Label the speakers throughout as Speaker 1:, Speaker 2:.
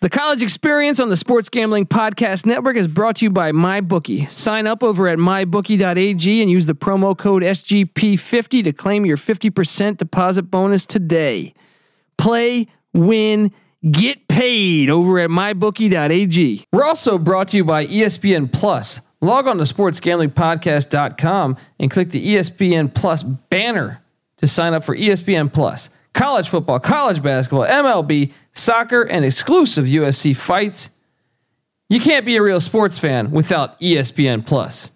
Speaker 1: The college experience on the Sports Gambling Podcast Network is brought to you by MyBookie. Sign up over at mybookie.ag and use the promo code SGP50 to claim your 50% deposit bonus today. Play, win, get paid over at mybookie.ag. We're also brought to you by E ESPN Plus. Log on to sportsgamblingpodcast.com and click the E ESPN Plus banner to sign up for E ESPN Plus. College football, college basketball, MLB, soccer, and exclusive USC fights. You can't be a real sports fan without E ESPN Plus.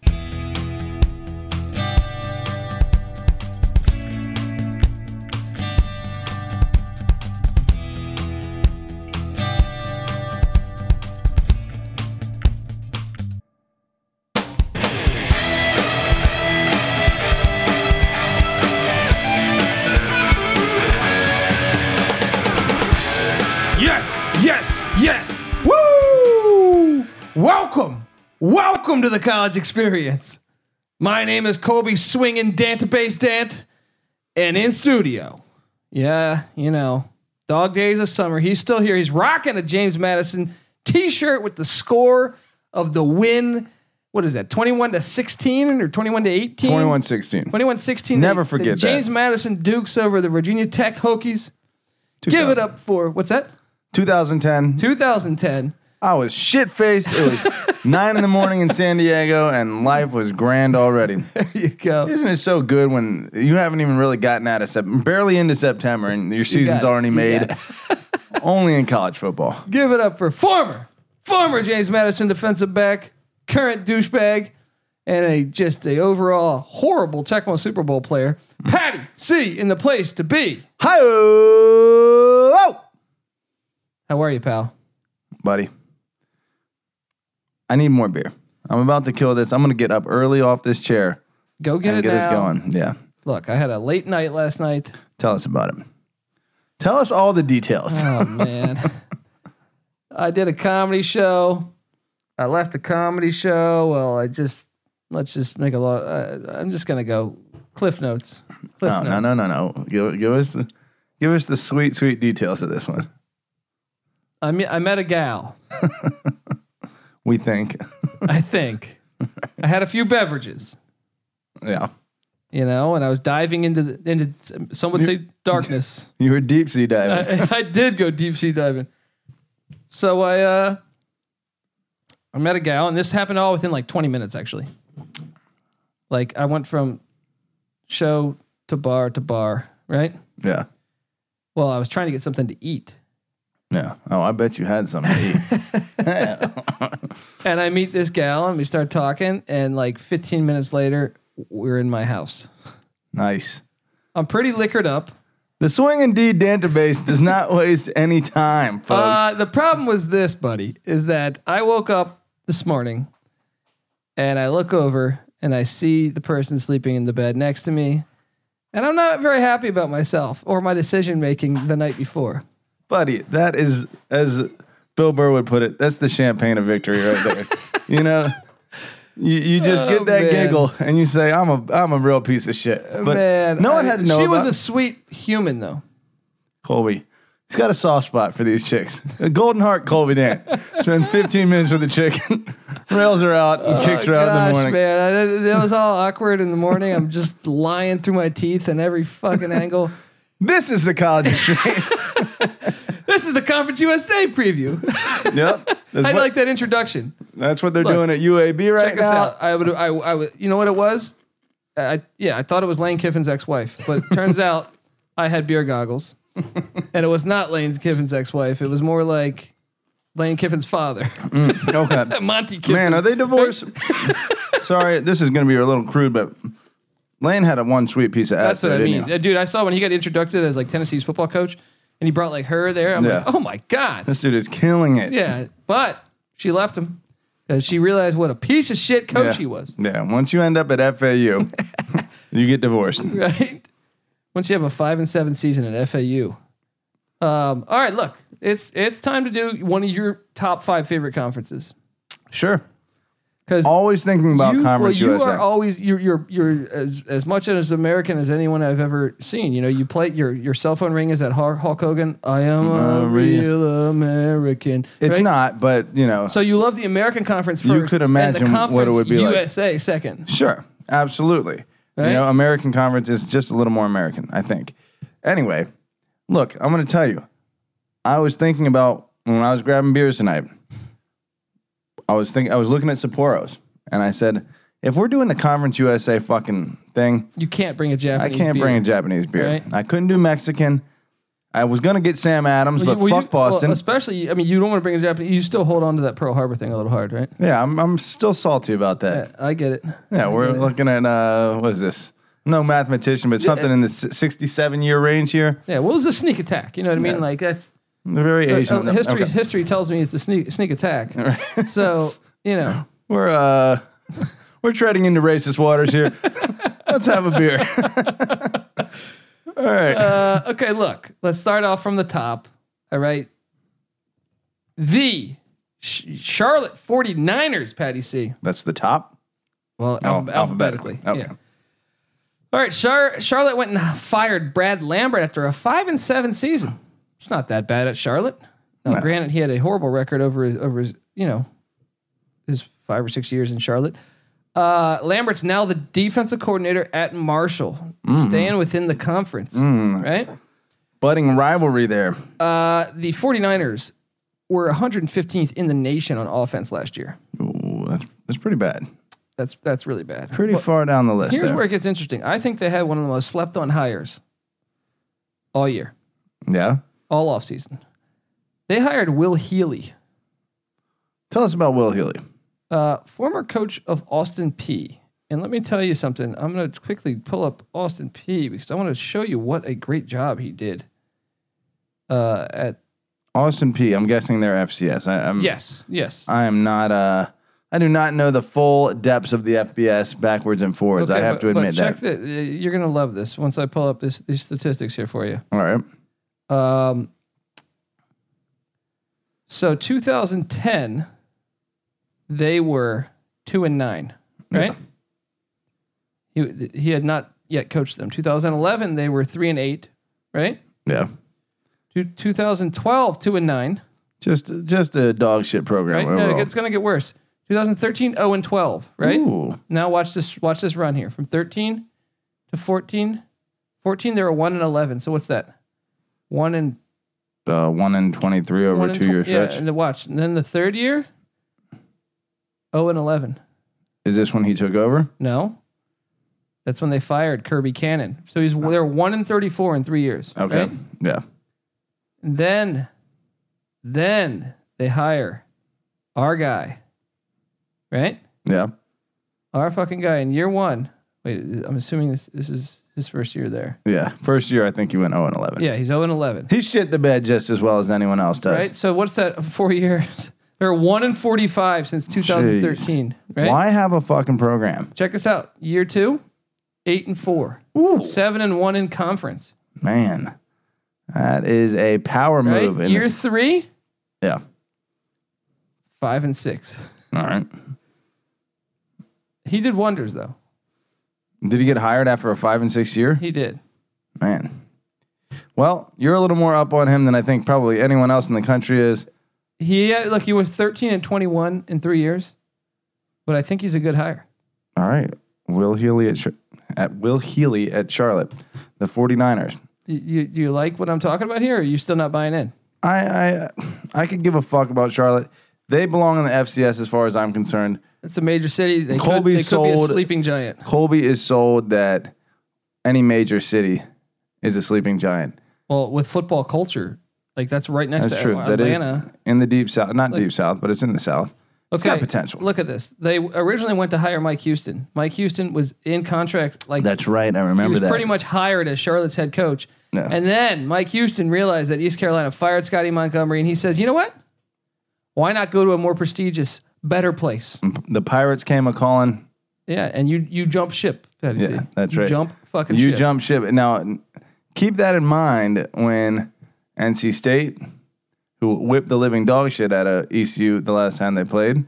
Speaker 2: Yes, yes, yes. Woo! Welcome, welcome to the college experience. My name is Colby Swinging Dantabase Dant, and in studio, yeah, you know, dog days of summer. He's still here. He's rocking a James Madison T-shirt with the score of the win. What is that? Twenty-one to sixteen or twenty-one to eighteen?
Speaker 3: 21 16.
Speaker 2: 21 16.
Speaker 3: Never forget that.
Speaker 2: James Madison Dukes over the Virginia Tech Hokies. Give it up for what's that?
Speaker 3: 2010.
Speaker 2: 2010.
Speaker 3: I was shit faced. It was 9 in the morning in San Diego, and life was grand already.
Speaker 2: There you go.
Speaker 3: Isn't it so good when you haven't even really gotten out of September, barely into September, and your season's
Speaker 2: it.
Speaker 3: already
Speaker 2: You
Speaker 3: made? Only in college football.
Speaker 2: Give it up for former, former James Madison defensive back, current douchebag, and a just a overall horrible Tecmo Super Bowl player, Patty C in the place to be.
Speaker 3: Hi, oh,
Speaker 2: How are you, pal?
Speaker 3: buddy. I need more beer. I'm about to kill this. I'm going to get up early off this chair
Speaker 2: Go get
Speaker 3: and
Speaker 2: it
Speaker 3: get us
Speaker 2: now.
Speaker 3: going. Yeah.
Speaker 2: Look, I had a late night last night.
Speaker 3: Tell us about it. Tell us all the details.
Speaker 2: Oh man. I did a comedy show. I left the comedy show. Well, I just let's just make a lot. Uh, I'm just gonna go cliff notes. Cliff
Speaker 3: No,
Speaker 2: notes.
Speaker 3: Oh, no, no, no, no. Give, give us the give us the sweet, sweet details of this one.
Speaker 2: I me- I met a gal.
Speaker 3: We think,
Speaker 2: I think I had a few beverages,
Speaker 3: yeah,
Speaker 2: you know, and I was diving into the, into some would say darkness.
Speaker 3: you were deep sea diving.
Speaker 2: I, I did go deep sea diving. So I uh I met a gal, and this happened all within like 20 minutes actually. Like I went from show to bar to bar, right?
Speaker 3: yeah,
Speaker 2: Well, I was trying to get something to eat.
Speaker 3: yeah. Oh, I bet you had something to eat.
Speaker 2: And I meet this gal and we start talking, and like 15 minutes later, we're in my house.
Speaker 3: nice.
Speaker 2: I'm pretty liquored up.
Speaker 3: The swing and D database does not waste any time, folks.
Speaker 2: Uh, the problem was this, buddy, is that I woke up this morning and I look over and I see the person sleeping in the bed next to me. And I'm not very happy about myself or my decision making the night before.
Speaker 3: Buddy, that is as Bill Burr would put it. That's the champagne of victory right there. you know. You, you just
Speaker 2: Oh,
Speaker 3: get that
Speaker 2: man.
Speaker 3: giggle and you say I'm a I'm a real piece of shit. But
Speaker 2: Man,
Speaker 3: no one
Speaker 2: I-
Speaker 3: had to know
Speaker 2: She
Speaker 3: about
Speaker 2: was a sweet human, though.
Speaker 3: Colby. He's got a soft spot for these chicks. A golden heart, Colby Dan. Spends 15 minutes with the chicken, rails her out, and kicks her out in the
Speaker 2: Oh, Gosh,
Speaker 3: morning.
Speaker 2: man, I- it was all awkward in the morning. I'm just lying through my teeth in every fucking angle.
Speaker 3: This is the college experience.
Speaker 2: This is the Conference USA preview.
Speaker 3: yep. That's
Speaker 2: I
Speaker 3: what,
Speaker 2: like that introduction.
Speaker 3: that's what they're
Speaker 2: Look,
Speaker 3: doing at UAB right
Speaker 2: Check us
Speaker 3: now.
Speaker 2: out. I would. I. I would. You know what it was? I, yeah, I thought it was Lane Kiffin's ex-wife, but it turns out I had beer goggles, and it was not Lane Kiffin's ex-wife. It was more like Lane Kiffin's father,
Speaker 3: Oh, God.
Speaker 2: Monty Kiffin.
Speaker 3: Man, are they divorced? Sorry, this is going to be a little crude, but Lane had a one sweet piece of ass.
Speaker 2: That's what I
Speaker 3: there, didn't
Speaker 2: mean,
Speaker 3: he?
Speaker 2: Uh, dude. I saw when he got introduced as like Tennessee's football coach, and he brought like her there. I'm
Speaker 3: Yeah.
Speaker 2: like, oh my god,
Speaker 3: This dude is killing it.
Speaker 2: yeah. But she left him because she realized what a piece of shit coach
Speaker 3: Yeah.
Speaker 2: he was.
Speaker 3: Yeah. Once you end up at FAU, you get divorced.
Speaker 2: right? Once you have a five and seven season at FAU. Um, all right, look, it's it's time to do one of your top five favorite conferences.
Speaker 3: Sure.
Speaker 2: Because
Speaker 3: Always thinking about Conference
Speaker 2: well, you
Speaker 3: USA.
Speaker 2: are always you're you're you're as as much as American as anyone I've ever seen. You know, you play your your cell phone ring is that Hulk, Hulk Hogan. I am a
Speaker 3: Maria.
Speaker 2: real American.
Speaker 3: it's
Speaker 2: right?
Speaker 3: not, but you know,
Speaker 2: So you love the American conference first.
Speaker 3: You could imagine
Speaker 2: and the
Speaker 3: what it
Speaker 2: conference
Speaker 3: would be like.
Speaker 2: USA second.
Speaker 3: Sure, absolutely.
Speaker 2: Right?
Speaker 3: You know, American conference is just a little more American, I think. Anyway, look, I'm going to tell you. I was thinking about when I was grabbing beers tonight. I was thinking I was looking at Sapporos and I said, if we're doing the Conference USA fucking thing,
Speaker 2: You can't bring a
Speaker 3: I
Speaker 2: Japanese.
Speaker 3: can't
Speaker 2: beer.
Speaker 3: bring a Japanese beer.
Speaker 2: Right.
Speaker 3: I couldn't do Mexican. I was going to get Sam Adams,
Speaker 2: Well, you-
Speaker 3: but
Speaker 2: well, you-
Speaker 3: fuck Boston.
Speaker 2: well, especially, I mean, you don't want to bring a Japanese. You still hold on to that Pearl Harbor thing a little hard, right?
Speaker 3: yeah, I'm I'm still salty about that.
Speaker 2: I get it.
Speaker 3: Yeah, we're looking at uh, what is this? No mathematician, but something in the s- 67 year range here.
Speaker 2: Yeah, what was the sneak attack? You know what I mean?
Speaker 3: Yeah.
Speaker 2: Like that's
Speaker 3: The very Asian.
Speaker 2: uh, history.
Speaker 3: okay.
Speaker 2: History tells me it's a sneak sneak attack. So you know,
Speaker 3: We're uh, we're treading into racist waters here. Let's have a beer. All right.
Speaker 2: uh, okay. Look, let's start off from the top. All right, the Sh- Charlotte 49ers, Patty C.
Speaker 3: That's the top.
Speaker 2: Well, alphab-
Speaker 3: Oh,
Speaker 2: alphabetically.
Speaker 3: Okay.
Speaker 2: Yeah. All right, Char- Charlotte went and fired Brad Lambert after a five and seven season. It's not that bad at Charlotte. Now,
Speaker 3: No.
Speaker 2: granted, he had a horrible record over his, over his, you know, his five or six years in Charlotte. Uh, Lambert's now the defensive coordinator at Marshall, staying within the conference, right?
Speaker 3: Budding rivalry there.
Speaker 2: Uh, the 49ers were 115th in the nation on offense last year.
Speaker 3: Ooh, that's, that's pretty bad.
Speaker 2: That's that's really bad.
Speaker 3: Pretty far down the list.
Speaker 2: Here's
Speaker 3: there.
Speaker 2: where it gets interesting. I think they had one of the most slept on hires all year,
Speaker 3: yeah.
Speaker 2: all offseason. They hired Will Healy,
Speaker 3: Tell us about Will Healy.
Speaker 2: uh, former coach of Austin P. And let me tell you something. I'm going to quickly pull up Austin P because I want to show you what a great job he did. Uh, at
Speaker 3: Austin P. I'm guessing they're FCS. I, I'm
Speaker 2: yes, yes.
Speaker 3: Hmm. I am not. Uh, I do not know the full depths of the FBS backwards and forwards. I
Speaker 2: Okay,
Speaker 3: have
Speaker 2: but-
Speaker 3: to
Speaker 2: but
Speaker 3: admit
Speaker 2: check
Speaker 3: that.
Speaker 2: that. You're going to love this once I pull up this, these statistics here for you.
Speaker 3: All right.
Speaker 2: Um, so 2010, they were two and nine, right? He he had not yet coached them. 2011, they were three and eight, right?
Speaker 3: Yeah.
Speaker 2: Two- 2012, two and nine,
Speaker 3: Just just a dog shit
Speaker 2: right?
Speaker 3: program
Speaker 2: No,
Speaker 3: overall.
Speaker 2: it's gonna get worse. 2013, 0 and 12, right?
Speaker 3: Ooh.
Speaker 2: Now watch this. Watch this run here from 13 to 14. 14, they were one and 11. So what's that? One and
Speaker 3: Uh, one in twenty three over
Speaker 2: One
Speaker 3: a
Speaker 2: and
Speaker 3: two
Speaker 2: tw-
Speaker 3: year stretch.
Speaker 2: Yeah, and the watch. And then the third year, 0 and 11.
Speaker 3: Is this when he took over?
Speaker 2: No. That's when they fired Kirby Cannon. So he's they're 1 and 34 in 3 years.
Speaker 3: Okay.
Speaker 2: right?
Speaker 3: Yeah.
Speaker 2: And then then they hire our guy. Right?
Speaker 3: Yeah.
Speaker 2: Our fucking guy in year 1. Wait, I'm assuming this this is his first year there.
Speaker 3: Yeah. First year, I think he went zero and eleven.
Speaker 2: Yeah, he's 0 and 11.
Speaker 3: He shit the bed just as well as anyone else does.
Speaker 2: Right? So what's that 4 years? They're 1 and 45 since 2013, right?
Speaker 3: Why have a fucking program?
Speaker 2: Check this out. Year two, eight and four,
Speaker 3: Ooh,
Speaker 2: seven and one in conference.
Speaker 3: man, that is a power
Speaker 2: Right?
Speaker 3: move. in
Speaker 2: Year
Speaker 3: this-
Speaker 2: three,
Speaker 3: yeah.
Speaker 2: five and six.
Speaker 3: All right.
Speaker 2: He did wonders though.
Speaker 3: Did he get hired after a five and six year?
Speaker 2: He did.
Speaker 3: Man. Well, you're a little more up on him than I think probably anyone else in the country is.
Speaker 2: He had, look. He was thirteen and twenty-one in three years, but I think he's a good hire.
Speaker 3: All right. Will Healy at, Char- at Will Healy at Charlotte, the 49ers.
Speaker 2: You, you, do you like what I'm talking about here? Or are you still not buying in?
Speaker 3: I, I I could give a fuck about Charlotte. They belong in the FCS as far as I'm concerned.
Speaker 2: It's a major city. They could,
Speaker 3: Colby
Speaker 2: they could be a
Speaker 3: sold-
Speaker 2: sleeping giant.
Speaker 3: Colby is sold that any major city is a sleeping giant.
Speaker 2: Well, with football culture, like that's right next
Speaker 3: That's
Speaker 2: to
Speaker 3: true. That is
Speaker 2: Atlanta.
Speaker 3: in the deep south, not deep south, but it's in the south. It's got
Speaker 2: Okay,
Speaker 3: potential.
Speaker 2: Look at this. They originally went to hire Mike Houston. Mike Houston was in contract like
Speaker 3: That's right. I remember
Speaker 2: he was
Speaker 3: that.
Speaker 2: pretty much hired as Charlotte's head coach.
Speaker 3: No.
Speaker 2: And then Mike Houston realized that East Carolina fired Scotty Montgomery, and he says, "You know what? Why not go to a more prestigious, better place?"
Speaker 3: the Pirates came a calling.
Speaker 2: Yeah, and you you jump ship, Patty C.
Speaker 3: Yeah, that's
Speaker 2: You
Speaker 3: right.
Speaker 2: Jump fucking
Speaker 3: you
Speaker 2: ship.
Speaker 3: jump ship. Now, n- keep that in mind when NC State, E who whipped the living dog shit out of ECU the last time they played,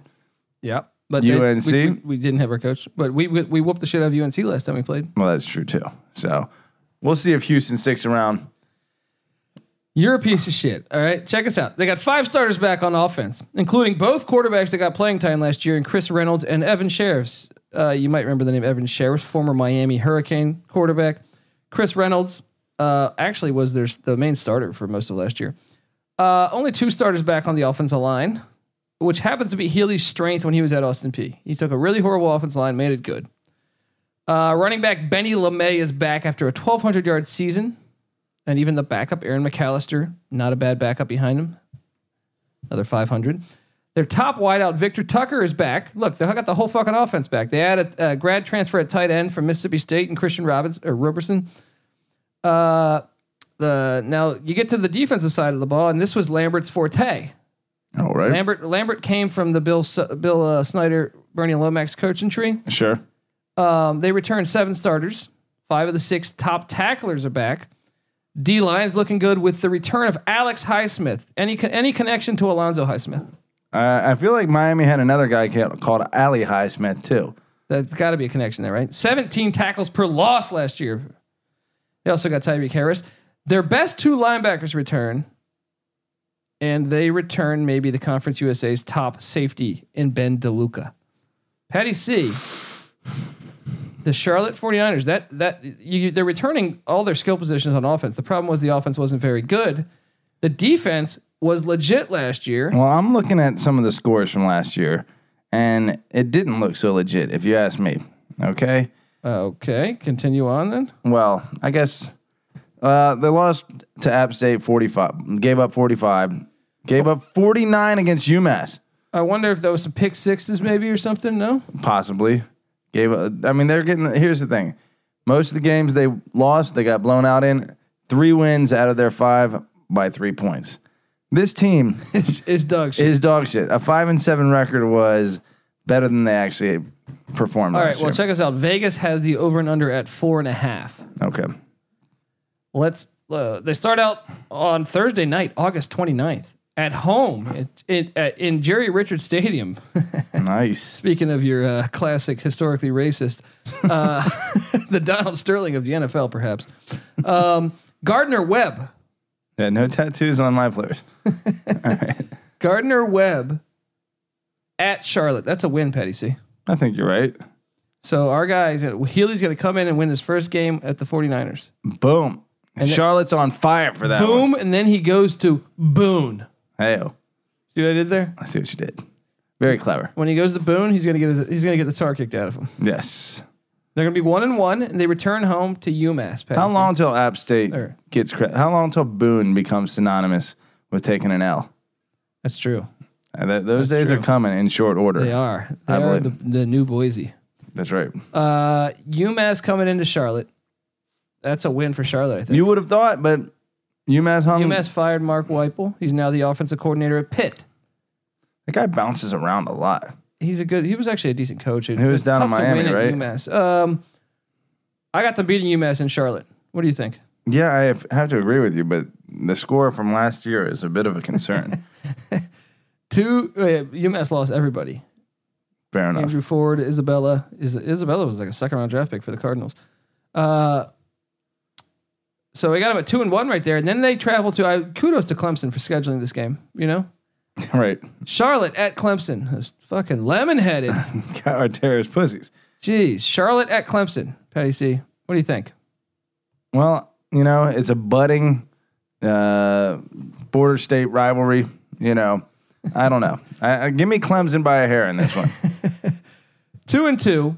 Speaker 2: Yep. But they- we-
Speaker 3: UNC?
Speaker 2: we, we didn't have our coach, but we, we we whooped the shit out of UNC last time we played.
Speaker 3: Well, that's true too. So we'll see if Houston sticks around.
Speaker 2: You're a piece of shit. All right, check us out. They got five starters back on offense, including both quarterbacks that got playing time last year, and Chris Reynolds and Evan Sheriffs. Uh, you might remember the name Evan Sheriffs, former Miami Hurricane quarterback. Chris Reynolds uh, actually was their the main starter for most of last year. Uh, only two starters back on the offensive line, which happens to be Healy's strength when he was at Austin P. He took a really horrible offensive line, made it good. Uh, running back Benny LeMay is back after a 1,200 yard season and even the backup Aaron McAllister, not a bad backup behind him. Another 500. Their top wideout Victor Tucker is back. Look, they got the whole fucking offense back. They added a grad transfer at tight end from Mississippi State and Christian Robbins or Roberson. Uh, the now you get to the defensive side of the ball, and this was Lambert's forte.
Speaker 3: All right.
Speaker 2: Lambert Lambert came from the Bill S- Bill uh, Snyder Bernie Lomax coaching tree.
Speaker 3: Sure.
Speaker 2: Um, they returned seven starters. Five of the six top tacklers are back. D line's looking good with the return of Alex Highsmith. Any con- any connection to Alonzo Highsmith?
Speaker 3: Uh, I feel like Miami had another guy ca- called Ali Highsmith too.
Speaker 2: That's got to be a connection there, right? 17 tackles per loss last year. They also got Tyreek Harris. Their best two linebackers return, and they return maybe the Conference USA's top safety in Ben DeLuca. Patty C. The Charlotte 49ers, that that you, they're returning all their skill positions on offense. The problem was the offense wasn't very good. The defense was legit last year.
Speaker 3: Well, I'm looking at some of the scores from last year, and it didn't look so legit, if you ask me. Okay.
Speaker 2: Okay, continue on then.
Speaker 3: Well, I guess uh, they lost to App State 45, gave up 45, gave up 49 against UMass,
Speaker 2: I wonder if there was some pick sixes maybe or something. No,
Speaker 3: possibly. Gave. Up, I mean, they're getting. Here's the thing: most of the games they lost, they got blown out in. Three wins out of their five by three points. This team
Speaker 2: is is dog shit.
Speaker 3: is dog shit. A five and seven record was better than they actually performed.
Speaker 2: All
Speaker 3: last
Speaker 2: right, well
Speaker 3: year.
Speaker 2: check us out. Vegas has the over and under at four and a half.
Speaker 3: Okay.
Speaker 2: Let's. Uh, they start out on Thursday night, August 29th, at home it, it, at, in Jerry Richards Stadium.
Speaker 3: Nice.
Speaker 2: Speaking of your uh, classic, historically racist, uh, the Donald Sterling of the NFL, perhaps. Um, Gardner Webb.
Speaker 3: Yeah, no tattoos on my players.
Speaker 2: Gardner Webb at Charlotte. That's a win, Petty C.
Speaker 3: I think you're right.
Speaker 2: So our guys, uh, Healy's going to come in and win his first game at the 49ers.
Speaker 3: Boom. Charlotte's on fire for that one.
Speaker 2: Boom, and then he goes to Boone.
Speaker 3: Hey,
Speaker 2: See what I did there?
Speaker 3: I see what you did. Very clever.
Speaker 2: When he goes to Boone, he's gonna get his, he's gonna get the tar kicked out of him.
Speaker 3: Yes.
Speaker 2: They're gonna be one and one, and they return home to UMass. Patterson.
Speaker 3: How long till App State
Speaker 2: There.
Speaker 3: gets credit? How long till Boone becomes synonymous with taking an L?
Speaker 2: That's true.
Speaker 3: Uh, th- those
Speaker 2: That's
Speaker 3: days
Speaker 2: true.
Speaker 3: are coming in short order.
Speaker 2: They are. They
Speaker 3: I
Speaker 2: are the,
Speaker 3: believe
Speaker 2: the new Boise.
Speaker 3: That's right.
Speaker 2: Uh, UMass coming into Charlotte. That's a win for Charlotte. I think.
Speaker 3: You would have thought, but UMass hung.
Speaker 2: UMass fired Mark Weipel. He's now the offensive coordinator at Pitt.
Speaker 3: That guy bounces around a lot.
Speaker 2: He's a good. He was actually a decent coach. It-
Speaker 3: He was
Speaker 2: it's
Speaker 3: down in
Speaker 2: tough to
Speaker 3: Miami,
Speaker 2: win at
Speaker 3: right?
Speaker 2: UMass. Um, I got them beating UMass in Charlotte. What do you think?
Speaker 3: Yeah, I have- have to agree with you, but the score from last year is a bit of a concern.
Speaker 2: Two uh, UMass lost everybody.
Speaker 3: Fair enough.
Speaker 2: Andrew Ford, Isabella. Is Isabella was like a second round draft pick for the Cardinals. Uh, so we got them at two and one right there, and then they travel to. I kudos to Clemson for scheduling this game. You know,
Speaker 3: right.
Speaker 2: Charlotte at Clemson. Those fucking lemon headed.
Speaker 3: God, our terrorist pussies.
Speaker 2: Jeez, Charlotte at Clemson. Patty C, what do you think?
Speaker 3: Well, you know, it's a budding uh, border state rivalry. You know, I don't know. I, I, give me Clemson by a hair in this one.
Speaker 2: Two and two,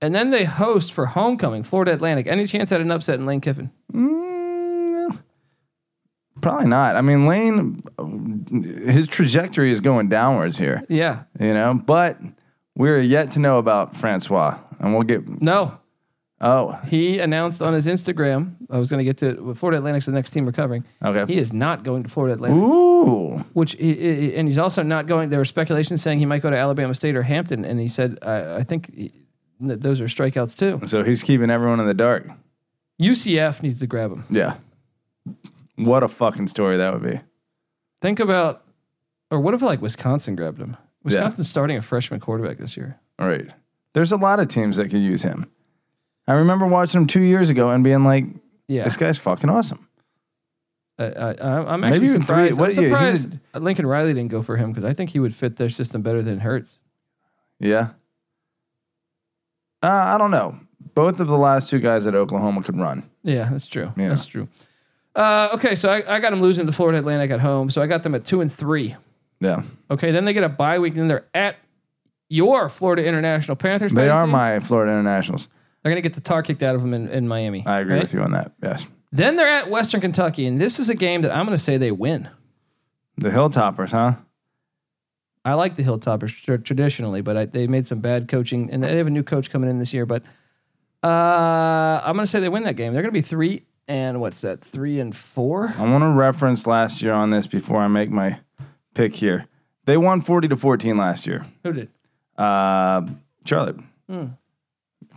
Speaker 2: and then they host for homecoming Florida Atlantic. Any chance at an upset in Lane Kiffin?
Speaker 3: Mm, probably not. I mean, Lane, uh, his trajectory is going downwards here.
Speaker 2: Yeah,
Speaker 3: You know, but we're yet to know about Francois, and we'll get.
Speaker 2: no.
Speaker 3: Oh,
Speaker 2: He announced on his Instagram. I was going to get to it. Florida Atlantic's the next team recovering.
Speaker 3: okay.
Speaker 2: He is not going to Florida Atlantic.
Speaker 3: Ooh,
Speaker 2: which he- he, and he's also not going. There was speculation saying he might go to Alabama State or Hampton, and he said, "I, I think he- that those are strikeouts too."
Speaker 3: so he's keeping everyone in the dark.
Speaker 2: UCF needs to grab him.
Speaker 3: Yeah. What a fucking story that would be.
Speaker 2: Think about, or what if like Wisconsin grabbed him? Wisconsin's starting a freshman quarterback this year.
Speaker 3: All right. There's a lot of teams that could use him. I remember watching him two years ago and being like,
Speaker 2: Yeah,
Speaker 3: this guy's fucking awesome.
Speaker 2: I, I, I'm
Speaker 3: Maybe
Speaker 2: actually
Speaker 3: even three-
Speaker 2: surprised.
Speaker 3: what
Speaker 2: I'm
Speaker 3: year? He's a-
Speaker 2: surprised Lincoln Riley didn't go for him because I think he would fit their system better than Hurts.
Speaker 3: Yeah. Uh, I don't know. Both of the last two guys at Oklahoma could run.
Speaker 2: Yeah, that's true.
Speaker 3: Yeah.
Speaker 2: That's true. Uh, okay, so I, I got them losing to Florida Atlantic at home. So I got them at two and three.
Speaker 3: Yeah.
Speaker 2: Okay, then they get a bye week, and then they're at your Florida International Panthers.
Speaker 3: They are
Speaker 2: Patterson.
Speaker 3: my Florida Internationals.
Speaker 2: They're going to get the tar kicked out of them in, in Miami.
Speaker 3: I agree
Speaker 2: right?
Speaker 3: with you on that. Yes.
Speaker 2: Then they're at Western Kentucky, and this is a game that I'm going to say they win.
Speaker 3: The Hilltoppers, huh?
Speaker 2: I like the Hilltoppers tr- traditionally, but I, they made some bad coaching, and they have a new coach coming in this year. But uh, I'm going to say they win that game. They're going to be three and what's that? Three and four.
Speaker 3: I want to reference last year on this before I make my pick here. They won 40 to 14 last year.
Speaker 2: Who did?
Speaker 3: Uh, Charlotte.
Speaker 2: Hmm.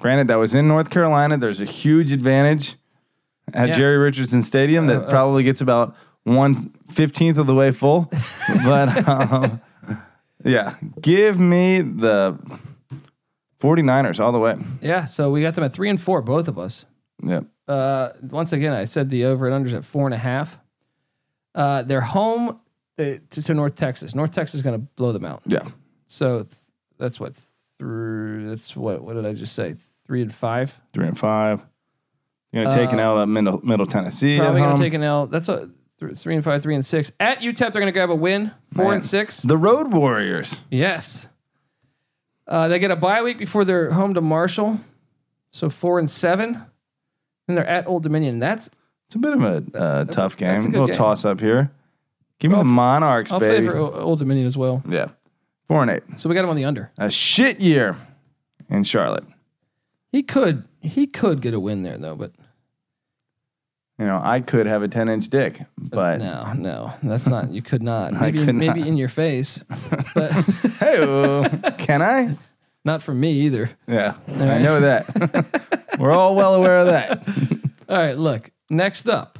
Speaker 3: Granted, that was in North Carolina. There's a huge advantage at
Speaker 2: Yeah. Uh,
Speaker 3: Jerry Richardson Stadium that probably gets about one fifteenth of the way full. but um, yeah, give me the 49ers all the way.
Speaker 2: Yeah, so we got them at three and four, both of us.
Speaker 3: Yeah.
Speaker 2: Uh, once again, I said the over and unders at four and a half. Uh, they're home uh, to, to North Texas. North Texas is going to blow them out.
Speaker 3: Yeah.
Speaker 2: So th- that's what through. That's what. What did I just say? Three and five.
Speaker 3: Three and five. You're going to take an L at middle, middle Tennessee.
Speaker 2: Uh, Probably
Speaker 3: at
Speaker 2: going
Speaker 3: home.
Speaker 2: to take an L. That's a th- three and five, three and six. At UTEP, they're going to grab a win. Four
Speaker 3: Man.
Speaker 2: and six.
Speaker 3: the Road Warriors.
Speaker 2: Yes. Uh, they get a bye week before they're home to Marshall. So four and seven. Then they're at Old Dominion. That's
Speaker 3: It's a bit of a uh, tough game.
Speaker 2: that's a good
Speaker 3: little
Speaker 2: game.
Speaker 3: toss up here. Give me
Speaker 2: I'll
Speaker 3: the
Speaker 2: f-
Speaker 3: Monarchs,
Speaker 2: I'll
Speaker 3: baby.
Speaker 2: favor o- Old Dominion as well.
Speaker 3: Yeah. Four and eight.
Speaker 2: So we got him on the under.
Speaker 3: A shit year in Charlotte.
Speaker 2: He could he could get a win there though, but
Speaker 3: You know, I could have a 10 inch dick, but
Speaker 2: no, no, that's not. You could not.
Speaker 3: I
Speaker 2: Maybe
Speaker 3: could
Speaker 2: maybe
Speaker 3: not.
Speaker 2: in your face, but
Speaker 3: hey, can I?
Speaker 2: not from me either.
Speaker 3: Yeah, I know that. We're all well aware of that.
Speaker 2: All right, look. Next up,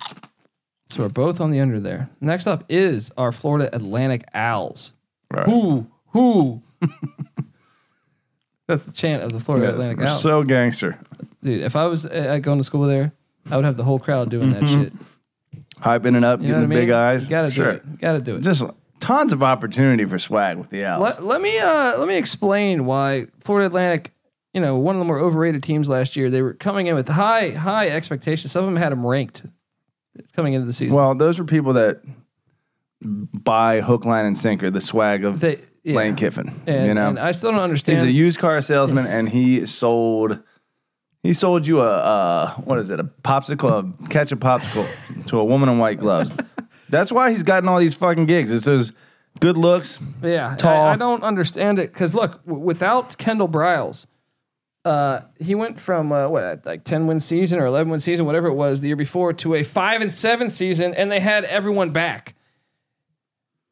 Speaker 2: so we're both on the under there. Next up is our Florida Atlantic Owls.
Speaker 3: Right.
Speaker 2: Who who? that's the chant of the Florida Atlantic
Speaker 3: We're
Speaker 2: Owls.
Speaker 3: so gangster.
Speaker 2: Dude, if I was uh, going to school there, I would have the whole crowd doing that shit.
Speaker 3: Hyping it up,
Speaker 2: You know
Speaker 3: Mm-hmm. getting
Speaker 2: what I
Speaker 3: the
Speaker 2: mean?
Speaker 3: big eyes.
Speaker 2: Got to
Speaker 3: Sure.
Speaker 2: do it. Got to do it.
Speaker 3: Just tons of opportunity for swag with the Owls.
Speaker 2: Let, let me uh, let me explain why Florida Atlantic, you know, one of the more overrated teams last year. They were coming in with high high expectations. Some of them had them ranked coming into the season.
Speaker 3: Well, those are people that buy hook, line, and sinker the swag of
Speaker 2: they, yeah.
Speaker 3: Lane Kiffin.
Speaker 2: and,
Speaker 3: you know,
Speaker 2: and I still don't
Speaker 3: he's
Speaker 2: understand.
Speaker 3: a used car salesman, and he sold. He sold you a uh, what is it? A popsicle, a catch a popsicle to a woman in white gloves. That's why he's gotten all these fucking gigs. It's those good looks.
Speaker 2: yeah,
Speaker 3: tall.
Speaker 2: I, I don't understand it because look, w- without Kendall Briles, uh, he went from uh, what like ten win season or eleven win season, whatever it was the year before, to a five and seven season, and they had everyone back.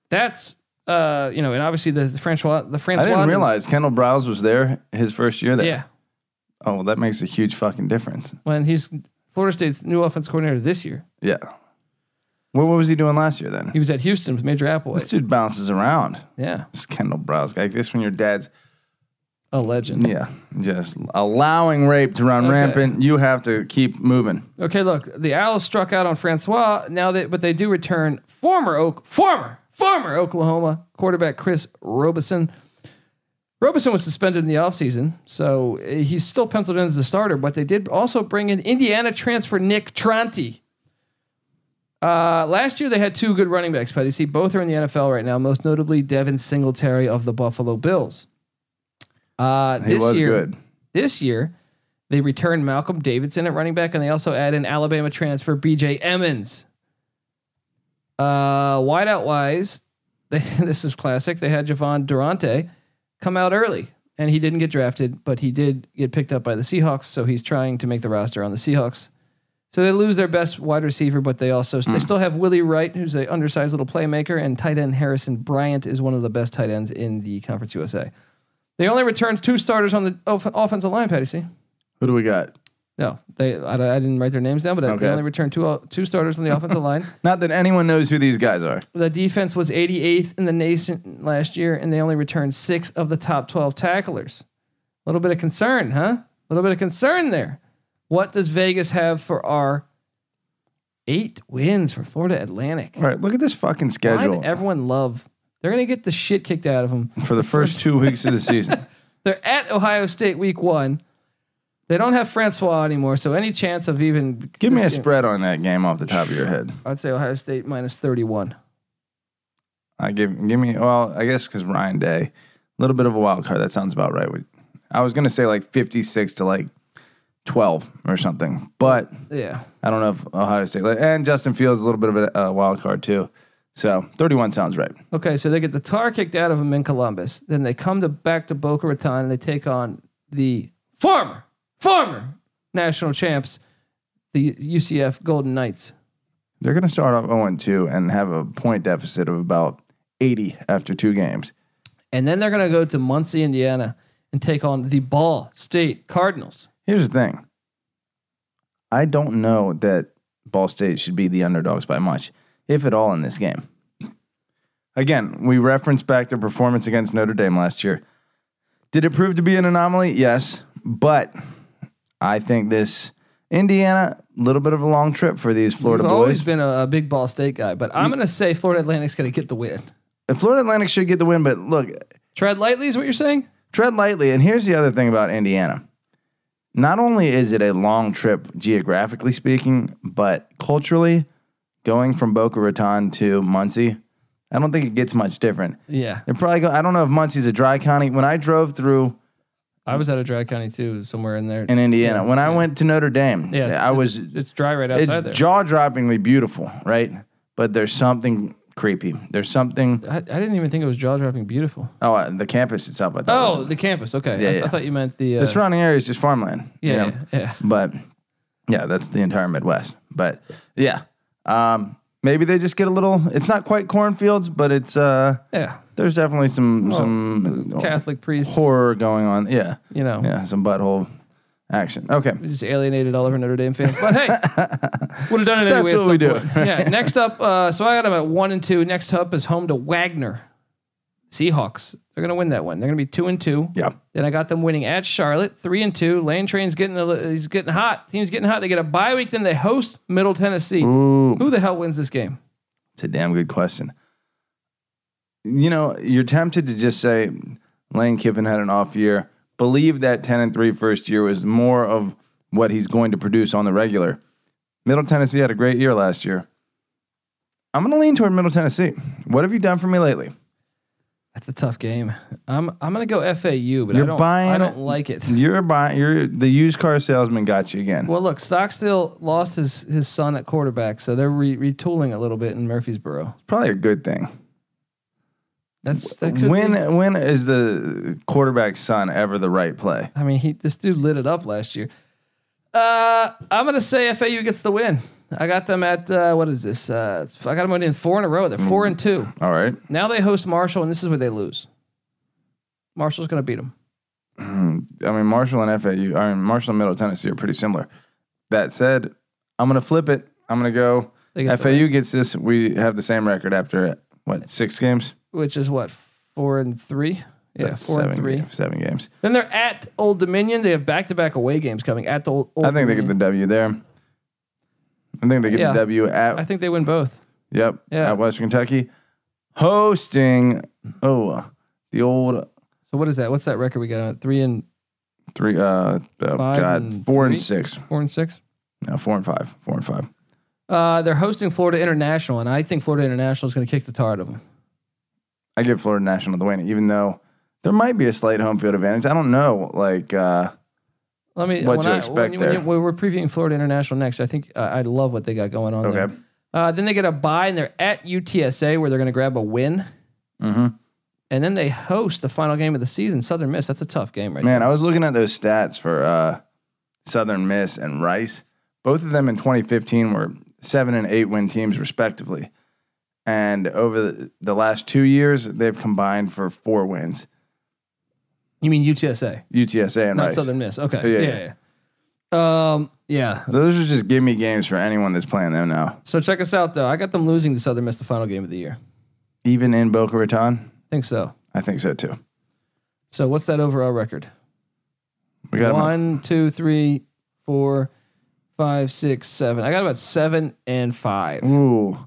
Speaker 2: That's uh, you know, and obviously the, the Francois the
Speaker 3: I
Speaker 2: Francois
Speaker 3: didn't realize Kendall Browse was there his first year there.
Speaker 2: yeah.
Speaker 3: Oh, well, that makes a huge fucking difference.
Speaker 2: when he's Florida State's new offense coordinator this year.
Speaker 3: Yeah. Well, what was he doing last year then?
Speaker 2: He was at Houston with Major
Speaker 3: This
Speaker 2: Applewhite.
Speaker 3: dude bounces around.
Speaker 2: Yeah,
Speaker 3: This Kendall Browse guy. This when your dad's
Speaker 2: a legend.
Speaker 3: Yeah, just allowing rape to run
Speaker 2: Okay.
Speaker 3: rampant. You have to keep moving.
Speaker 2: Okay, look, the Owls struck out on Francois. Now they but they do return former Oak former former Oklahoma quarterback Chris Robeson. Robeson was suspended in the offseason, so eh, he's still penciled in as a starter, but they did also bring in Indiana transfer Nick Tronti. Uh, last year they had two good running backs, But you See, both are in the NFL right now, most notably Devin Singletary of the Buffalo Bills. Uh,
Speaker 3: He
Speaker 2: this
Speaker 3: was
Speaker 2: year,
Speaker 3: good.
Speaker 2: This year, they returned Malcolm Davidson at running back, and they also add in Alabama transfer B.J. Emmons. Uh, wideout wise, they, this is classic. They had Javon Durante come out early, and he didn't get drafted, but he did get picked up by the Seahawks, so he's trying to make the roster on the Seahawks. So they lose their best wide receiver, but they also they still have Willie Wright, who's an undersized little playmaker, and tight end Harrison Bryant is one of the best tight ends in the Conference USA. They only returned two starters on the off- offensive line, Patty. See,
Speaker 3: Who do we got?
Speaker 2: No, they. I, I didn't write their names down, but
Speaker 3: Okay.
Speaker 2: they only returned two uh, two starters on the offensive line.
Speaker 3: Not that anyone knows who these guys are.
Speaker 2: The defense was 88th in the nation last year, and they only returned six of the top 12 tacklers. A little bit of concern, huh? A little bit of concern there. What does Vegas have for our eight wins for Florida Atlantic?
Speaker 3: All right, look at this fucking
Speaker 2: Why
Speaker 3: schedule
Speaker 2: did everyone love? They're going to get the shit kicked out of them.
Speaker 3: for the first two weeks of the season.
Speaker 2: They're at Ohio State week one. They don't have Francois anymore, so any chance of even
Speaker 3: Give me a
Speaker 2: this game-
Speaker 3: spread on that game off the top of your head.
Speaker 2: I'd say Ohio State minus 31.
Speaker 3: I give give me well, I guess because Ryan Day, a little bit of a wild card. That sounds about right. With- I was gonna say like fifty six to like twelve or something, but
Speaker 2: Yeah.
Speaker 3: I don't know if Ohio State and Justin Fields is a little bit of a uh, wild card too. So thirty one sounds right.
Speaker 2: Okay, so they get the tar kicked out of them in Columbus. Then they come to back to Boca Raton and they take on the former, former national champs, the UCF Golden Knights.
Speaker 3: They're gonna start off zero and two and have a point deficit of about eighty after two games.
Speaker 2: And then they're going to go to Muncie, Indiana and take on the Ball State Cardinals.
Speaker 3: Here's the thing. I don't know that Ball State should be the underdogs by much, if at all, in this game. Again, we reference back their performance against Notre Dame last year. Did it prove to be an anomaly? Yes, but I think this Indiana, a little bit of a long trip for these Florida
Speaker 2: I've
Speaker 3: boys.
Speaker 2: always been a, a big Ball State guy, but I'm going to say Florida Atlantic's going to get the win.
Speaker 3: And Florida Atlantic should get the win, but look,
Speaker 2: Tread lightly is what you're saying?
Speaker 3: tread lightly. And here's the other thing about Indiana. Not only is it a long trip geographically speaking, but culturally, going from Boca Raton to Muncie, I don't think it gets much different.
Speaker 2: Yeah.
Speaker 3: They're probably go, I don't know if Muncie's a dry county. When I drove through
Speaker 2: I was out of Dry County too, somewhere in there.
Speaker 3: in Indiana, when I went to Notre Dame,
Speaker 2: Yeah, it's-
Speaker 3: I was
Speaker 2: It's dry right outside there.
Speaker 3: it's jaw droppingly beautiful, right? But there's something creepy. There's something
Speaker 2: I, I didn't even think it was jaw dropping beautiful.
Speaker 3: oh uh, the campus itself. I thought
Speaker 2: Oh,
Speaker 3: was-
Speaker 2: the campus. Okay.
Speaker 3: Yeah,
Speaker 2: I,
Speaker 3: yeah.
Speaker 2: I thought you meant the. Uh,
Speaker 3: the surrounding area is just farmland. you
Speaker 2: yeah,
Speaker 3: know?
Speaker 2: yeah, yeah.
Speaker 3: But yeah, that's the entire Midwest. But yeah, um, maybe they just get a little. It's not quite cornfields, but it's uh,
Speaker 2: Yeah.
Speaker 3: there's definitely some some
Speaker 2: Catholic priests,
Speaker 3: horror going on. Yeah,
Speaker 2: you know,
Speaker 3: Oh. yeah, some butthole action. Okay,
Speaker 2: we just alienated all of our Notre Dame fans. But hey, would have done it anyway.
Speaker 3: That's
Speaker 2: at
Speaker 3: what
Speaker 2: some
Speaker 3: we do.
Speaker 2: point. yeah. Next up, uh, so I got them at one and two. Next up is home to Wagner Seahawks. They're gonna win that one. They're gonna be two and two.
Speaker 3: yeah,
Speaker 2: Then I got them winning at Charlotte, three and two. Lane Train's getting a, li- he's getting hot. Team's getting hot. They get a bye week. Then they host Middle Tennessee.
Speaker 3: ooh,
Speaker 2: Who the hell wins this game?
Speaker 3: it's a damn good question. You know, you're tempted to just say Lane Kiffin had an off year. Believe that 10 and 3 first year was more of what he's going to produce on the regular. Middle Tennessee had a great year last year. I'm going to lean toward Middle Tennessee. What have you done for me lately?
Speaker 2: That's a tough game. I'm I'm gonna go FAU, but
Speaker 3: You're
Speaker 2: I don't I
Speaker 3: buying
Speaker 2: don't
Speaker 3: it.
Speaker 2: like it.
Speaker 3: You're buying, you're the used car salesman got you again.
Speaker 2: Well, look, Stockstill lost his his son at quarterback, so they're re- retooling a little bit in Murfreesboro.
Speaker 3: It's probably a good thing.
Speaker 2: That's that could
Speaker 3: When
Speaker 2: Be,
Speaker 3: when is the quarterback's son ever the right play?
Speaker 2: I mean, he this dude lit it up last year. Uh, I'm gonna say FAU gets the win. I got them at uh, what is this? Uh, I got them in four in a row. They're four and two.
Speaker 3: All right.
Speaker 2: Now they host Marshall, and this is where they lose. Marshall's gonna beat them.
Speaker 3: I mean, Marshall and FAU, I mean, Marshall and Middle Tennessee are pretty similar. That said, I'm going to flip it. I'm going to go.
Speaker 2: They get the
Speaker 3: FAU gets this. We have the same record after, what, six games?
Speaker 2: Which is what four and three. Yeah,
Speaker 3: That's
Speaker 2: four
Speaker 3: seven,
Speaker 2: and three.
Speaker 3: ga- Seven games.
Speaker 2: Then they're at Old Dominion. They have back to back away games coming at the Old. Old
Speaker 3: I think they get the
Speaker 2: Dominion.
Speaker 3: W there. I think they get
Speaker 2: Yeah.
Speaker 3: the W at,
Speaker 2: I think they win both.
Speaker 3: yep,
Speaker 2: Yeah.
Speaker 3: at Western Kentucky. Hosting, oh, the old
Speaker 2: So what is that? What's that record we got? Three and
Speaker 3: three, uh, oh,
Speaker 2: Five
Speaker 3: God,
Speaker 2: and
Speaker 3: four
Speaker 2: three?
Speaker 3: and six.
Speaker 2: four and six.
Speaker 3: No, four and five. Four and five.
Speaker 2: Uh, they're hosting Florida International, and I think Florida International is going to kick the tar out of them.
Speaker 3: I give Florida National the win, even though there might be a slight home field advantage. I don't know. Like, uh,
Speaker 2: Let me.
Speaker 3: What
Speaker 2: when
Speaker 3: to
Speaker 2: I,
Speaker 3: expect
Speaker 2: when you- when
Speaker 3: there.
Speaker 2: you- when we're previewing Florida International next. I think uh, I love what they got going on
Speaker 3: okay.
Speaker 2: there. Uh, then they get a bye, and they're at UTSA, where they're going to grab a win, Mm-hmm.
Speaker 3: hmm
Speaker 2: and then they host the final game of the season, Southern Miss. That's a tough game, right?
Speaker 3: Man, I was looking at those stats for uh, Southern Miss and Rice. Both of them in 2015 were seven and eight win teams, respectively. And over the, the last two years, they've combined for four wins.
Speaker 2: there. You mean UTSA,
Speaker 3: UTSA and
Speaker 2: not
Speaker 3: Rice.
Speaker 2: Southern Miss? Okay.
Speaker 3: Yeah,
Speaker 2: Yeah.
Speaker 3: yeah.
Speaker 2: yeah, Um, yeah.
Speaker 3: So those are just give me games for anyone that's playing them now.
Speaker 2: So check us out though. I got them losing to Southern Miss the final game of the year.
Speaker 3: Even in Boca Raton,
Speaker 2: think so.
Speaker 3: I think so too.
Speaker 2: So what's that overall record?
Speaker 3: We got a month.
Speaker 2: One, two, three, four, five, six, seven. I got about seven and five.
Speaker 3: Ooh,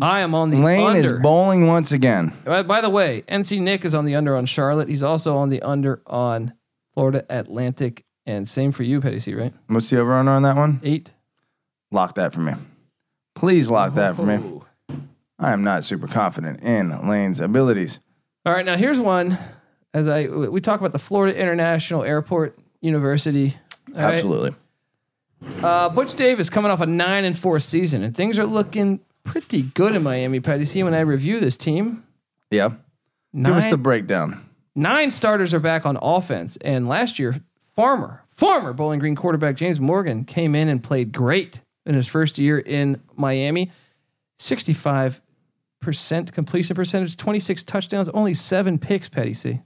Speaker 2: I am on the
Speaker 3: Lane
Speaker 2: under.
Speaker 3: is bowling once again.
Speaker 2: By, by the way, NC Nick is on the under on Charlotte. He's also on the under on Florida Atlantic. And same for you, Petty C, right?
Speaker 3: What's the over under on that one?
Speaker 2: Eight.
Speaker 3: Lock that for me. Please lock that for me.
Speaker 2: Ooh.
Speaker 3: I am not super confident in Lane's abilities.
Speaker 2: All right, now here's one. As I we talk about the Florida International Airport University. all right?
Speaker 3: Absolutely.
Speaker 2: Uh, Butch Davis coming off a nine and four season, and things are looking pretty good in Miami. Petty C, when I review this team,
Speaker 3: Yeah.
Speaker 2: nine,
Speaker 3: Give us the breakdown.
Speaker 2: nine starters are back on offense, and last year, former former Bowling Green quarterback James Morgan came in and played great in his first year in Miami, sixty five percent completion percentage, twenty six touchdowns, only seven picks. Petty C,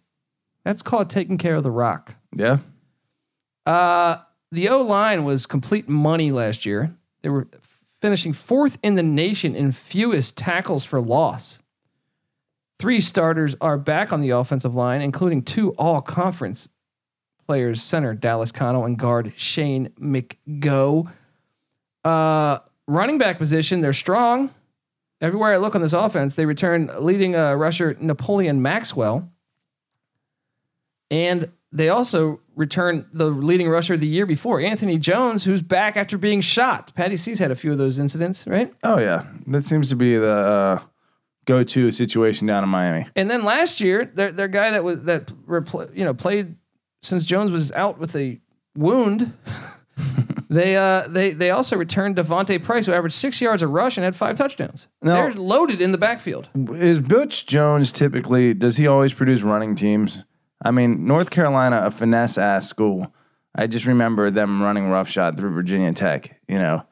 Speaker 2: that's called taking care of the rock.
Speaker 3: Yeah.
Speaker 2: Uh, the O line was complete money last year. They were finishing fourth in the nation in fewest tackles for loss. Three starters are back on the offensive line, including two all conference players center Dallas Connell and guard Shane McGo. Uh, running back position, they're strong. Everywhere I look on this offense, they return leading uh, rusher Napoleon Maxwell. And they also return the leading rusher the year before, Anthony Jones, who's back after being shot. Patty C's had a few of those incidents, right?
Speaker 3: Oh yeah. That seems to be the uh, go-to situation down in Miami.
Speaker 2: And then last year, their their guy that was that repl- you know played since Jones was out with a wound, they uh they they also returned Devontae Price, who averaged six yards a rush and had five touchdowns.
Speaker 3: No.
Speaker 2: They're loaded in the backfield.
Speaker 3: Is Butch Jones typically? Does he always produce running teams? I mean, North Carolina, a finesse ass school. I just remember them running roughshod through Virginia Tech. You know,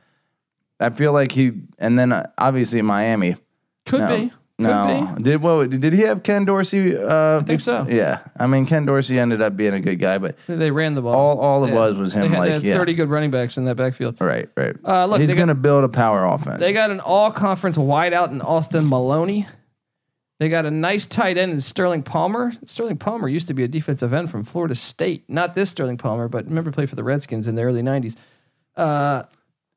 Speaker 3: I feel like he, and then uh, obviously Miami.
Speaker 2: Could
Speaker 3: No.
Speaker 2: be, could
Speaker 3: no, did what? Did he have Ken Dorsey? Uh, I
Speaker 2: think so.
Speaker 3: Yeah, I mean Ken Dorsey ended up being a good guy, but
Speaker 2: be. They ran the ball.
Speaker 3: all all it
Speaker 2: Yeah.
Speaker 3: was was him.
Speaker 2: they had,
Speaker 3: like
Speaker 2: they had
Speaker 3: yeah,
Speaker 2: thirty good running backs in that backfield.
Speaker 3: right, right.
Speaker 2: Uh, look,
Speaker 3: He's
Speaker 2: they got-
Speaker 3: gonna build a power offense.
Speaker 2: They got an all conference wideout in Austin Maloney. They got a nice tight end in Sterling Palmer. Sterling Palmer used to be a defensive end from Florida State. Not this Sterling Palmer, but remember played for the Redskins in the early 90s. Uh,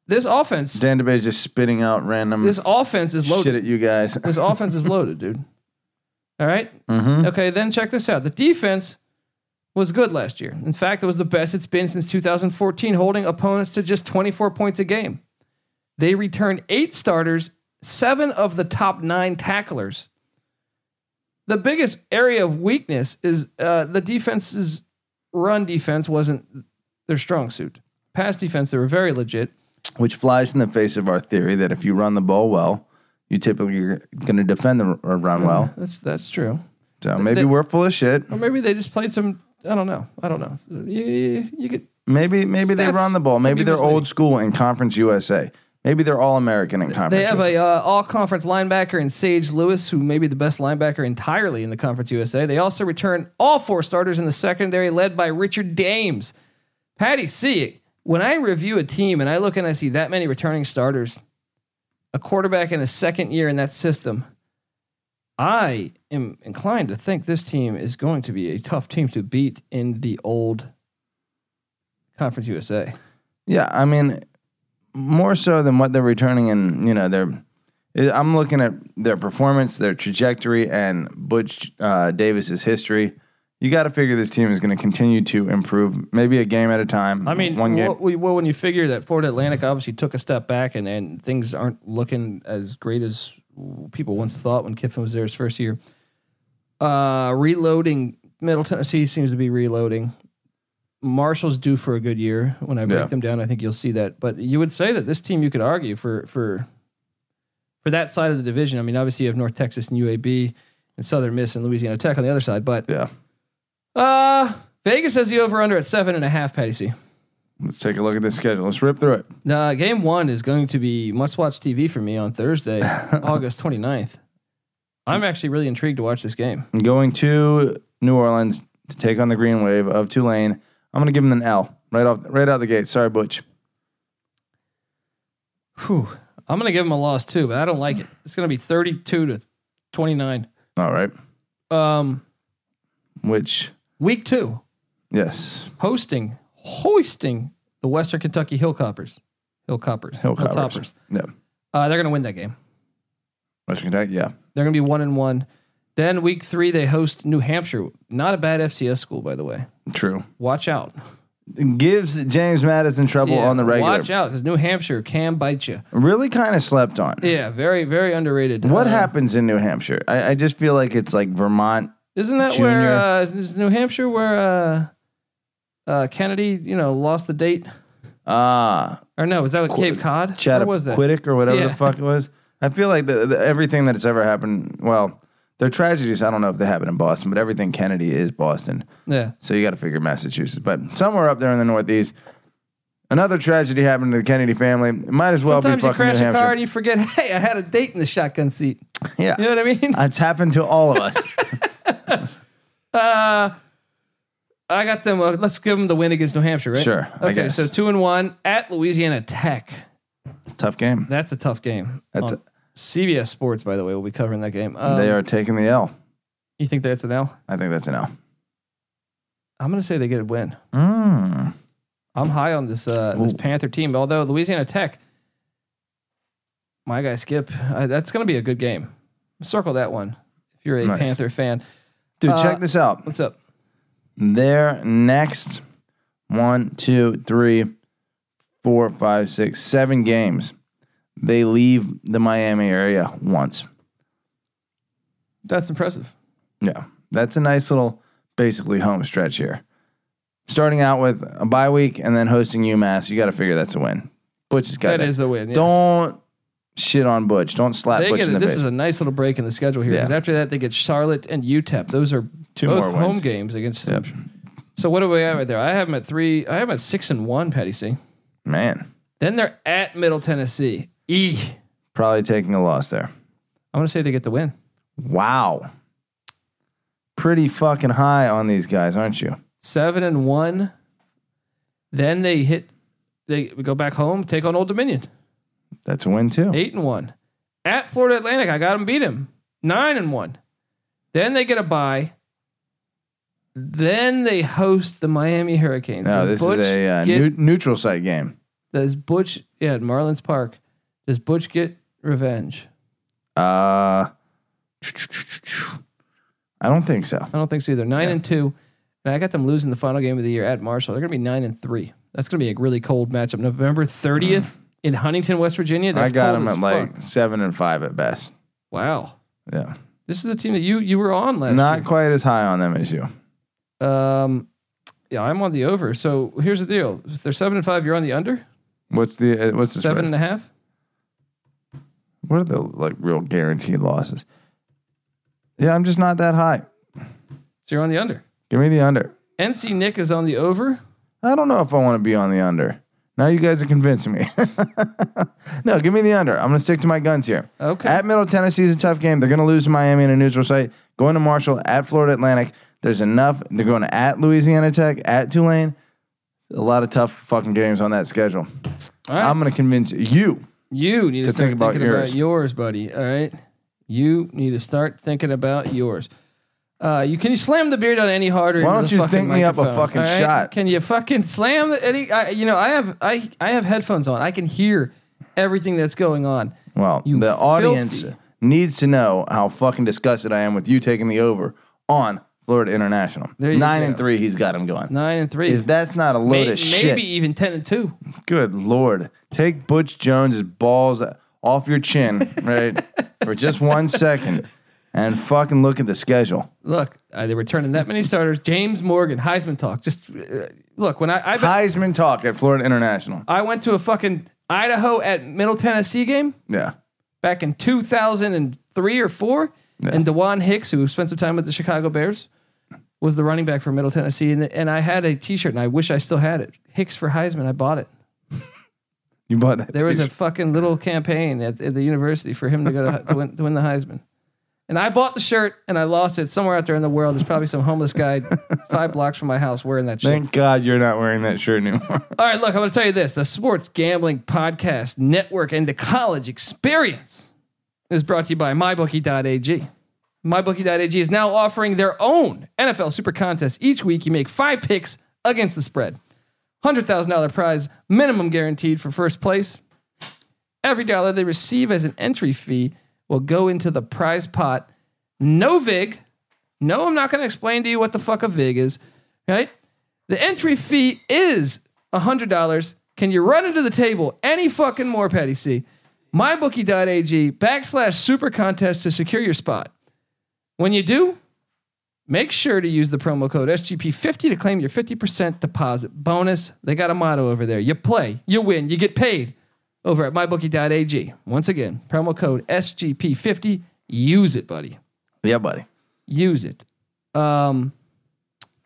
Speaker 2: this offense,
Speaker 3: Dan DeBay's just spitting out random
Speaker 2: this offense is
Speaker 3: shit
Speaker 2: loaded.
Speaker 3: at you guys.
Speaker 2: This offense is loaded, dude. All right?
Speaker 3: hmm
Speaker 2: Okay, then check this out. The defense was good last year. In fact, it was the best it's been since 2014, holding opponents to just 24 points a game. They returned eight starters, seven of the top nine tacklers. The biggest area of weakness is uh, the defense's run defense wasn't their strong suit. Pass defense, they were very legit.
Speaker 3: which flies in the face of our theory that if you run the ball well, you typically are going to defend the r- or run well.
Speaker 2: That's that's true.
Speaker 3: So maybe
Speaker 2: the-
Speaker 3: we're full of shit.
Speaker 2: Or maybe they just played some. I don't know. I don't know. You, you, you could
Speaker 3: Maybe maybe they
Speaker 2: stats
Speaker 3: run the ball.
Speaker 2: can
Speaker 3: Maybe
Speaker 2: be
Speaker 3: they're
Speaker 2: misleading.
Speaker 3: old school in Conference USA. Maybe they're all American in Conference.
Speaker 2: They have
Speaker 3: USA.
Speaker 2: a uh, all conference linebacker in Sage Lewis, who may be the best linebacker entirely in the Conference USA. They also return all four starters in the secondary, led by Richard Dames. Patty C. When I review a team and I look and I see that many returning starters, a quarterback in his second year in that system, I am inclined to think this team is going to be a tough team to beat in the old Conference USA.
Speaker 3: yeah, I mean, more so than what they're returning in. You know, they're. I'm looking at their performance, their trajectory, and Butch uh, Davis's history. You got to figure this team is going to continue to improve, maybe a game at a time.
Speaker 2: I mean,
Speaker 3: one game.
Speaker 2: Well, we- well, when you figure that Florida Atlantic obviously took a step back and, and things aren't looking as great as people once thought when Kiffin was there his first year. Uh, reloading Middle Tennessee seems to be reloading. Marshall's due for a good year. When I break
Speaker 3: Yeah.
Speaker 2: them down, I think you'll see that. But you would say that this team, you could argue for for for that side of the division. I mean, obviously you have North Texas and UAB and Southern Miss and Louisiana Tech on the other side. But
Speaker 3: yeah.
Speaker 2: uh, Vegas has the over under at seven and a half. Patty C.
Speaker 3: Let's take a look at this schedule. Let's rip through it.
Speaker 2: Uh, game one is going to be must watch TV for me on Thursday, August 29th. I'm actually really intrigued to watch this game.
Speaker 3: I'm going to New Orleans to take on the Green Wave of Tulane. I'm going to give them an L. Right off, right out the gate. Sorry, Butch.
Speaker 2: Whew. I'm going to give him a loss too, but I don't like it. It's going to be 32 to 29.
Speaker 3: All right.
Speaker 2: Um,
Speaker 3: Which,
Speaker 2: week two,
Speaker 3: yes,
Speaker 2: hosting, hoisting the Western Kentucky Hillcoppers. Hillcoppers.
Speaker 3: Hill Covers.
Speaker 2: Hilltoppers.
Speaker 3: Yeah.
Speaker 2: Uh, they're going to win that game.
Speaker 3: Western Kentucky. Yeah.
Speaker 2: They're going to be one and one. Then week three, they host New Hampshire. Not a bad FCS school, by the way.
Speaker 3: True.
Speaker 2: Watch out.
Speaker 3: Gives James Madison trouble
Speaker 2: Yeah,
Speaker 3: on the regular.
Speaker 2: Watch out because New Hampshire can bite you.
Speaker 3: Really kind of slept on.
Speaker 2: Yeah, very, very underrated.
Speaker 3: What
Speaker 2: Uh,
Speaker 3: happens in New Hampshire? I, I just feel like it's like Vermont.
Speaker 2: Isn't that
Speaker 3: Junior.
Speaker 2: where uh, is- is New Hampshire where uh, uh, Kennedy, you know, lost the date?
Speaker 3: Ah,
Speaker 2: Or no, was that with Cape Cod? Where was that?
Speaker 3: Chappaquiddick or whatever
Speaker 2: Yeah.
Speaker 3: the fuck it was. I feel like the, the, everything that's ever happened, well, their tragedies, I don't know if they happen in Boston, but everything Kennedy is Boston.
Speaker 2: Yeah,
Speaker 3: So you got to figure Massachusetts. But somewhere up there in the Northeast, another tragedy happened to the Kennedy family. It might as well
Speaker 2: sometimes
Speaker 3: be
Speaker 2: you
Speaker 3: fucking New
Speaker 2: crash a car and
Speaker 3: Hampshire.
Speaker 2: you forget. Hey, I had a date in the shotgun seat.
Speaker 3: Yeah.
Speaker 2: You know what I mean?
Speaker 3: It's happened to all of us.
Speaker 2: Uh, I got them. Uh, let's give them the win against New Hampshire, right?
Speaker 3: Sure, I
Speaker 2: Okay,
Speaker 3: guess.
Speaker 2: so two and one at Louisiana Tech.
Speaker 3: Tough game.
Speaker 2: That's a tough game. Um,
Speaker 3: That's
Speaker 2: On CBS Sports, by the way, will be covering that game. Um,
Speaker 3: They are taking the L.
Speaker 2: You think that's an L?
Speaker 3: I think that's an L.
Speaker 2: I'm gonna say they get a win.
Speaker 3: Mm.
Speaker 2: I'm high on this uh, this
Speaker 3: Ooh.
Speaker 2: Panther team. Although Louisiana Tech, my guy Skip, uh, that's going to be a good game. Circle that one if you're a
Speaker 3: Nice.
Speaker 2: Panther fan.
Speaker 3: Dude,
Speaker 2: Uh,
Speaker 3: check this out.
Speaker 2: What's up?
Speaker 3: Their next one, two, three, four, five, six, seven games, they leave the Miami area once.
Speaker 2: That's impressive.
Speaker 3: Yeah, that's a nice little basically home stretch here. Starting out with a bye week and then hosting UMass, you got to figure that's a win. Butch has got
Speaker 2: that is a win. yes.
Speaker 3: Don't shit on Butch. Don't slap
Speaker 2: They
Speaker 3: Butch
Speaker 2: get
Speaker 3: in
Speaker 2: a,
Speaker 3: the
Speaker 2: this
Speaker 3: face.
Speaker 2: is a nice little break in the schedule here
Speaker 3: Yeah.
Speaker 2: because after that they get Charlotte and UTEP. Those are
Speaker 3: Two
Speaker 2: both
Speaker 3: more
Speaker 2: home
Speaker 3: wins.
Speaker 2: games against.
Speaker 3: Yep.
Speaker 2: So what do we have right there? I have them at three. I have them at six and one. Patty C.
Speaker 3: Man,
Speaker 2: Then they're at Middle Tennessee. E.
Speaker 3: probably taking a loss there.
Speaker 2: I'm going to say they get the win.
Speaker 3: Wow. Pretty fucking high on these guys, aren't you?
Speaker 2: seven and one. Then they hit, they go back home, take on Old Dominion,
Speaker 3: That's a win too.
Speaker 2: eight and one. At Florida Atlantic, I got them beat him, nine and one. Then they get a bye. Then they host the Miami Hurricanes.
Speaker 3: No,
Speaker 2: Does
Speaker 3: this is a uh,
Speaker 2: get-
Speaker 3: neu- neutral site game.
Speaker 2: does Butch yeah at Marlins Park? Does Butch get revenge?
Speaker 3: Uh, I don't think so.
Speaker 2: I don't think so either. Nine and two, and I got them losing the final game of the year at Marshall. They're going to be nine and three. That's going to be a really cold matchup. November thirtieth in Huntington, West Virginia.
Speaker 3: Mm. I
Speaker 2: That's
Speaker 3: got
Speaker 2: cold
Speaker 3: them
Speaker 2: as
Speaker 3: at like
Speaker 2: fuck.
Speaker 3: seven and five at best.
Speaker 2: Wow.
Speaker 3: Yeah,
Speaker 2: This is the team that you you were on last
Speaker 3: not quite as high on them as you.
Speaker 2: year. Um yeah, I'm on the over. So here's the deal. If they're seven and five, you're on the under?
Speaker 3: What's the uh, what's the
Speaker 2: seven
Speaker 3: seven?
Speaker 2: and a half?
Speaker 3: What are the like real guaranteed losses? Yeah, I'm just not that high.
Speaker 2: So you're on the under.
Speaker 3: Give me the under.
Speaker 2: NC Nick is on the over.
Speaker 3: I don't know if I want to be on the under. Now you guys are convincing me. no, give me the under. I'm gonna stick to my guns here.
Speaker 2: Okay.
Speaker 3: At Middle Tennessee is a tough game. They're going to lose to Miami in a neutral site. Going to Marshall at Florida Atlantic. There's enough. They're going to at Louisiana Tech, at Tulane. A lot of tough fucking games on that schedule.
Speaker 2: All right.
Speaker 3: I'm going to convince you.
Speaker 2: you need to,
Speaker 3: to
Speaker 2: start
Speaker 3: think about
Speaker 2: thinking
Speaker 3: yours.
Speaker 2: about yours, buddy. All right. You need to start thinking about yours. Uh, you can you slam the beard on any harder? into
Speaker 3: Why don't
Speaker 2: the
Speaker 3: you
Speaker 2: fucking
Speaker 3: think me up a
Speaker 2: microphone,
Speaker 3: fucking
Speaker 2: all
Speaker 3: shot?
Speaker 2: Can you fucking slam the any? I, you know, I have I I have headphones on. I can hear everything that's going on.
Speaker 3: Well,
Speaker 2: You
Speaker 3: the audience
Speaker 2: filthy.
Speaker 3: needs to know how fucking disgusted I am with you taking the over on Florida International.
Speaker 2: There you
Speaker 3: Nine
Speaker 2: go.
Speaker 3: and three, he's got him going.
Speaker 2: Nine and three.
Speaker 3: If that's not a load
Speaker 2: May- maybe
Speaker 3: of shit,
Speaker 2: even ten and two.
Speaker 3: good lord, take Butch Jones's balls off your chin, right, for just one second, and fucking look at the schedule.
Speaker 2: Look, uh, they were turning that many starters. James Morgan, Heisman talk. Just uh, look when I I, bet-
Speaker 3: Heisman talk at Florida International.
Speaker 2: I went to a fucking Idaho at Middle Tennessee game
Speaker 3: Yeah,
Speaker 2: back in 2003 or four, and Dewan Hicks, who spent some time with the Chicago Bears, was the running back for Middle Tennessee, and and I had a T-shirt, and I wish I still had it. Hicks for Heisman, I bought it.
Speaker 3: you bought that.
Speaker 2: There was a
Speaker 3: t-shirt.
Speaker 2: fucking little campaign at, at the university for him to go to, to, win, to win the Heisman. And I bought the shirt and I lost it somewhere out there in the world. There's probably some homeless guy five blocks from my house wearing that shirt.
Speaker 3: Thank God you're not wearing that shirt anymore.
Speaker 2: All right, look, I'm going to tell you this the Sports Gambling Podcast Network and the college experience is brought to you by MyBookie.ag. MyBookie.ag is now offering their own NFL Super Contest. Each week, you make five picks against the spread. $100,000 prize minimum guaranteed for first place. Every dollar they receive as an entry fee will go into the prize pot. No VIG. No, I'm not going to explain to you what the fuck a VIG is, right? The entry fee is $100. Can you run into the table any fucking more, Patty C? MyBookie.ag backslash super contest to secure your spot. When you do, make sure to use the promo code SGP50 to claim your 50% deposit bonus. They got a motto over there you play, you win, you get paid over at mybookie.ag. Once again, promo code SGP50. Use it, buddy.
Speaker 3: yeah, buddy.
Speaker 2: Use it. Um,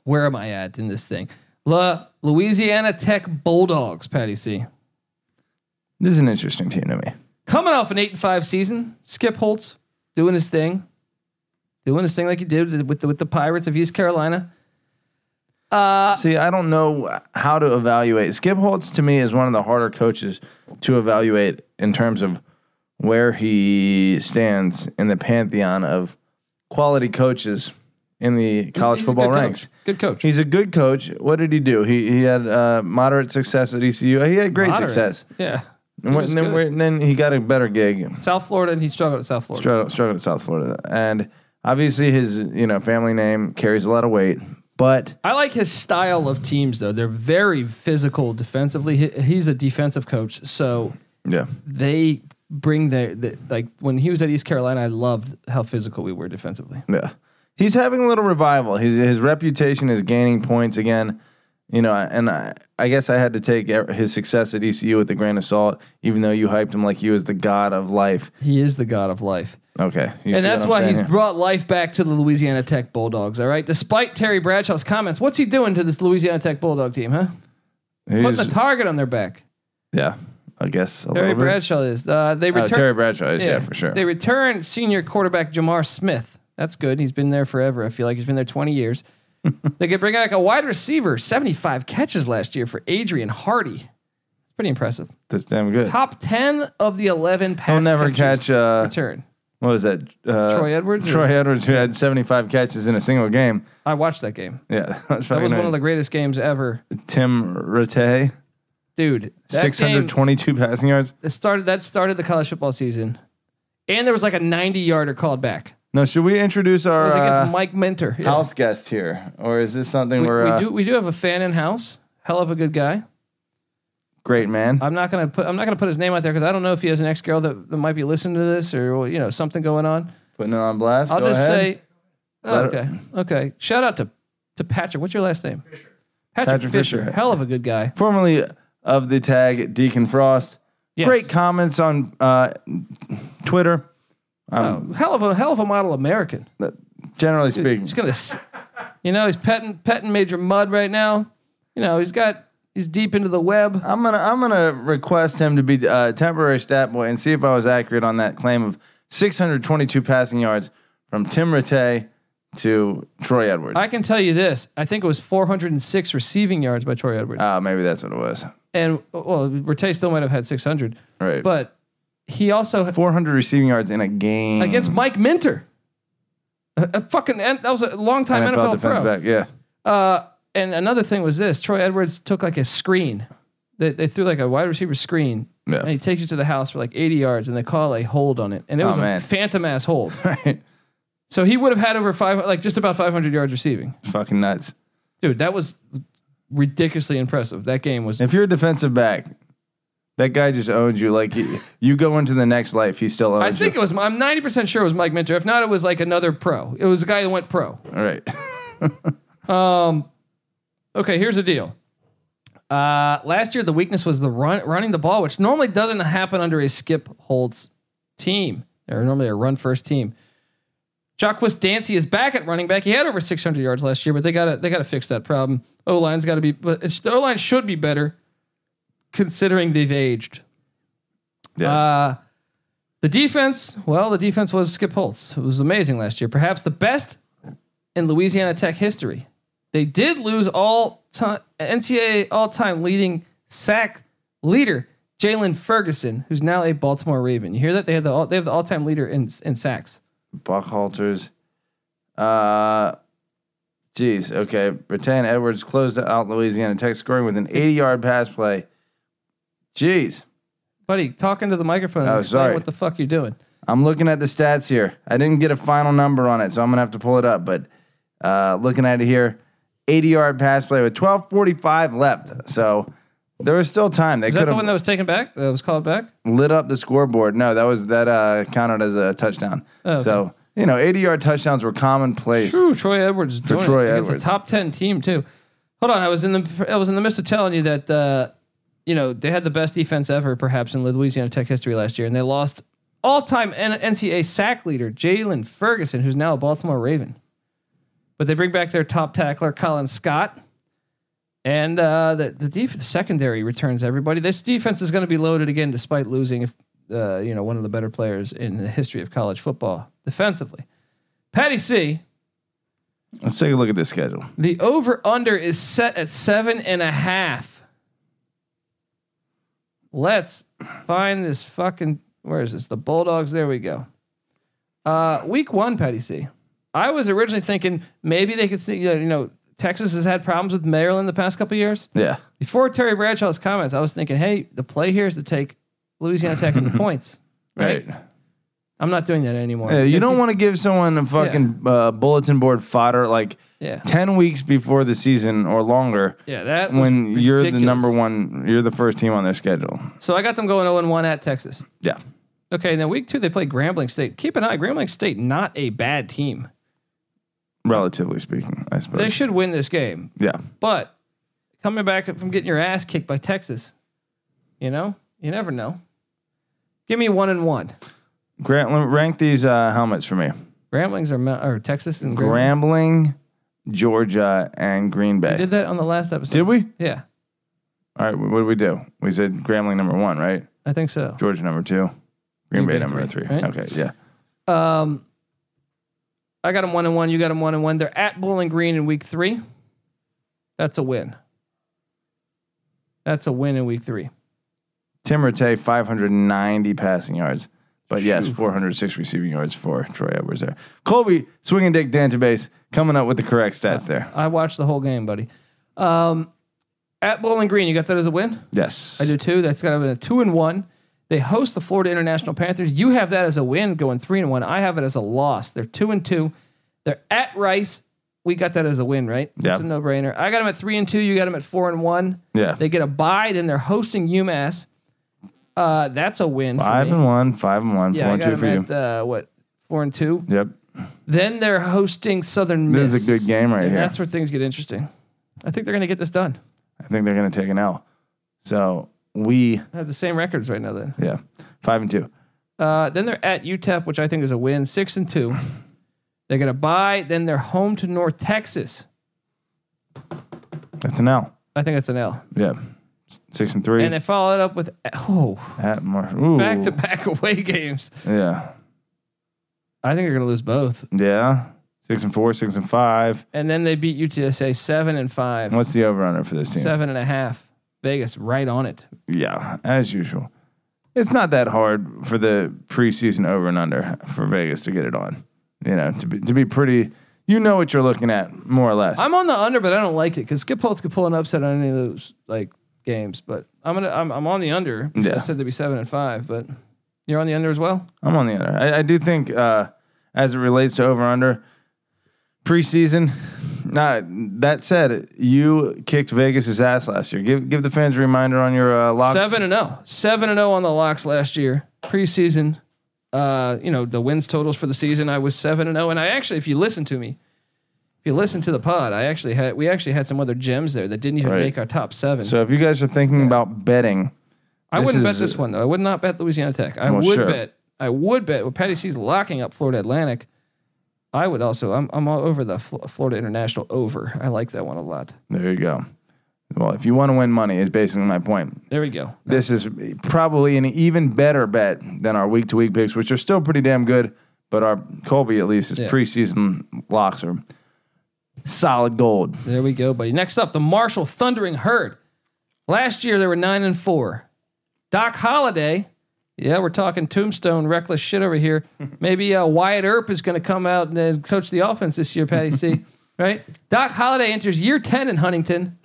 Speaker 2: where am I at in this thing? La Louisiana Tech Bulldogs, Patty C.
Speaker 3: This is an interesting team to me.
Speaker 2: Coming off an eight and five season, Skip Holtz doing his thing, doing his thing like he did with the, with the Pirates of East Carolina.
Speaker 3: See, I don't know how to evaluate. Skip Holtz to me is one of the harder coaches to evaluate in terms of where he stands in the pantheon of quality coaches in the college
Speaker 2: He's a
Speaker 3: football
Speaker 2: good coach.
Speaker 3: ranks.
Speaker 2: Good coach.
Speaker 3: He's a good coach. What did he do? He he had uh, moderate success at ECU. He had great
Speaker 2: Moderate.
Speaker 3: success.
Speaker 2: Yeah.
Speaker 3: And, when-
Speaker 2: was
Speaker 3: and then,
Speaker 2: good.
Speaker 3: we're- and then he got a better gig.
Speaker 2: South Florida, and he struggled at South Florida.
Speaker 3: Struggled, struggled at South Florida, and obviously his you know family name carries a lot of weight. But
Speaker 2: I like his style of teams though. They're very physical defensively. He, he's a defensive coach, so
Speaker 3: yeah,
Speaker 2: they bring their the, like when he was at East Carolina, I loved how physical we were defensively.
Speaker 3: yeah, he's having a little revival. His his reputation is gaining points again. You know, and I, I guess I had to take e- his success at ECU with a grain of salt, even though you hyped him like he was the god of life.
Speaker 2: He is the god of life.
Speaker 3: Okay, you see what
Speaker 2: And that's
Speaker 3: I'm
Speaker 2: why
Speaker 3: saying
Speaker 2: he's
Speaker 3: here?
Speaker 2: brought life back to the Louisiana Tech Bulldogs, all right? Despite Terry Bradshaw's comments, what's he doing to this Louisiana Tech Bulldog team, huh?
Speaker 3: He's-
Speaker 2: Putting a target on their back.
Speaker 3: Yeah, I guess. A
Speaker 2: Terry
Speaker 3: little bit.
Speaker 2: Bradshaw is. Uh, they
Speaker 3: Oh,
Speaker 2: return
Speaker 3: Terry Bradshaw is, yeah, for sure.
Speaker 2: They return senior quarterback Jamar Smith. That's good. He's been there forever. I feel like he's been there 20 years. they could bring back a wide receiver, 75 catches last year for Adrian Hardy. It's pretty impressive.
Speaker 3: That's damn good.
Speaker 2: Top 10 of the 11
Speaker 3: He'll
Speaker 2: pass
Speaker 3: never
Speaker 2: catchers
Speaker 3: catch, uh,
Speaker 2: return.
Speaker 3: what was that? Uh,
Speaker 2: Troy Edwards or-
Speaker 3: Troy Edwards, who had 75 catches in a single game.
Speaker 2: I watched that game.
Speaker 3: Yeah,
Speaker 2: That was one of the greatest games ever.
Speaker 3: Tim Rattay,
Speaker 2: Dude, that game
Speaker 3: 622 passing yards.
Speaker 2: that started that started the college football season. And there was like a 90 yarder called back.
Speaker 3: No, should we introduce
Speaker 2: It
Speaker 3: our
Speaker 2: was against
Speaker 3: uh,
Speaker 2: Mike Mentor. Yeah.
Speaker 3: house guest here? Or is this something
Speaker 2: We,
Speaker 3: where
Speaker 2: we
Speaker 3: uh,
Speaker 2: do we do have a fan in house. Hell of a good guy.
Speaker 3: great man?
Speaker 2: I'm not gonna put I'm not gonna put his name out there because I don't know if he has an ex girl that, that might be listening to this or well, you know something going on.
Speaker 3: Putting it on blast.
Speaker 2: I'll
Speaker 3: Go
Speaker 2: just
Speaker 3: ahead.
Speaker 2: say, oh,
Speaker 3: Let
Speaker 2: okay, okay. Shout out to to Patrick. What's your last name? Patrick,
Speaker 3: Patrick
Speaker 2: Fisher.
Speaker 3: Fisher.
Speaker 2: Hell of a good guy.
Speaker 3: Formerly of the tag Deacon Frost.
Speaker 2: Yes.
Speaker 3: Great comments on uh, Twitter.
Speaker 2: Oh, hell of a hell of a model American.
Speaker 3: Generally speaking,
Speaker 2: He's gonna, s- you know, he's petting petting Major Mud right now. You know, he's got he's deep into the web.
Speaker 3: I'm gonna I'm gonna request him to be uh, temporary stat boy and see if I was accurate on that claim of 622 passing yards from Tim Rattay to Troy Edwards.
Speaker 2: I can tell you this. I think it was 406 receiving yards by Troy Edwards,
Speaker 3: uh, maybe that's what it was.
Speaker 2: and well, Rattay still might have had 600,
Speaker 3: All Right,
Speaker 2: but he also
Speaker 3: 400 receiving yards in a game
Speaker 2: against Mike Minter. A, a fucking and that was a longtime NFL,
Speaker 3: defensive
Speaker 2: pro.
Speaker 3: back. Yeah,
Speaker 2: Uh, and another thing was this: Troy Edwards took like a screen. They, they threw like a wide receiver screen,
Speaker 3: Yeah.
Speaker 2: and he takes it to the house for like 80 yards, and they call a hold on it, and it was
Speaker 3: Oh, man.
Speaker 2: a phantom ass hold.
Speaker 3: right.
Speaker 2: so he would have had over five, like just about 500 yards receiving.
Speaker 3: Fucking nuts.
Speaker 2: Dude, that was ridiculously impressive. That game was.
Speaker 3: If you're a defensive back, that guy just owns you. Like you, you go into the next life, he still owns
Speaker 2: I think it
Speaker 3: you.
Speaker 2: was. I'm 90 percent sure it was Mike Minter. If not, it was like another pro. It was a guy that went pro.
Speaker 3: All right.
Speaker 2: Okay, here's the deal. Uh, last year, the weakness was the run running the ball, which normally doesn't happen under a Skip Holtz team. They're normally a run first team. Jacquez Dancy is back at running back. He had over 600 yards last year, but they gotta they gotta fix that problem. O line's got to be, but it's, the O line should be better, considering they've aged.
Speaker 3: Yes.
Speaker 2: Uh, The defense, well, the defense was Skip Holtz, who was amazing last year, perhaps the best in Louisiana Tech history. They did lose all time NCAA all-time leading sack leader Jalen Ferguson, who's now a Baltimore Raven. You hear that? They had the all, they have the all-time leader in in sacks.
Speaker 3: Buckhalters. Uh, geez. Okay. Bretan Edwards closed out Louisiana Tech scoring with an 80 yard pass play. Jeez.
Speaker 2: Buddy, talking to the microphone.
Speaker 3: Oh,
Speaker 2: and explain
Speaker 3: sorry.
Speaker 2: What the fuck you doing?
Speaker 3: I'm looking at the stats here. I didn't get a final number on it, so I'm gonna have to pull it up. But uh, looking at it here, 80 yard pass play with 12:45 left. So there was still time. They
Speaker 2: Is that
Speaker 3: could
Speaker 2: the one that
Speaker 3: have
Speaker 2: was taken back? That was called back.
Speaker 3: lit up the scoreboard. No, that was that uh, counted as a touchdown.
Speaker 2: Oh, okay.
Speaker 3: So you know, 80 yard touchdowns were commonplace.
Speaker 2: True, Troy Edwards. is doing it
Speaker 3: Troy
Speaker 2: against
Speaker 3: Edwards.
Speaker 2: a top ten team too. Hold on, I was in the I was in the midst of telling you that uh, you know they had the best defense ever, perhaps in Louisiana Tech history last year, and they lost all time NCAA sack leader Jalen Ferguson, who's now a Baltimore Raven. But they bring back their top tackler Colin Scott, and uh, the the, def- the secondary returns everybody. This defense is going to be loaded again, despite losing if uh, you know one of the better players in the history of college football defensively. Patty C,
Speaker 3: Let's take a look at this schedule.
Speaker 2: the over under is set at seven and a half. Let's find this fucking. Where is this? The Bulldogs. There we go. Uh, week one, Patty C. I was originally thinking maybe they could sneak. You know, Texas has had problems with Maryland the past couple years.
Speaker 3: Yeah.
Speaker 2: Before Terry Bradshaw's comments, I was thinking, hey, the play here is to take Louisiana Tech and the points. Right. I'm not doing that anymore.
Speaker 3: Yeah, you
Speaker 2: Because
Speaker 3: don't want to give someone a fucking uh, bulletin board fodder like
Speaker 2: Yeah.
Speaker 3: 10 weeks before the season or longer
Speaker 2: Yeah. That was
Speaker 3: when you're the
Speaker 2: ridiculous.
Speaker 3: number one, you're the first team on their schedule.
Speaker 2: So I got them going 0 1 at Texas.
Speaker 3: Yeah.
Speaker 2: Okay, now week two they play Grambling State. Keep an eye, Grambling State not a bad team.
Speaker 3: Relatively speaking, I suppose.
Speaker 2: They should win this game,
Speaker 3: yeah.
Speaker 2: but coming back from getting your ass kicked by Texas, you know, you never know. Give me one and one.
Speaker 3: Grant, let- rank these uh, helmets for me
Speaker 2: Gramblings are Mount- or Texas and Grambling.
Speaker 3: Grambling, Georgia, and Green
Speaker 2: We
Speaker 3: Bay.
Speaker 2: did
Speaker 3: Did,
Speaker 2: that on the last episode.
Speaker 3: we?
Speaker 2: yeah,
Speaker 3: All right. What did we do? We said Grambling number one, right?
Speaker 2: I think so.
Speaker 3: Georgia number two, Green,
Speaker 2: Green
Speaker 3: Bay,
Speaker 2: Bay
Speaker 3: number
Speaker 2: three,
Speaker 3: three.
Speaker 2: right?
Speaker 3: Okay. Yeah.
Speaker 2: Um, I got them one and one. You got them one and one. They're at Bowling Green in week three. That's a win. That's a win in week three.
Speaker 3: Tim Rattay, 590 passing yards. But yes, 406 receiving yards for Troy Edwards there. Colby, swinging dick database, coming up with the correct stats there.
Speaker 2: I watched the whole game, buddy. Um, at Bowling Green, you got that as a win.
Speaker 3: Yes.
Speaker 2: I do too. That's got to be a two and one. They host the Florida International Panthers. You have that as a win, going three and one. I have it as a loss. They're two and two. They're at Rice. We got that as a win, right? That's
Speaker 3: Yeah.
Speaker 2: a no brainer. I got them at three and two. You got them at four and one.
Speaker 3: Yeah.
Speaker 2: They get a bye. Then they're hosting UMass. Uh, that's a win.
Speaker 3: five
Speaker 2: for me.
Speaker 3: and one, five and one,
Speaker 2: Yeah,
Speaker 3: four
Speaker 2: I
Speaker 3: and
Speaker 2: got
Speaker 3: two for you.
Speaker 2: them at uh, what four and two.
Speaker 3: yep.
Speaker 2: Then they're hosting Southern Miss.
Speaker 3: This is a good game right
Speaker 2: And
Speaker 3: here.
Speaker 2: That's where things get interesting. I think they're going to get this done.
Speaker 3: I think they're going to take an L. So we,
Speaker 2: I have the same records right now. Then,
Speaker 3: yeah, five and two.
Speaker 2: uh, then they're at UTEP, which I think is a win, six and two. They're going to buy. Then they're home to North Texas.
Speaker 3: That's an L.
Speaker 2: I think that's an L.
Speaker 3: Yeah. S- Six and three.
Speaker 2: And they follow it up with oh
Speaker 3: at Mar- Ooh.
Speaker 2: back to back away games.
Speaker 3: Yeah.
Speaker 2: I think they're going to lose both.
Speaker 3: Yeah. Six and four, six and five.
Speaker 2: And then they beat UTSA seven and five,
Speaker 3: What's the over under for this team?
Speaker 2: seven and a half. Vegas right on it.
Speaker 3: Yeah, as usual. It's not that hard for the preseason over and under for Vegas to get it on. You know, to be to be pretty. You know what you're looking at, more or less.
Speaker 2: I'm on the under, but I don't like it because Skip Holtz could pull an upset on any of those like games. But I'm gonna I'm, I'm on the under. because I
Speaker 3: Yeah.
Speaker 2: said to be seven and five, but you're on the under as well.
Speaker 3: I'm on the under. I, I do think, uh, as it relates to over under preseason. Nah, that said, you kicked Vegas's ass last year. Give give the fans a reminder on your uh, locks.
Speaker 2: Seven and zero, seven and zero on the locks last year preseason. Uh, you know the wins totals for the season. I was seven and zero, and I actually, if you listen to me, if you listen to the pod, I actually had we actually had some other gems there that didn't even
Speaker 3: Right.
Speaker 2: make our top seven.
Speaker 3: So if you guys are thinking about betting,
Speaker 2: I
Speaker 3: This
Speaker 2: wouldn't bet
Speaker 3: is-
Speaker 2: this one though. I would not bet Louisiana Tech. I
Speaker 3: Well,
Speaker 2: would
Speaker 3: sure.
Speaker 2: bet. I would bet. Well, Patty C's locking up Florida Atlantic. I would also. I'm I'm all over the Fl- Florida International over. I like that one a lot.
Speaker 3: there you go. Well, if you want to win money, is basically my point.
Speaker 2: There we go.
Speaker 3: This is probably an even better bet than our week to week picks, which are still pretty damn good. But our Colby, at least, his
Speaker 2: Yeah.
Speaker 3: preseason locks are solid gold.
Speaker 2: There we go, buddy. Next up, the Marshall Thundering Herd. Last year they were nine and four. Doc Holliday. Yeah, we're talking tombstone reckless shit over here. Maybe uh, Wyatt Earp is going to come out and uh, coach the offense this year, Patty C. right? Doc Holliday enters year 10 in Huntington.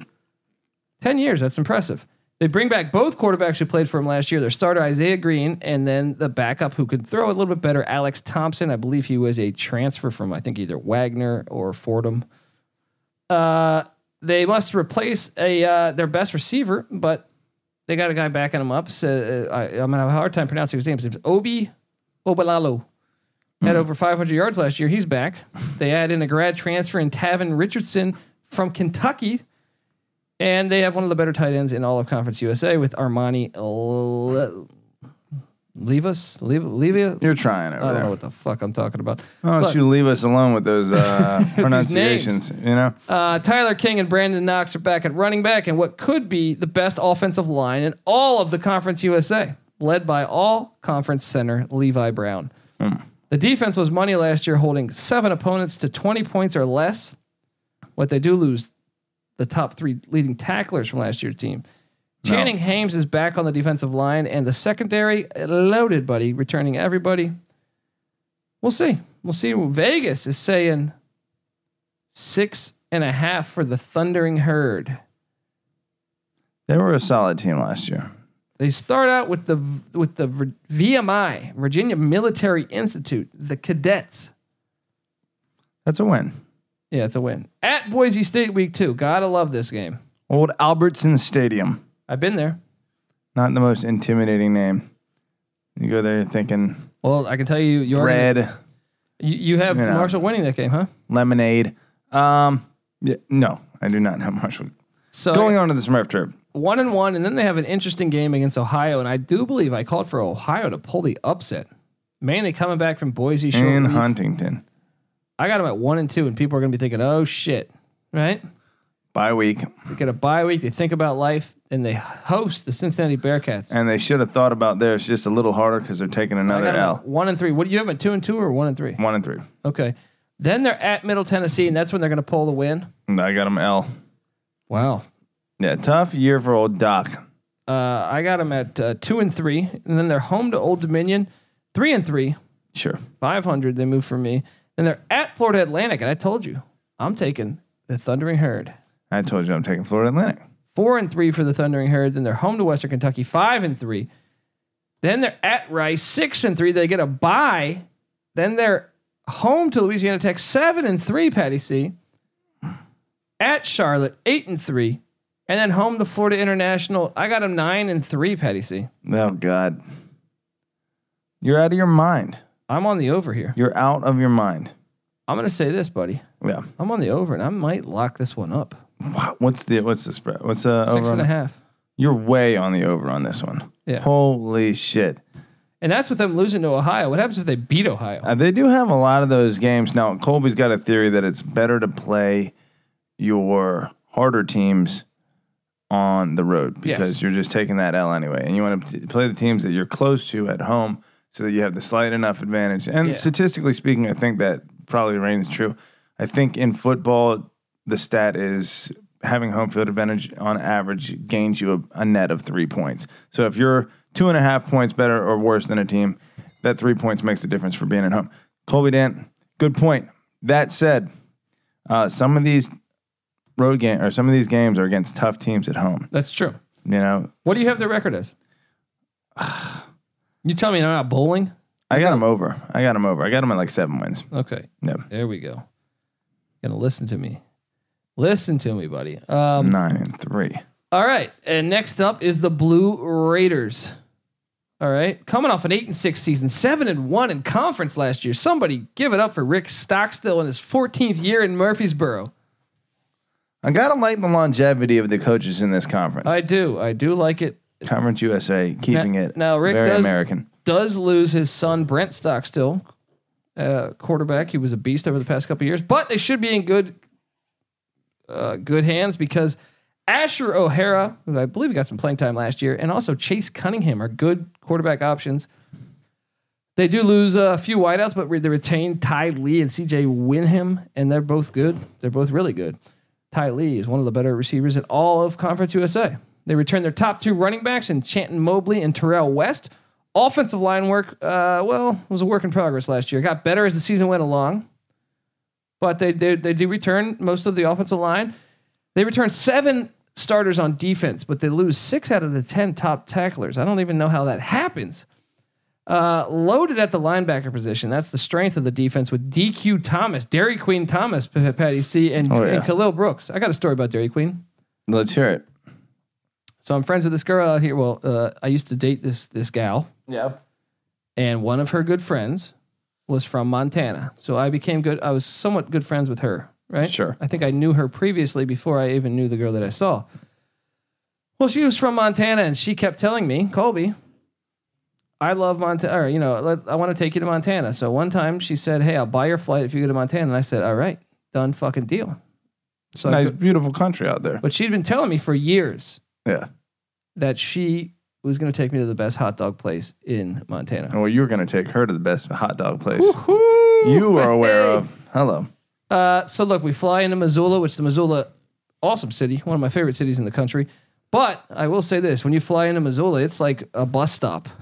Speaker 2: 10 years. That's impressive. They bring back both quarterbacks who played for him last year their starter, Isaiah Green, and then the backup who could throw a little bit better, Alex Thompson. I believe he was a transfer from, I think, either Wagner or Fordham. Uh, they must replace a uh, their best receiver, but they got a guy backing him up. So uh, I, I'm gonna have a hard time pronouncing his name. His name's Obi Obalalo. Had over 500 yards last year. He's back. They add in a grad transfer in Tavin Richardson from Kentucky, and they have one of the better tight ends in all of Conference USA with Armani. Le- leave us, leave, leave you.
Speaker 3: You're trying over
Speaker 2: I don't
Speaker 3: there.
Speaker 2: know what the fuck I'm talking about.
Speaker 3: Why don't
Speaker 2: Oh. Look.
Speaker 3: you leave us alone with those uh,
Speaker 2: names.
Speaker 3: pronunciations? You know,
Speaker 2: Uh, Tyler King and Brandon Knox are back at running back and what could be the best offensive line in all of the Conference USA, led by all conference center Levi Brown. The defense was money last year, holding seven opponents to 20 points or less. What they do lose the top three leading tacklers from last year's team.
Speaker 3: No.
Speaker 2: Channing Hames is back on the defensive line, and the secondary eh, loaded, buddy, returning everybody. We'll see. We'll see. Vegas is saying six and a half for the Thundering Herd.
Speaker 3: they were a solid team last year.
Speaker 2: They start out with the with the Vir- VMI, Virginia Military Institute, the cadets.
Speaker 3: That's a win.
Speaker 2: Yeah, it's a win at Boise State week two. Gotta love this game.
Speaker 3: Old Albertson Stadium.
Speaker 2: I've been there.
Speaker 3: Not the most intimidating name. You go there thinking
Speaker 2: Well, I can tell you, you're
Speaker 3: bread,
Speaker 2: you, you have
Speaker 3: You know.
Speaker 2: Marshall winning that game, huh?
Speaker 3: lemonade. Um, yeah, no, I do not have Marshall.
Speaker 2: So
Speaker 3: Going on to the Smurf trip.
Speaker 2: one and one, and then they have an interesting game against Ohio, and I do believe I called for Ohio to pull the upset. Mainly coming back from Boise short
Speaker 3: in
Speaker 2: week.
Speaker 3: Huntington.
Speaker 2: I got them at one and two, and people are going to be thinking, "Oh shit!" Right?
Speaker 3: Bye week.
Speaker 2: They get a bye week, they think about life, and they host the Cincinnati Bearcats.
Speaker 3: And they should have thought about theirs just a little harder because they're taking
Speaker 2: I
Speaker 3: another
Speaker 2: got 'em at
Speaker 3: L.
Speaker 2: one and three. What do you have at two and two or one and three?
Speaker 3: One and three.
Speaker 2: Okay. Then they're at Middle Tennessee, and that's when they're going to pull the win.
Speaker 3: And I got them L.
Speaker 2: Wow.
Speaker 3: Yeah, tough year for old Doc.
Speaker 2: Uh, I got them at uh, two and three, and then they're home to Old Dominion, three and three.
Speaker 3: Sure.
Speaker 2: 500 they moved from me and they're at florida atlantic and i told you i'm taking the thundering herd
Speaker 3: I told you I'm taking Florida Atlantic.
Speaker 2: four and three for the thundering herd then they're home to western kentucky five and three then they're at rice six and three they get a bye then they're home to louisiana tech seven and three patty c at charlotte eight and three and then home to florida international i got them nine and three patty c
Speaker 3: Oh God. You're out of your mind.
Speaker 2: i'm on the over here
Speaker 3: You're out of your mind.
Speaker 2: i'm going to say this buddy
Speaker 3: Yeah.
Speaker 2: i'm on the over and i might lock this one up
Speaker 3: Wow. What's the what's the spread? What's uh
Speaker 2: Six
Speaker 3: over?
Speaker 2: and
Speaker 3: on-
Speaker 2: a half.
Speaker 3: You're way on the over on this one.
Speaker 2: Yeah.
Speaker 3: Holy shit.
Speaker 2: And that's with them losing to Ohio. What happens if they beat Ohio?
Speaker 3: Uh, they do have a lot of those games now. Colby's got a theory that it's better to play your harder teams on the road because
Speaker 2: Yes.
Speaker 3: you're just taking that L anyway, and you want to play the teams that you're close to at home so that you have the slight enough advantage. And
Speaker 2: Yeah.
Speaker 3: statistically speaking, I think that probably reigns true. I think in football, the stat is having home field advantage on average gains you a, a net of three points. So if you're two and a half points better or worse than a team, that three points makes a difference for being at home. Colby Dant, good point. That said, uh, some of these road game or some of these games are against tough teams at home.
Speaker 2: That's true.
Speaker 3: You know,
Speaker 2: What do you have their record as? You tell me they're not bowling?
Speaker 3: I got them over. I got them over. I got them at like seven wins.
Speaker 2: Okay.
Speaker 3: Yep.
Speaker 2: There we go. Gonna listen to me. Listen to me, buddy. Um,
Speaker 3: Nine and three.
Speaker 2: All right. And next up is the Blue Raiders. All right. Coming off an eight and six season, seven and one in conference last year. Somebody give it up for Rick Stockstill in his 14th year in Murfreesboro.
Speaker 3: I gotta like the longevity of the coaches in this conference.
Speaker 2: I do. I do like it.
Speaker 3: Conference USA keeping
Speaker 2: Now-
Speaker 3: it
Speaker 2: now Rick
Speaker 3: very
Speaker 2: does-
Speaker 3: American.
Speaker 2: does lose his son Brent Stockstill, uh, quarterback. He was a beast over the past couple of years, but they should be in good, uh, good hands because Asher O'Hara, who I believe got some playing time last year, and also Chase Cunningham are good quarterback options. They do lose a few wideouts, but they retain Ty Lee and CJ Winham, and they're both good. They're both really good. Ty Lee is one of the better receivers in all of Conference USA. They return their top two running backs in Chanton Mobley and Terrell West. Offensive line work, uh, well, was a work in progress last year. Got better as the season went along, but they they, they do return most of the offensive line. They return seven starters on defense, but they lose six out of the ten top tacklers. I don't even know how that happens. Uh, loaded at the linebacker position. That's the strength of the defense with DQ Thomas, Dairy Queen Thomas, P- Patty C, and,
Speaker 3: Oh, yeah.
Speaker 2: and Khalil Brooks. I got a story about Dairy Queen.
Speaker 3: Let's hear it.
Speaker 2: So I'm friends with this girl out here. Well, uh, I used to date this this gal,
Speaker 3: Yeah.
Speaker 2: and one of her good friends was from Montana. So I became good. I was somewhat good friends with her, right?
Speaker 3: Sure.
Speaker 2: I think I knew her previously before I even knew the girl that I saw. Well, she was from Montana, and she kept telling me, Colby, I love Montana. Or you know, let, I want to take you to Montana. So one time she said, "Hey, I'll buy your flight if you go to Montana." And I said, "All right, done, fucking deal." So, I
Speaker 3: Nice,
Speaker 2: go-
Speaker 3: beautiful country out there.
Speaker 2: but she'd been telling me for years
Speaker 3: Yeah.
Speaker 2: that she was going to take me to the best hot dog place in Montana.
Speaker 3: Well, you were going to take her to the best hot dog place
Speaker 2: Woo-hoo!
Speaker 3: you are aware
Speaker 2: Hey!
Speaker 3: of. Hello.
Speaker 2: Uh, so look, we fly into Missoula, which the Missoula, awesome city, one of my favorite cities in the country. But I will say this: when you fly into Missoula, it's like a bus stop.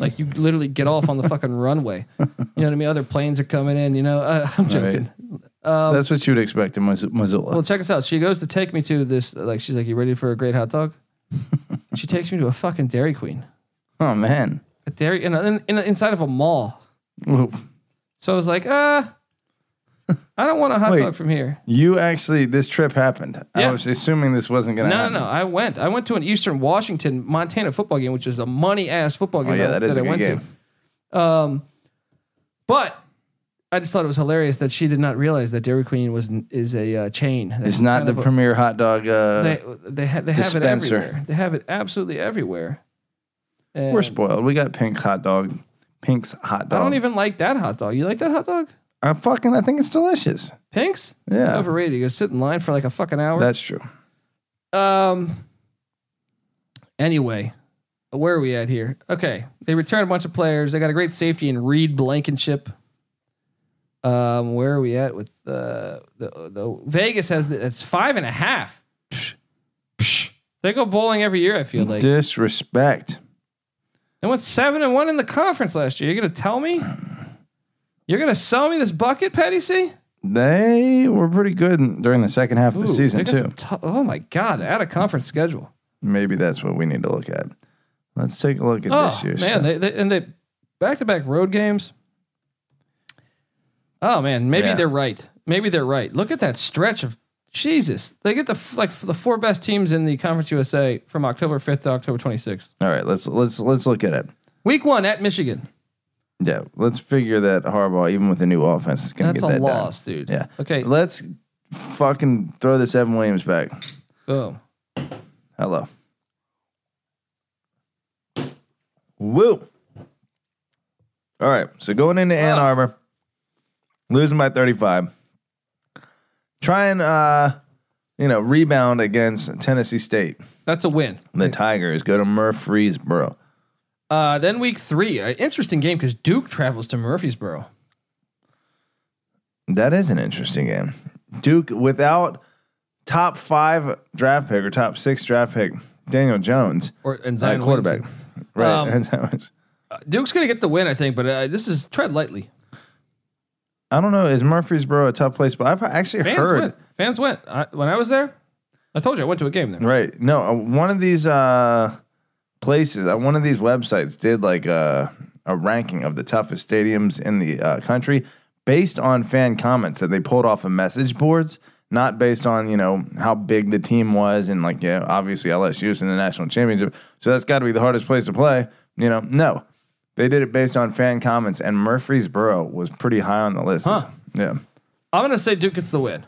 Speaker 2: like you literally get off on the fucking runway. You know what I mean? Other planes are coming in. You know, uh, I'm joking. Um,
Speaker 3: That's what you'd expect in Mis- Missoula.
Speaker 2: Well, check us out. She goes to take me to this. Like she's like, "You ready for a great hot dog?" she takes me to a fucking Dairy Queen,
Speaker 3: oh, man.
Speaker 2: a Dairy, in a, in a, inside of a mall.
Speaker 3: Oof.
Speaker 2: So I was like, uh, I don't want a hot
Speaker 3: Wait.
Speaker 2: dog from here.
Speaker 3: You actually, this trip happened.
Speaker 2: Yeah.
Speaker 3: I was assuming this wasn't going to
Speaker 2: No,
Speaker 3: happen.
Speaker 2: no, no. I went. I went to an Eastern Washington, Montana football game, which was a money ass football game
Speaker 3: Oh, yeah, that is a
Speaker 2: I
Speaker 3: good
Speaker 2: went
Speaker 3: game.
Speaker 2: to. Um, but I just thought it was hilarious that she did not realize that Dairy Queen was is a uh, chain.
Speaker 3: It's not the
Speaker 2: premier.
Speaker 3: premier hot dog. Uh,
Speaker 2: they they, ha- they have it
Speaker 3: dispenser.
Speaker 2: everywhere. They have it absolutely everywhere. And
Speaker 3: we're spoiled. We got pink hot dog. Pink's hot
Speaker 2: I
Speaker 3: dog.
Speaker 2: don't even like that hot dog. You like that hot dog?
Speaker 3: I fucking. I think it's delicious.
Speaker 2: Pink's? It's
Speaker 3: Yeah.
Speaker 2: overrated. You gotta sit in line for like a fucking hour.
Speaker 3: That's true.
Speaker 2: Um. Anyway, where are we at here? Okay, they returned a bunch of players. They got a great safety in Reed Blankenship. Um, where are we at with uh, the the Vegas has the, it's five and a half. Psh, psh. They go bowling every year. I feel like
Speaker 3: Disrespect.
Speaker 2: they went seven and one in the conference last year. You're gonna tell me? You're gonna sell me this bucket, Patty C?
Speaker 3: They were pretty good in- during the second half of
Speaker 2: Ooh,
Speaker 3: the season
Speaker 2: they got
Speaker 3: too.
Speaker 2: some tou- oh my god, out of conference schedule.
Speaker 3: Maybe that's what we need to look at. Let's take a look at
Speaker 2: Oh
Speaker 3: this year's.
Speaker 2: man,
Speaker 3: show.
Speaker 2: they, they and they back to back road games. Oh man, maybe
Speaker 3: Yeah.
Speaker 2: they're right. Maybe they're right. Look at that stretch of Jesus. They get the f- like f- the four best teams in the Conference USA from October fifth to October twenty sixth.
Speaker 3: All right, let's let's let's look at it.
Speaker 2: Week one at Michigan.
Speaker 3: Yeah, let's figure that Harbaugh, even with a new offense, is gonna
Speaker 2: That's a
Speaker 3: get that done.
Speaker 2: loss, dude.
Speaker 3: Yeah.
Speaker 2: Okay.
Speaker 3: Let's fucking throw this Evan Williams back.
Speaker 2: Boom.
Speaker 3: Hello. Woo. All right. So going into Ann
Speaker 2: Wow.
Speaker 3: Arbor, losing by 35. Try and uh, you know, rebound against Tennessee State.
Speaker 2: That's a win.
Speaker 3: The Tigers go to Murfreesboro.
Speaker 2: Uh, then week three, an interesting game because Duke travels to Murfreesboro.
Speaker 3: That is an interesting game. Duke without top five draft pick or top six draft pick, Daniel Jones,
Speaker 2: Or and
Speaker 3: uh,
Speaker 2: Zion
Speaker 3: quarterback.
Speaker 2: Williamson.
Speaker 3: Right.
Speaker 2: Uh, Duke's gonna get the win, I think. But uh, this is tread lightly.
Speaker 3: I don't know. Is Murfreesboro a tough place? But I've actually
Speaker 2: Fans
Speaker 3: heard.
Speaker 2: went. Fans went. I, when I was there, I told you I went to a game there.
Speaker 3: Right. No, uh, one of these uh, places, uh, one of these websites did like a, a ranking of the toughest stadiums in the uh, country based on fan comments that they pulled off of message boards, not based on, you know, how big the team was and like, yeah, obviously LSU is in the national championship. So that's got to be the hardest place to play. You know, no. They did it based on fan comments, and Murfreesboro was pretty high on the list.
Speaker 2: Huh.
Speaker 3: Yeah.
Speaker 2: I'm gonna say Duke gets the win.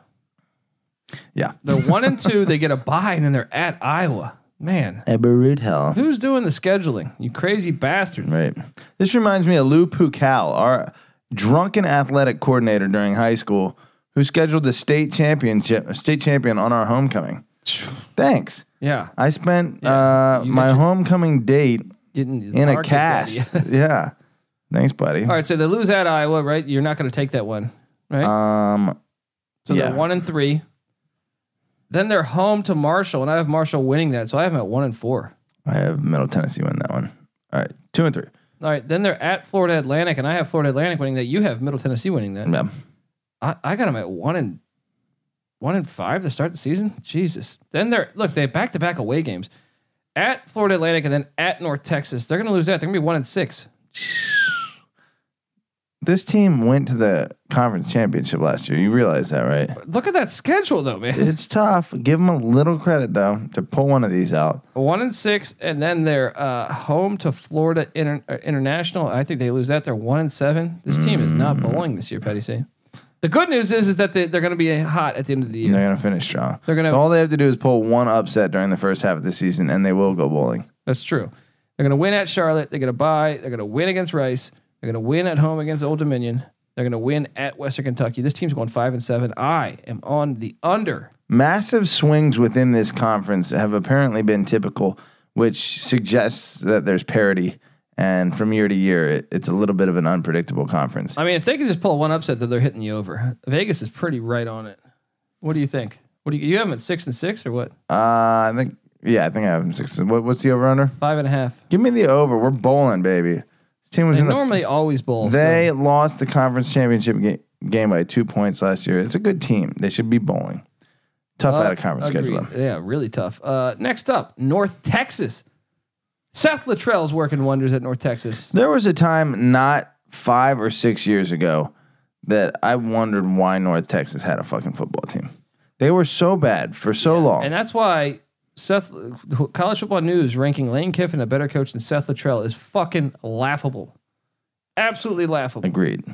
Speaker 3: Yeah.
Speaker 2: They're one and two. They get a bye, and then they're at Iowa. Man,
Speaker 3: Eberud Hell.
Speaker 2: who's doing the scheduling? You crazy bastards!
Speaker 3: Right. This reminds me of Lou Pucal, our drunken athletic coordinator during high school, who scheduled the state championship, state champion on our homecoming. Thanks.
Speaker 2: Yeah.
Speaker 3: I spent uh,
Speaker 2: you got
Speaker 3: my
Speaker 2: your-
Speaker 3: homecoming date
Speaker 2: Getting
Speaker 3: in a
Speaker 2: targeted,
Speaker 3: cast.
Speaker 2: buddy.
Speaker 3: yeah. Thanks, buddy.
Speaker 2: All right, so they lose at Iowa, right? You're not going to take that one, right?
Speaker 3: Um,
Speaker 2: so
Speaker 3: yeah.
Speaker 2: they're one and three. Then they're home to Marshall, and I have Marshall winning that, so I have them at one and four.
Speaker 3: I have Middle Tennessee win that one. All right, two and three.
Speaker 2: All right, then they're at Florida Atlantic, and I have Florida Atlantic winning that. You have Middle Tennessee winning that.
Speaker 3: Yeah.
Speaker 2: I, I got them at one and one and five to start the season. Jesus. Then they're look they back to back away games at Florida Atlantic and then at North Texas. They're gonna lose that. They're gonna be one and six.
Speaker 3: This team went to the conference championship last year. You realize that, right?
Speaker 2: Look at that schedule though, man.
Speaker 3: It's tough. Give them a little credit though to pull one of these out.
Speaker 2: one and six, and then they're uh, home to Florida Inter- uh, International. I think they lose that. They're one and seven. This team is not belonging this year, Patty C. The good news is is that they, they're gonna be hot at the end of the year.
Speaker 3: They're gonna finish strong.
Speaker 2: They're gonna-
Speaker 3: So all they have to do is pull one upset during the first half of the season, and they will go bowling.
Speaker 2: That's true. They're going to win at Charlotte. They're going to buy. They're going to win against Rice. They're going to win at home against Old Dominion. They're going to win at Western Kentucky. This team's going five and seven. I am on the under.
Speaker 3: Massive swings within this conference have apparently been typical, which suggests that there's parity. And from year to year, it, it's a little bit of an unpredictable conference.
Speaker 2: I mean, if they could just pull one upset, that they're hitting the over. Vegas is pretty right on it. What do you think? What do you, you have them at six and six or what?
Speaker 3: Uh, I think, yeah, I think I have them six. What, what's the over under?
Speaker 2: Five and a half.
Speaker 3: Give me the over. We're bowling, baby. This team was
Speaker 2: They
Speaker 3: in the
Speaker 2: normally always bowl. so-
Speaker 3: They lost the conference championship ga- game by two points last year. It's a good team. They should be bowling. Tough
Speaker 2: Uh,
Speaker 3: out of conference
Speaker 2: agreed.
Speaker 3: schedule. though.
Speaker 2: Yeah, really tough. Uh, next up, North Texas. Seth Luttrell's working wonders at North Texas.
Speaker 3: There was a time not five or six years ago that I wondered why North Texas had a fucking football team. They were so bad for so long.
Speaker 2: And that's why Seth College Football News ranking Lane Kiffin a better coach than Seth Luttrell is fucking laughable. Absolutely laughable.
Speaker 3: Agreed.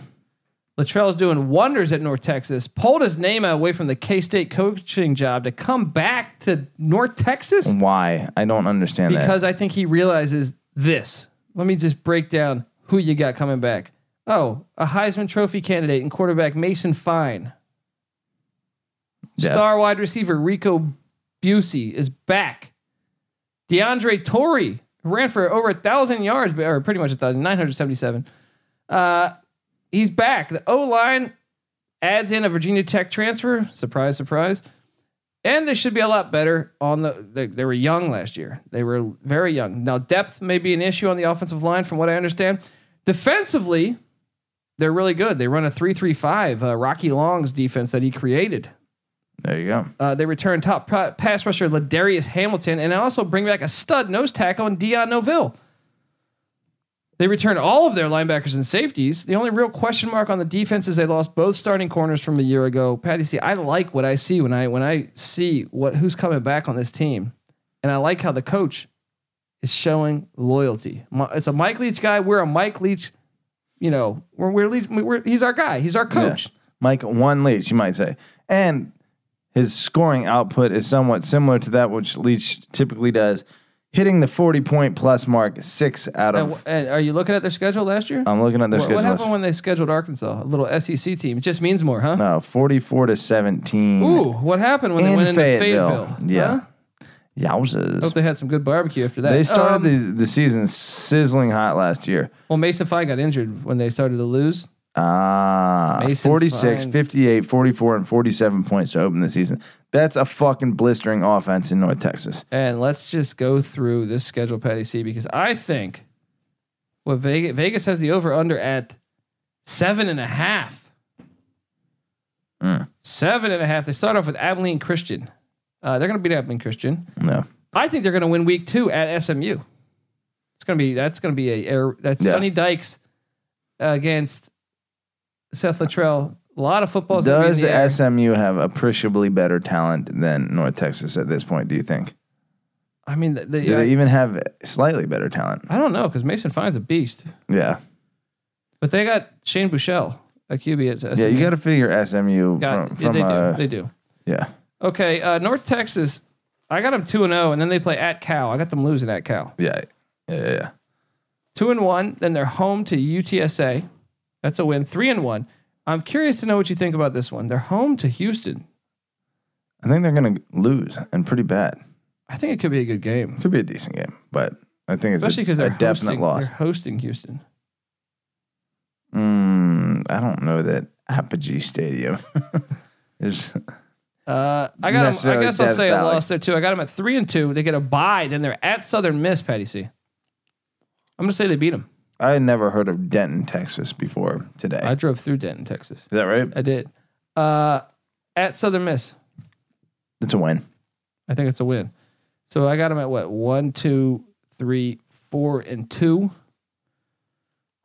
Speaker 2: Luttrell's doing wonders at North Texas. Pulled his name away from the K State coaching job to come back to North Texas
Speaker 3: Why? I don't understand
Speaker 2: because I think he realizes this. Let me just break down who you got coming back. Oh, a Heisman Trophy candidate and quarterback Mason Fine.
Speaker 3: Yeah.
Speaker 2: Star wide receiver Rico Busey is back. DeAndre Torrey ran for over a thousand yards, but- or pretty much a thousand, 977. Uh, he's back. The O line adds in a Virginia Tech transfer. Surprise, surprise. And they should be a lot better on the. They, they were young last year. They were very young. Now depth may be an issue on the offensive line, from what I understand. Defensively, they're really good. They run a three-three-five. Uh, Rocky Long's defense that he created.
Speaker 3: that. There you go.
Speaker 2: Uh, they return top pro- pass rusher Ladarius Hamilton, and also bring back a stud nose tackle in Dion Noville. They return all of their linebackers and safeties. The only real question mark on the defense is they lost both starting corners from a year ago. Patty, see, I like what I see when I when I see what who's coming back on this team, and I like how the coach is showing loyalty. Mi- It's a Mike Leach guy. We're a Mike Leach. You know, we're we're, Leach, we're he's our guy. He's our
Speaker 3: Yeah.
Speaker 2: coach.
Speaker 3: Mike one leads, you might say. And his scoring output is somewhat similar to that which Leach typically does, hitting the 40 point plus mark six out
Speaker 2: And,
Speaker 3: of.
Speaker 2: wh- and are you looking at their schedule last year?
Speaker 3: I'm looking at their
Speaker 2: What, what
Speaker 3: schedule.
Speaker 2: happened when they scheduled Arkansas? A little SEC team. It just means more, huh?
Speaker 3: No, 44 to 17.
Speaker 2: Ooh, what happened when they
Speaker 3: in
Speaker 2: went into Fayetteville?
Speaker 3: Fayetteville. Yeah.
Speaker 2: Huh?
Speaker 3: Yowzers.
Speaker 2: Hope they had some good barbecue after that.
Speaker 3: They started
Speaker 2: Um,
Speaker 3: the, the season sizzling hot last year.
Speaker 2: well, Mason Fye got injured when they started to lose.
Speaker 3: Ah,
Speaker 2: Mason
Speaker 3: 46,
Speaker 2: Fine.
Speaker 3: 58, 44, and 47 points to open the season. That's a fucking blistering offense in North Texas.
Speaker 2: And let's just go through this schedule, Patty C, because I think what Vegas, Vegas has the over under at seven and a half.
Speaker 3: Mm.
Speaker 2: Seven and a half. They start off with Abilene Christian. Uh, they're going to beat Abilene Christian.
Speaker 3: No.
Speaker 2: I think they're going to win week two at SMU. It's going to be that's going to be a air that's
Speaker 3: Yeah.
Speaker 2: Sonny Dykes against Seth Luttrell. A lot of football's gonna be in
Speaker 3: Does
Speaker 2: the air.
Speaker 3: SMU have appreciably better talent than North Texas at this point? Do you think?
Speaker 2: I mean, the, the,
Speaker 3: Do they even have slightly better talent?
Speaker 2: I don't know because Mason Fine's a beast,
Speaker 3: Yeah,
Speaker 2: but they got Shane Bouchel, a QB at SMU.
Speaker 3: yeah. You got to figure SMU
Speaker 2: Got-
Speaker 3: from from
Speaker 2: they do.
Speaker 3: uh,
Speaker 2: they do.
Speaker 3: yeah.
Speaker 2: Okay, uh, North Texas. I got them two and zero, and then they play at Cal. I got them losing at Cal.
Speaker 3: yeah, yeah, yeah, yeah.
Speaker 2: two and one. Then they're home to UTSA. That's a win. Three and one. I'm curious to know what you think about this one. They're home to Houston.
Speaker 3: I think they're going to lose and pretty bad.
Speaker 2: I think it could be a good game,
Speaker 3: Could be a decent game, but I think it's
Speaker 2: especially because
Speaker 3: a,
Speaker 2: they're
Speaker 3: a definite
Speaker 2: hosting,
Speaker 3: loss.
Speaker 2: They're hosting Houston.
Speaker 3: Mm, I don't know that Apogee Stadium is.
Speaker 2: Uh, I got. 'em- I
Speaker 3: Necessarily
Speaker 2: guess I'll
Speaker 3: Death
Speaker 2: say a
Speaker 3: Valley.
Speaker 2: loss there too. I got them at three and two. They get a bye. Then they're at Southern Miss. Patty C. I'm gonna say they beat them.
Speaker 3: I had never heard of Denton, Texas before today.
Speaker 2: I drove through Denton, Texas.
Speaker 3: is that right?
Speaker 2: I did. Uh, at Southern Miss,
Speaker 3: It's a win.
Speaker 2: I think it's a win. So I got them at what one, two, three, four, and two.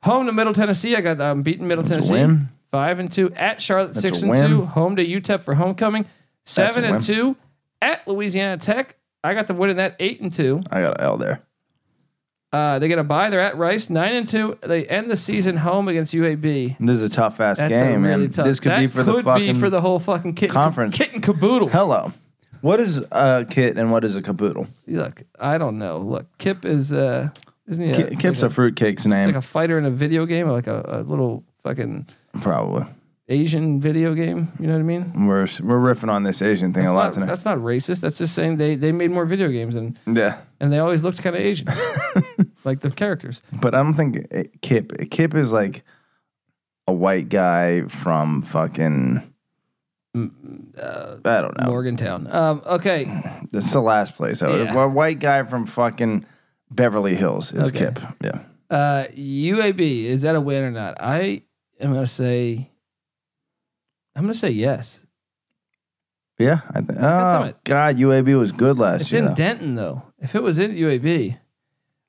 Speaker 2: Home to Middle Tennessee. I got um, beating Middle
Speaker 3: It's a
Speaker 2: Tennessee.
Speaker 3: win.
Speaker 2: Five and two at Charlotte.
Speaker 3: That's
Speaker 2: six
Speaker 3: a
Speaker 2: and
Speaker 3: win.
Speaker 2: two. Home to UTEP for homecoming. Seven
Speaker 3: a
Speaker 2: and
Speaker 3: win.
Speaker 2: two at Louisiana Tech. I got the win in that. Eight and two.
Speaker 3: I got an L there.
Speaker 2: Uh, they get a bye. They're at Rice, nine and two. They end the season home against UAB.
Speaker 3: This is a tough ass
Speaker 2: That's a
Speaker 3: game,
Speaker 2: really
Speaker 3: man.
Speaker 2: tough.
Speaker 3: This could
Speaker 2: that
Speaker 3: be for
Speaker 2: could
Speaker 3: the fucking
Speaker 2: be for the whole fucking kit and ca-
Speaker 3: conference.
Speaker 2: kit and caboodle.
Speaker 3: hello. What is a kit and what is a caboodle?
Speaker 2: Look, I don't know. Look, Kip is uh, isn't he? A,
Speaker 3: Ki- Kip's
Speaker 2: like
Speaker 3: a fruitcake's name,
Speaker 2: like a fighter in a video game, or like a, a little fucking
Speaker 3: probably.
Speaker 2: Asian video game. You know what I mean?
Speaker 3: We're we're riffing on this Asian thing
Speaker 2: That's
Speaker 3: a lot
Speaker 2: not,
Speaker 3: tonight.
Speaker 2: that's not racist. That's just saying they they made more video games and
Speaker 3: Yeah,
Speaker 2: and they always looked kind of Asian, like the characters.
Speaker 3: but I don't think it, Kip Kip is like a white guy from fucking.
Speaker 2: Mm,
Speaker 3: I don't know.
Speaker 2: Morgantown. Um, okay,
Speaker 3: That's the last place. I was-
Speaker 2: Yeah.
Speaker 3: A white guy from fucking Beverly Hills is
Speaker 2: Okay.
Speaker 3: Kip. Yeah.
Speaker 2: Uh, UAB is that a win or not? I am gonna say, I'm gonna say yes.
Speaker 3: Yeah. I th-
Speaker 2: damn
Speaker 3: oh,
Speaker 2: it.
Speaker 3: God. UAB was good last
Speaker 2: It's
Speaker 3: year.
Speaker 2: in Denton though. If it was in UAB,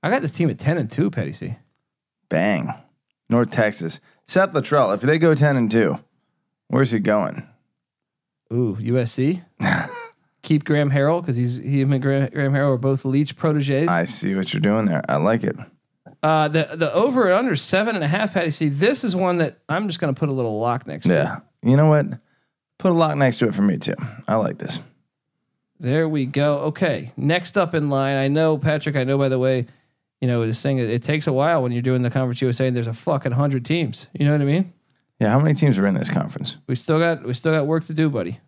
Speaker 2: I got this team at ten and two. Petty C.
Speaker 3: Bang. North Texas. Seth Luttrell, if they go 10 and 2, where's he going?
Speaker 2: Ooh, USC. Keep Graham Harrell because he's he and Graham, Graham Harrell are both Leach proteges.
Speaker 3: I see what you're doing there. I like it.
Speaker 2: Uh, the the over and under seven and a half. Patty C. This is one that I'm just gonna put a little lock next. to.
Speaker 3: Yeah. You know what? Put a lock next to it for me, too. I like this.
Speaker 2: There we go. Okay. Next up in line, I know Patrick. I know by the way, you know this thing. It, it takes a while when you're doing the conference USA. And there's a fucking hundred teams. You know what I mean?
Speaker 3: Yeah. How many teams are in this conference?
Speaker 2: We still got we still got work to do, buddy.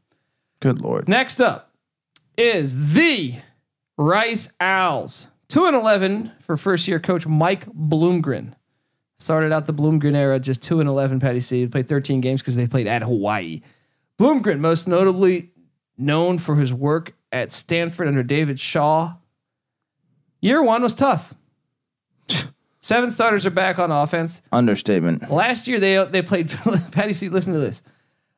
Speaker 3: Good Lord.
Speaker 2: Next up is the Rice Owls. Two and eleven for first year coach Mike Bloomgren. Started out the Bloomgren era just two and eleven. Patty C. They played thirteen games because they played at Hawaii. Bloomgren, most notably known for his work at Stanford under David Shaw. Year one was tough. Seven starters are back on offense.
Speaker 3: Understatement.
Speaker 2: Last year they they played Patty C. Listen to this.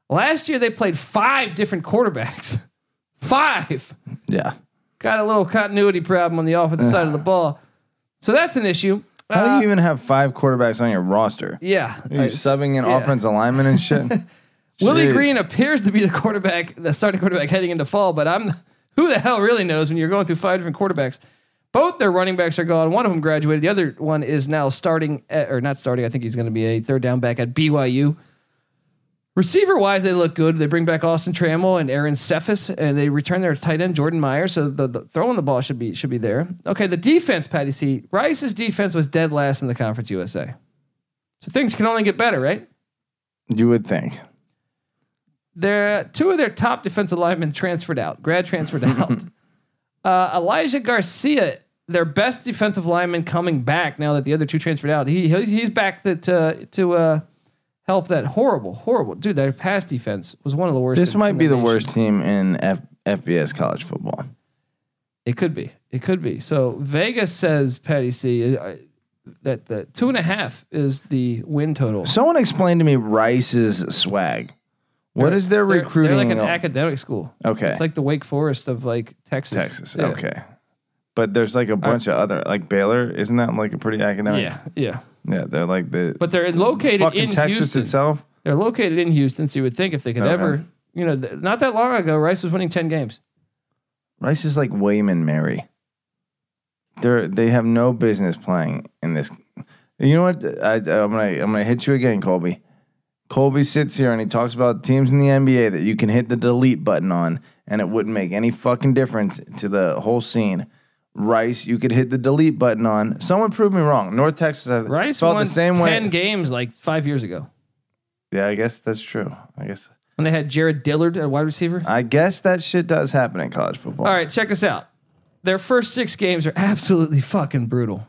Speaker 2: Last year they played five different quarterbacks. Five.
Speaker 3: Yeah.
Speaker 2: Got a little continuity problem on the offensive side of the ball, so that's an issue.
Speaker 3: How do
Speaker 2: Uh,
Speaker 3: you even have five quarterbacks on your roster?
Speaker 2: yeah.
Speaker 3: Are you
Speaker 2: Uh,
Speaker 3: subbing an
Speaker 2: yeah.
Speaker 3: offensive lineman and shit?
Speaker 2: Willie
Speaker 3: Jeez.
Speaker 2: Green appears to be the quarterback, the starting quarterback heading into fall, but I'm who the hell really knows when you're going through five different quarterbacks. Both their running backs are gone. One of them graduated. The other one is now starting at, or not starting. I think he's going to be a third down back at BYU. Receiver wise, they look good. They bring back Austin Trammell and Aaron Cephas, and they return their tight end Jordan Meyer. So the, the throwing the ball should be should be there. Okay, the defense, Patty C. Rice's defense was dead last in the Conference USA. So things can only get better, right?
Speaker 3: You would think.
Speaker 2: their two of their top defensive linemen transferred out, grad transferred out. uh, Elijah Garcia, their best defensive lineman, coming back now that the other two transferred out. He he's he's back to to, to uh, help that horrible, horrible dude. Their pass defense was one of the worst.
Speaker 3: This
Speaker 2: in-
Speaker 3: might
Speaker 2: in
Speaker 3: be the
Speaker 2: nation.
Speaker 3: worst team in F- FBS college football.
Speaker 2: It could be. It could be. So Vegas says Patty C uh, that the two and a half is the win total.
Speaker 3: Someone explained to me Rice's swag. What is their
Speaker 2: They're-
Speaker 3: recruiting?
Speaker 2: They're like an
Speaker 3: on-
Speaker 2: academic school.
Speaker 3: okay,
Speaker 2: It's like the Wake Forest of like Texas.
Speaker 3: Texas.
Speaker 2: Yeah. Uh,
Speaker 3: Okay, but there's like a bunch of other like Baylor. Isn't that like a pretty academic?
Speaker 2: Yeah. Yeah.
Speaker 3: yeah. They're like the
Speaker 2: But they're located
Speaker 3: fucking
Speaker 2: in
Speaker 3: Texas Oh,
Speaker 2: Houston.
Speaker 3: itself.
Speaker 2: They're located in Houston, so you would think if they could
Speaker 3: Okay.
Speaker 2: ever, you know, th- not that long ago, Rice was winning ten games.
Speaker 3: Rice is like William and Mary. They're they have no business playing in this. You know what? I, I'm gonna I'm gonna hit you again, Colby. Colby sits here and he talks about teams in the NBA that you can hit the delete button on, and it wouldn't make any fucking difference to the whole scene. Rice, you could hit the delete button on. Someone proved me wrong. North Texas I
Speaker 2: Rice
Speaker 3: felt
Speaker 2: won
Speaker 3: the same
Speaker 2: ten
Speaker 3: way.
Speaker 2: games like five years ago.
Speaker 3: Yeah, I guess that's true. I guess
Speaker 2: And they had Jared Dillard at wide receiver.
Speaker 3: I guess that shit does happen in college football.
Speaker 2: All right, check this out. Their first six games are absolutely fucking brutal.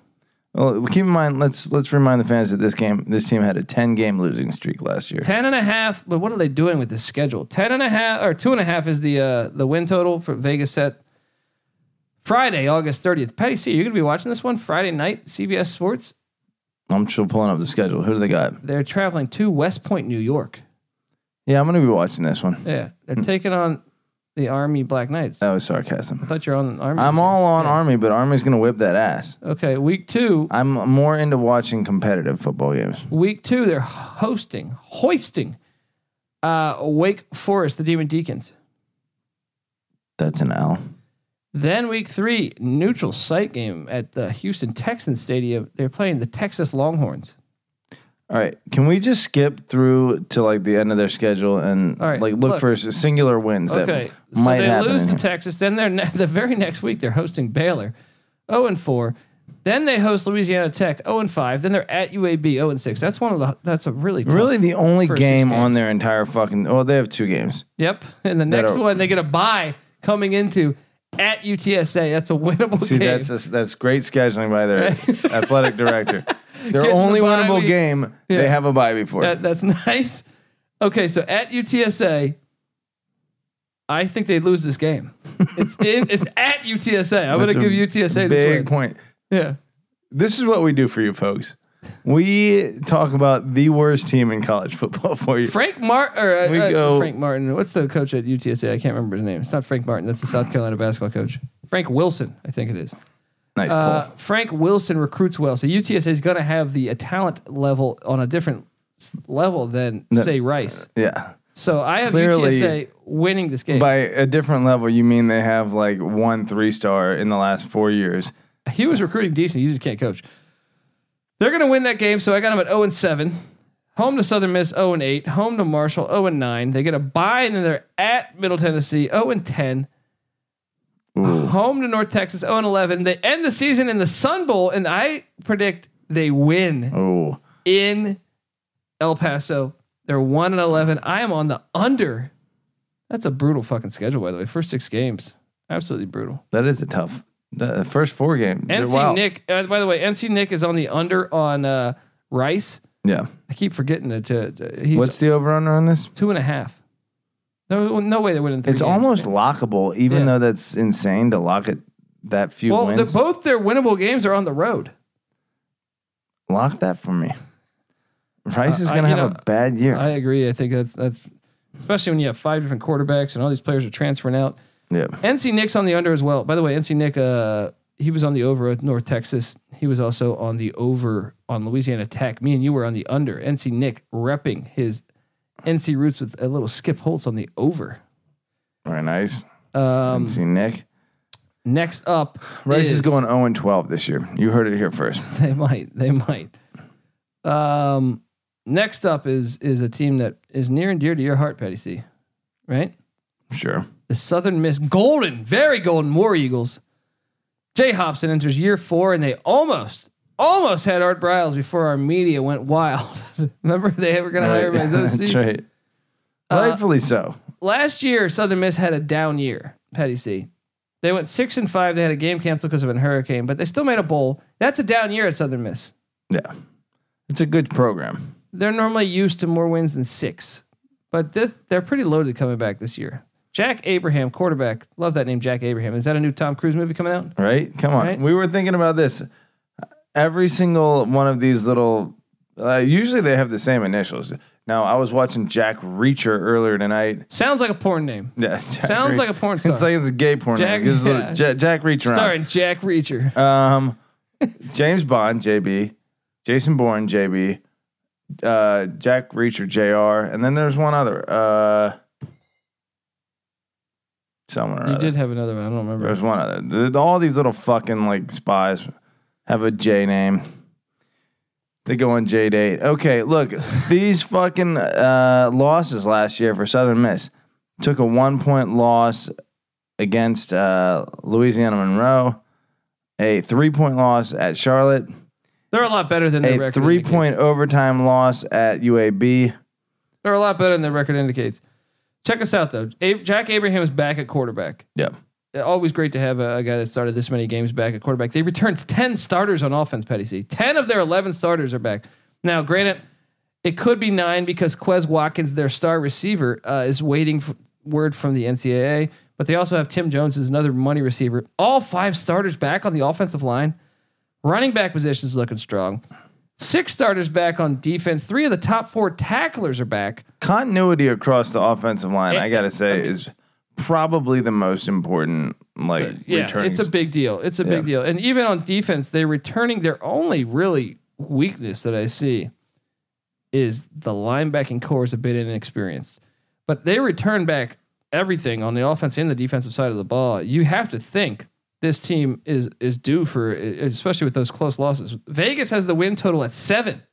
Speaker 3: Well, keep in mind, let's let's remind the fans that this game, this team had a ten game losing streak last year.
Speaker 2: Ten and a half, but what are they doing with this schedule? Ten and a half or two and a half is the uh, the win total for Vegas set. Friday, August 30th. Patty C, you're gonna be watching this one Friday night, CBS Sports.
Speaker 3: I'm still pulling up the schedule. Who do they got?
Speaker 2: They're traveling to West Point, New York.
Speaker 3: Yeah, I'm gonna be watching this one.
Speaker 2: Yeah. They're taking on the Army Black Knights. I
Speaker 3: That was sarcasm.
Speaker 2: thought you're on Army.
Speaker 3: Uh, I'm all on Army, but Army's gonna whip that ass.
Speaker 2: Okay, week two.
Speaker 3: I'm more into watching competitive football games.
Speaker 2: Week two, they're hosting, hoisting uh Wake Forest, the Demon Deacons.
Speaker 3: That's an L.
Speaker 2: Then week three, neutral site game at the Houston Texans Stadium. They're playing the Texas Longhorns.
Speaker 3: All right, can we just skip through to like the end of their schedule and
Speaker 2: All right,
Speaker 3: like look,
Speaker 2: look.
Speaker 3: for s- singular wins
Speaker 2: Okay,
Speaker 3: that
Speaker 2: so
Speaker 3: might
Speaker 2: they
Speaker 3: happen?
Speaker 2: lose
Speaker 3: in
Speaker 2: to
Speaker 3: here.
Speaker 2: Texas. Then they're ne- the very next week they're hosting Baylor, zero and four. Then they host Louisiana Tech, zero and five. Then they're at UAB, zero oh and six. That's one of the. That's a really tough,
Speaker 3: Really, the only
Speaker 2: First six
Speaker 3: game on
Speaker 2: games.
Speaker 3: their entire fucking. Oh, they have two games.
Speaker 2: Yep. And the next
Speaker 3: are-
Speaker 2: one they get a bye coming into at UTSA. That's a winnable
Speaker 3: See,
Speaker 2: game.
Speaker 3: that's that's great scheduling by their athletic director. Their
Speaker 2: Getting
Speaker 3: only
Speaker 2: the bye
Speaker 3: winnable
Speaker 2: week.
Speaker 3: game, they have a bye before.
Speaker 2: That, that's nice. Okay, so at UTSA, I think they lose this game. It's in, it's at UTSA. I'm going
Speaker 3: That's
Speaker 2: to
Speaker 3: a
Speaker 2: give UTSA this
Speaker 3: Big
Speaker 2: win.
Speaker 3: point.
Speaker 2: Yeah.
Speaker 3: This is what we do for you folks. We talk about the worst team in college football for you.
Speaker 2: Frank Martin or uh,
Speaker 3: We
Speaker 2: uh,
Speaker 3: go-
Speaker 2: Frank Martin. What's the coach at UTSA? I can't remember his name. It's not Frank Martin. That's the South Carolina basketball coach. Frank Wilson, I think it is.
Speaker 3: nice
Speaker 2: Uh,
Speaker 3: pull.
Speaker 2: Frank Wilson recruits well, so UTSA is going to have the uh, talent level on a different s- level than say Rice.
Speaker 3: Yeah.
Speaker 2: So I have
Speaker 3: Clearly-
Speaker 2: UTSA winning this game.
Speaker 3: By a different level, you mean they have like one three star in the last four years.
Speaker 2: he was recruiting decent. He just can't coach. They're going to win that game, so I got him at 0 and 7. Home to Southern Miss 0 and 8. Home to Marshall 0 and 9. They get a bye, and then they're at Middle Tennessee 0 and 10. Home to North Texas 0 and 11. They end the season in the Sun Bowl, and I predict they win
Speaker 3: Oh,
Speaker 2: in El Paso. They're 1 and 11. I am on the under. That's a brutal fucking schedule, by the way. First six games. Absolutely brutal.
Speaker 3: that is a tough. The first four games. they're
Speaker 2: NC
Speaker 3: wild.
Speaker 2: Nick, uh, by the way, NC Nick is on the under on uh, Rice.
Speaker 3: Yeah.
Speaker 2: I keep forgetting it. To, to- he's
Speaker 3: What's the over under on this?
Speaker 2: two and a half? No, no way they win in three.
Speaker 3: It's
Speaker 2: games.
Speaker 3: almost lockable, even
Speaker 2: Yeah.
Speaker 3: though that's insane to lock it that few
Speaker 2: well. They're
Speaker 3: wins.
Speaker 2: both their winnable games are on the road.
Speaker 3: Lock that for me. Rice is
Speaker 2: Uh, I-
Speaker 3: going to
Speaker 2: you
Speaker 3: have
Speaker 2: know,
Speaker 3: a bad year.
Speaker 2: I agree. I think that's that's especially when you have five different quarterbacks and all these players are transferring out.
Speaker 3: yeah.
Speaker 2: NC Nick's on the under as well. By the way, NC Nick, uh, he was on the over at North Texas. He was also on the over on Louisiana Tech. Me and you were on the under. NC Nick repping his NC roots with a little Skip Holtz on the over.
Speaker 3: Very nice.
Speaker 2: Um,
Speaker 3: See Nick.
Speaker 2: next up,
Speaker 3: Rice is, going 0 and 12 this year. You heard it here first.
Speaker 2: They might. They might. Um, next up is is a team that is near and dear to your heart, Patty C. Right,
Speaker 3: Sure.
Speaker 2: the Southern Miss Golden, very golden War Eagles. Jay Hobson enters year four, and they almost almost had Art Briles before our media went wild. Remember they were going to hire him as Uh,
Speaker 3: That's
Speaker 2: OC.
Speaker 3: right. Rightfully so.
Speaker 2: last year Southern Miss had a down year. Petty C. They went six and five. They had a game canceled because of a hurricane, but they still made a bowl. That's a down year at Southern Miss.
Speaker 3: Yeah. It's a good program.
Speaker 2: They're normally used to more wins than six, but this, they're pretty loaded coming back this year. Jack Abraham, quarterback. Love that name, Jack Abraham. Is that a new Tom Cruise movie coming out?
Speaker 3: Right? Come on.
Speaker 2: Right.
Speaker 3: We were thinking about this. Every single one of these little, uh, usually they have the same initials. Now, I was watching Jack Reacher earlier tonight.
Speaker 2: Sounds like a porn name.
Speaker 3: Yeah. Jack
Speaker 2: Sounds
Speaker 3: Reacher.
Speaker 2: like a porn star.
Speaker 3: It's like it's a gay porn.
Speaker 2: Jack-
Speaker 3: Jack, name. Gives a little-
Speaker 2: yeah.
Speaker 3: Ja- Jack Reacher. on it.
Speaker 2: Starring Jack Reacher.
Speaker 3: Um, James Bond, JB, Jason Bourne, JB, uh, Jack Reacher, JR, and then there's one other. Uh, someone or
Speaker 2: You
Speaker 3: other.
Speaker 2: did have another one. I don't remember.
Speaker 3: There's one other. Th- All these little fucking like spies have a J name. They go on J date. Okay, look, these fucking uh, losses last year for Southern Miss took a one point loss against uh, Louisiana Monroe, a three point loss at Charlotte,
Speaker 2: They're a lot better than their
Speaker 3: a
Speaker 2: record.
Speaker 3: three
Speaker 2: indicates.
Speaker 3: point overtime loss at UAB.
Speaker 2: They're a lot better than their record indicates. Check us out though. A- Jack Abraham is back at quarterback.
Speaker 3: Yeah.
Speaker 2: Uh, Always great to have a, a guy that started this many games back at quarterback. They returned ten starters on offense. Petty C. Ten of their eleven starters are back. Now, granted, it could be nine because Quez Watkins, their star receiver, uh, is waiting for word from the NCAA. But they also have Tim Jones, who's another money receiver. All five starters back on the offensive line. Running back position's looking strong. Six starters back on defense. Three of the top four tacklers are back.
Speaker 3: Continuity across the offensive line,
Speaker 2: And-
Speaker 3: I gotta say,
Speaker 2: I mean-
Speaker 3: is probably the most important. Like
Speaker 2: yeah,
Speaker 3: returning
Speaker 2: it's a big deal. It's a
Speaker 3: Yeah.
Speaker 2: big deal. And even on defense, they're returning their only really weakness that I see is the linebacking core is a bit inexperienced. But they return back everything on the offense and the defensive side of the ball. You have to think this team is is due for especially with those close losses. Vegas has the win total at seven.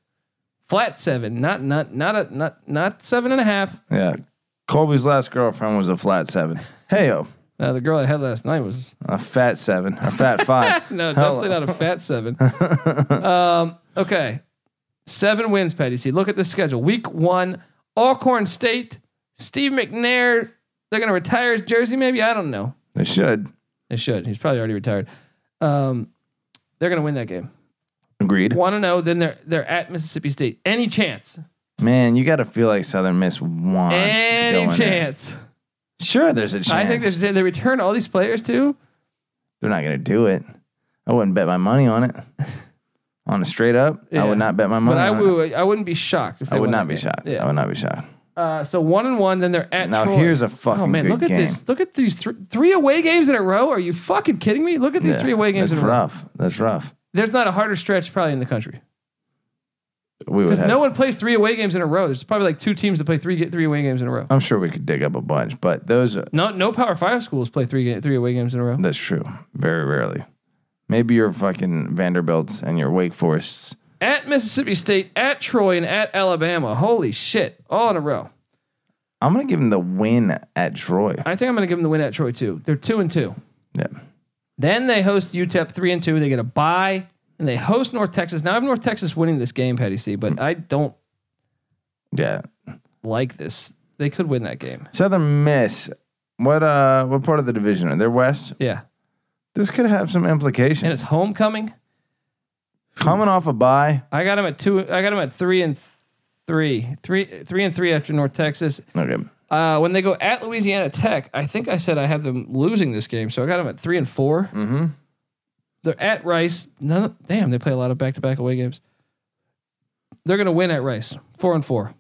Speaker 2: Flat seven, not not not a not not seven and a half.
Speaker 3: yeah. Colby's last girlfriend was a flat seven. Hey yo,
Speaker 2: Uh, the girl I had last night was
Speaker 3: a fat seven, a fat five.
Speaker 2: no,
Speaker 3: Hell.
Speaker 2: definitely not a fat seven. um, okay. Seven wins, Petty C. Look at the schedule. Week one, Alcorn State, Steve McNair. They're going to retire his jersey, maybe? I don't know.
Speaker 3: They should.
Speaker 2: They should. He's probably already retired. Um, they're going to win that game.
Speaker 3: Agreed.
Speaker 2: 1 0, then they're, they're at Mississippi State. Any chance?
Speaker 3: Man, you gotta feel like Southern Miss wants to go
Speaker 2: Any
Speaker 3: in there.
Speaker 2: chance.
Speaker 3: Sure, there's a chance.
Speaker 2: I think there's, they return all these players too.
Speaker 3: they're not going to do it. I wouldn't bet my money on it. on a straight up, I
Speaker 2: Yeah.
Speaker 3: would not bet my money.
Speaker 2: But I,
Speaker 3: on it.
Speaker 2: would, I wouldn't be shocked if they
Speaker 3: I would
Speaker 2: won
Speaker 3: not
Speaker 2: that
Speaker 3: be
Speaker 2: game.
Speaker 3: shocked. I
Speaker 2: Yeah.
Speaker 3: would not be shocked.
Speaker 2: Uh, so one and one, then they're at
Speaker 3: Now
Speaker 2: Troy.
Speaker 3: here's a fucking
Speaker 2: Oh man,
Speaker 3: good
Speaker 2: look at
Speaker 3: game.
Speaker 2: this. Look at these three, three away games in a row. Are you fucking kidding me? Look at these
Speaker 3: Yeah,
Speaker 2: three away games in
Speaker 3: That's
Speaker 2: a row.
Speaker 3: rough. That's rough.
Speaker 2: There's not a harder stretch probably in the country
Speaker 3: We would
Speaker 2: because
Speaker 3: have.
Speaker 2: no one plays three away games in a row. There's probably like two teams that play three ga- three away games in a row.
Speaker 3: I'm sure we could dig up a bunch, but those. Are,
Speaker 2: No, no Power Five schools play three ga- three away games in a row.
Speaker 3: that's true. Very rarely. Maybe your fucking Vanderbilts and your Wake Forests.
Speaker 2: At Mississippi State, at Troy, and at Alabama. Holy shit, all in a row.
Speaker 3: I'm gonna give them the win at Troy.
Speaker 2: I think I'm going to give them the win at Troy too. They're two and two.
Speaker 3: Yeah.
Speaker 2: Then they host UTEP three and two. They get a bye, and they host North Texas. Now I have North Texas winning this game, Patty C.
Speaker 3: Hmm.
Speaker 2: But I don't
Speaker 3: Yeah.
Speaker 2: like this. They could win that game.
Speaker 3: Southern Miss. What uh? What part of the division are they? West.
Speaker 2: Yeah,
Speaker 3: This could have some
Speaker 2: and
Speaker 3: implications.
Speaker 2: it's homecoming.
Speaker 3: Coming off a bye.
Speaker 2: I got them at two. I got them at three and th- three, three, three and three after North Texas.
Speaker 3: Okay.
Speaker 2: Uh, when they go at Louisiana Tech, I think I said I have them losing this game, so I got them at three and four.
Speaker 3: Mm-hmm.
Speaker 2: They're at Rice. None, damn, they play a lot of back-to-back away games. They're gonna win at Rice, four and four.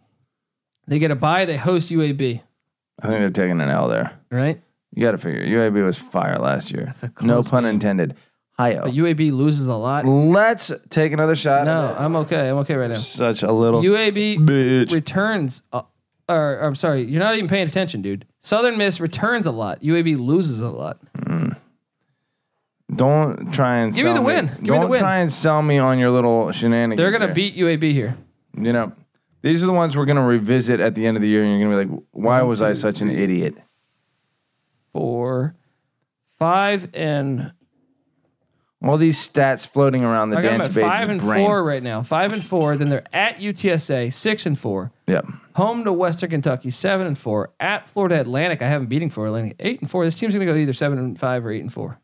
Speaker 2: They get a bye. They host UAB.
Speaker 3: I think they're taking an L there.
Speaker 2: Right?
Speaker 3: You got to figure UAB was fire last year.
Speaker 2: That's a
Speaker 3: no
Speaker 2: close
Speaker 3: pun intended.
Speaker 2: But
Speaker 3: Hiyo.
Speaker 2: UAB loses a lot.
Speaker 3: Let's take another shot.
Speaker 2: No,
Speaker 3: at
Speaker 2: I'm okay. I'm okay right now.
Speaker 3: such a little
Speaker 2: UAB
Speaker 3: bitch.
Speaker 2: returns, uh, or I'm sorry, you're not even paying attention, dude. Southern Miss returns a lot. UAB loses a lot.
Speaker 3: don't try and
Speaker 2: Give me
Speaker 3: sell
Speaker 2: the win. Give me the
Speaker 3: don't
Speaker 2: win.
Speaker 3: try and sell me on your little shenanigans.
Speaker 2: They're gonna
Speaker 3: there.
Speaker 2: beat UAB here.
Speaker 3: You know, these are the ones we're gonna revisit at the end of the year, and you're gonna be like, "Why was I such an idiot?"
Speaker 2: Four, five, and
Speaker 3: All these stats floating around the
Speaker 2: I got them
Speaker 3: dance
Speaker 2: at
Speaker 3: base's
Speaker 2: five and
Speaker 3: brain.
Speaker 2: four right now. Five and four. Then they're at UTSA, six and four.
Speaker 3: Yep.
Speaker 2: Home to Western Kentucky, seven and four. At Florida Atlantic, I haven't beating Florida Atlantic, eight and four. This team's gonna go either seven and five or eight and four.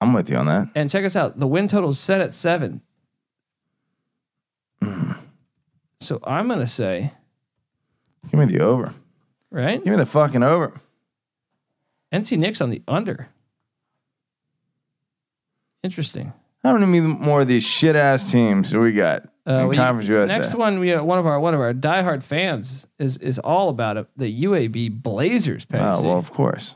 Speaker 3: I'm with you on that.
Speaker 2: And check us out. The win total's set at seven.
Speaker 3: Hmm.
Speaker 2: So I'm gonna say,
Speaker 3: Give me the over.
Speaker 2: right?
Speaker 3: Give me the fucking over.
Speaker 2: NC Nick's on the under. Interesting.
Speaker 3: How many more of these shit ass teams do we got in
Speaker 2: we-
Speaker 3: Conference USA?
Speaker 2: Uh, Next one, we uh, one of our one of our diehard fans is is all about it. The UAB Blazers.
Speaker 3: Oh,
Speaker 2: Pepsi.
Speaker 3: well, of course.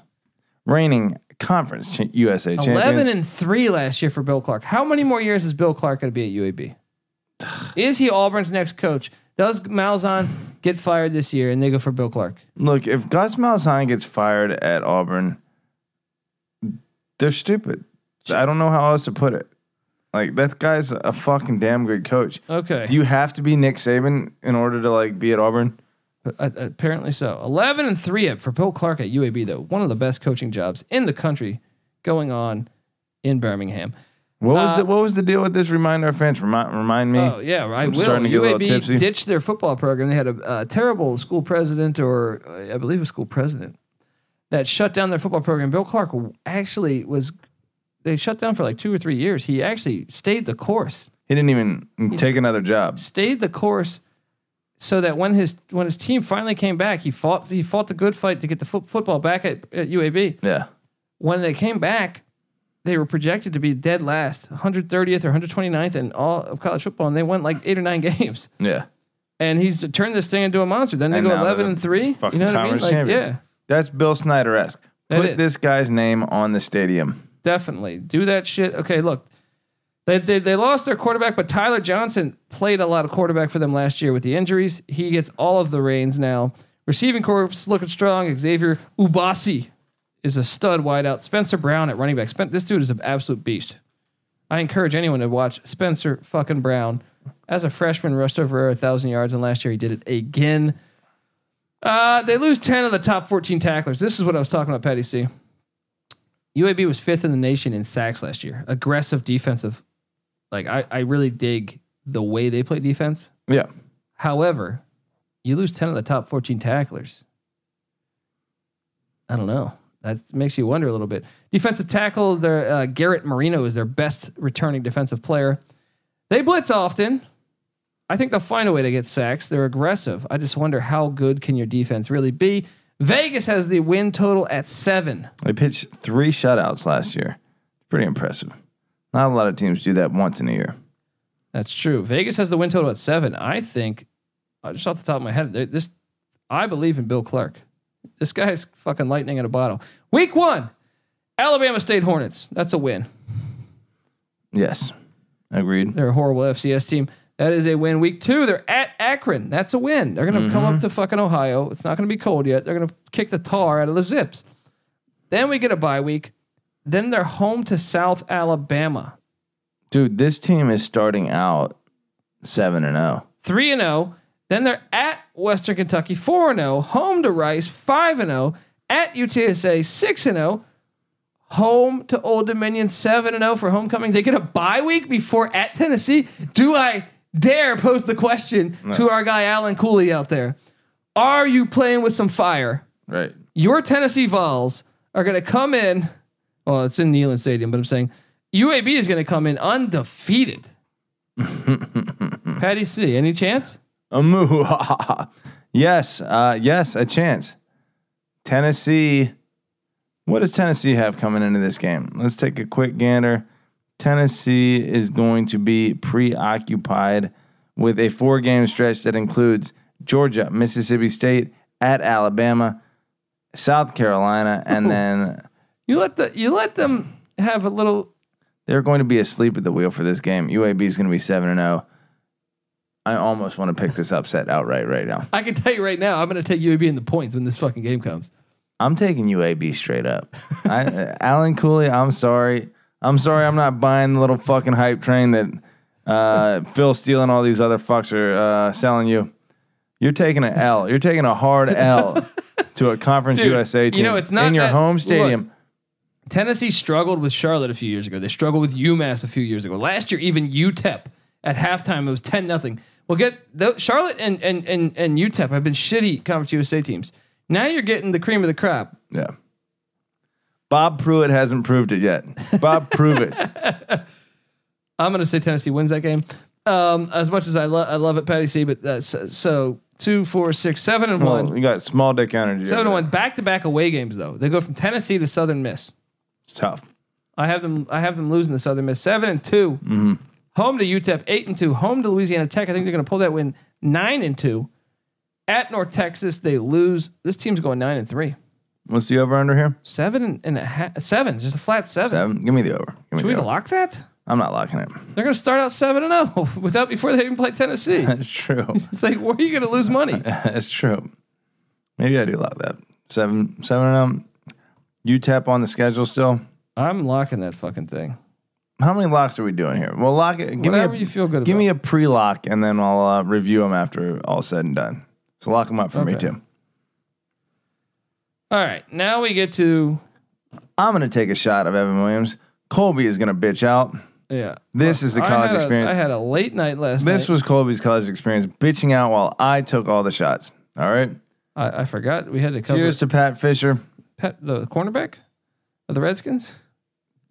Speaker 3: Reigning conference cha- USA champions.
Speaker 2: Eleven and three last year for Bill Clark. How many more years is Bill Clark going to be at UAB? is he Auburn's next coach? Does Malzahn get fired this year and they go for Bill Clark?
Speaker 3: Look, if Gus Malzahn gets fired at Auburn, they're stupid. I don't know how else to put it. Like that guy's a fucking damn good coach.
Speaker 2: Okay.
Speaker 3: Do you have to be Nick Saban in order to like be at Auburn?
Speaker 2: Uh, apparently so. 11 and 3 up for Bill Clark at UAB, though. One of the best coaching jobs in the country going on in Birmingham.
Speaker 3: What was
Speaker 2: Uh,
Speaker 3: the What was the deal with this? Remind our fans. Remind Remind me.
Speaker 2: Oh yeah, I
Speaker 3: I'm
Speaker 2: will.
Speaker 3: starting to get a little
Speaker 2: UAB
Speaker 3: tipsy.
Speaker 2: ditched their football program. They had a, uh terrible school president, or uh, I believe a school president, that shut down their football program. Bill Clark w- actually was. They shut down for like two or three years. He actually stayed the course,
Speaker 3: He didn't even take another job.
Speaker 2: stayed the course, so that when his when his team finally came back, he fought he fought the good fight to get the fo- football back at, at UAB.
Speaker 3: Yeah.
Speaker 2: When they came back, they were projected to be dead last, 130th or 129th in all of college football, and they won like eight or nine games
Speaker 3: Yeah.
Speaker 2: and he's turned this thing into a monster. Then they
Speaker 3: And
Speaker 2: go
Speaker 3: now they're
Speaker 2: eleven and three. You
Speaker 3: fucking
Speaker 2: know what I mean?
Speaker 3: conference
Speaker 2: Like,
Speaker 3: champion.
Speaker 2: yeah,
Speaker 3: That's Bill Snyder esque.
Speaker 2: That
Speaker 3: Put
Speaker 2: is.
Speaker 3: this guy's name on the stadium.
Speaker 2: definitely do that shit. Okay, look, they, they they lost their quarterback, but Tyler Johnson played a lot of quarterback for them last year with the injuries. He gets all of the reins now. Receiving corps looking strong. Xavier Ubasi is a stud wideout. Spencer Brown at running back. Spen- this dude is an absolute beast. I encourage anyone to watch Spencer fucking Brown. As a freshman, rushed over a thousand yards, and last year he did it again. Uh, they lose ten of the top fourteen tacklers. This is what I was talking about, Patty C. UAB was fifth in the nation in sacks last year. Aggressive defensive. Like I, I really dig the way they play defense.
Speaker 3: Yeah.
Speaker 2: However, you lose 10 of the top 14 tacklers. I don't know. That makes you wonder a little bit. Defensive tackle, their uh, Garrett Marino is their best returning defensive player. They blitz often. I think they'll find a way to get sacks. They're aggressive. I just wonder how good can your defense really be. Vegas has the win total at seven.
Speaker 3: They pitched three shutouts last year. Pretty impressive. Not a lot of teams do that once in a year.
Speaker 2: That's true. Vegas has the win total at seven. I think, uh, just off the top of my head, th- this I believe in Bill Clark. This guy's fucking lightning in a bottle. Week one, Alabama State Hornets. That's a win.
Speaker 3: Yes. Agreed.
Speaker 2: They're a horrible FCS team. That is a win. Week two, they're at Akron. That's a win. They're going to come up to fucking Ohio. It's not going to be cold yet. They're going to kick the tar out of the zips. Then we get a bye week. Then they're home to South Alabama.
Speaker 3: Dude, this team is starting out 7 and oh. 0.
Speaker 2: 3 and 0. Then they're at Western Kentucky 4 and 0, home to Rice 5 and 0, at UTSA 6 and 0, home to Old Dominion 7 and 0 for homecoming. They get a bye week before at Tennessee. Do I dare pose the question to our guy Alan Cooley out there? Are you playing with some fire?
Speaker 3: Right.
Speaker 2: your Tennessee Vols are going to come in. Well, it's in Neyland Stadium, but I'm saying UAB is going to come in undefeated. Patty C, any chance?
Speaker 3: Amu. yes. Uh, yes. A chance. Tennessee. What does Tennessee have coming into this game? Let's take a quick gander. Tennessee is going to be preoccupied with a four game stretch that includes Georgia, Mississippi State, at Alabama, South Carolina, and then
Speaker 2: You let the you let them have a little.
Speaker 3: they're going to be asleep at the wheel for this game. UAB is going to be 7 and 0. I almost want to pick this upset outright right now.
Speaker 2: I can tell you right now, I'm going to take UAB in the points when this fucking game comes.
Speaker 3: I'm taking UAB straight up. I, uh, Alan Cooley, I'm sorry. I'm sorry. I'm not buying the little fucking hype train that uh, Phil Steele and all these other fucks are uh, selling you. You're taking an L. You're taking a hard L to a Conference
Speaker 2: Dude,
Speaker 3: USA
Speaker 2: you
Speaker 3: team
Speaker 2: know, it's not
Speaker 3: in your
Speaker 2: that-
Speaker 3: home stadium.
Speaker 2: Tennessee struggled with Charlotte a few years ago. They struggled with UMass a few years ago. Last year, even UTEP at halftime it was ten nothing. Well, get the, Charlotte and and and and UTEP have been shitty Conference USA teams. Now you're getting the cream of the crop.
Speaker 3: Yeah. Bob Pruitt hasn't proved it yet. Bob, prove it.
Speaker 2: I'm going to say Tennessee wins that game. Um, as much as I, lo- I love it, Patty C. But uh, so, so two, four, six, seven, and one,
Speaker 3: Well, you got small dick energy.
Speaker 2: seven and
Speaker 3: over
Speaker 2: one, back to back away games though. They go from Tennessee to Southern Miss.
Speaker 3: there. It's tough.
Speaker 2: I have them. I have them losing to Southern Miss seven and 2
Speaker 3: Mm-hmm.
Speaker 2: Home to UTEP eight and two. Home to Louisiana Tech. I think they're going to pull that win nine and two. At North Texas, they lose. This team's going nine and three.
Speaker 3: What's the over under here?
Speaker 2: Seven and a half. Seven, just a flat seven.
Speaker 3: Seven. Give me the over. Give me
Speaker 2: Do we
Speaker 3: the over.
Speaker 2: lock that?
Speaker 3: I'm not locking it.
Speaker 2: They're going to start out seven and zero without before they even play Tennessee.
Speaker 3: That's true.
Speaker 2: It's like where are you going to lose money?
Speaker 3: That's true. Maybe I do like that. Seven, seven and um, you tap on the schedule still.
Speaker 2: I'm locking that fucking thing.
Speaker 3: How many locks are we doing here? Well, lock it. Give
Speaker 2: Whatever
Speaker 3: me a,
Speaker 2: you feel good
Speaker 3: give
Speaker 2: about.
Speaker 3: me a pre-lock, and then I'll uh, review them after all said and done. So lock them up for me
Speaker 2: Okay.
Speaker 3: too.
Speaker 2: All right, now we get to
Speaker 3: I'm gonna take a shot of Evan Williams. Colby is gonna bitch out.
Speaker 2: Yeah.
Speaker 3: This is the
Speaker 2: I
Speaker 3: college
Speaker 2: had a-
Speaker 3: experience.
Speaker 2: I had a late night last
Speaker 3: this
Speaker 2: night.
Speaker 3: was Colby's college experience, bitching out while I took all the shots. All right.
Speaker 2: I, I forgot we had to cover
Speaker 3: Cheers to Pat Fisher.
Speaker 2: Pat, the cornerback of the Redskins.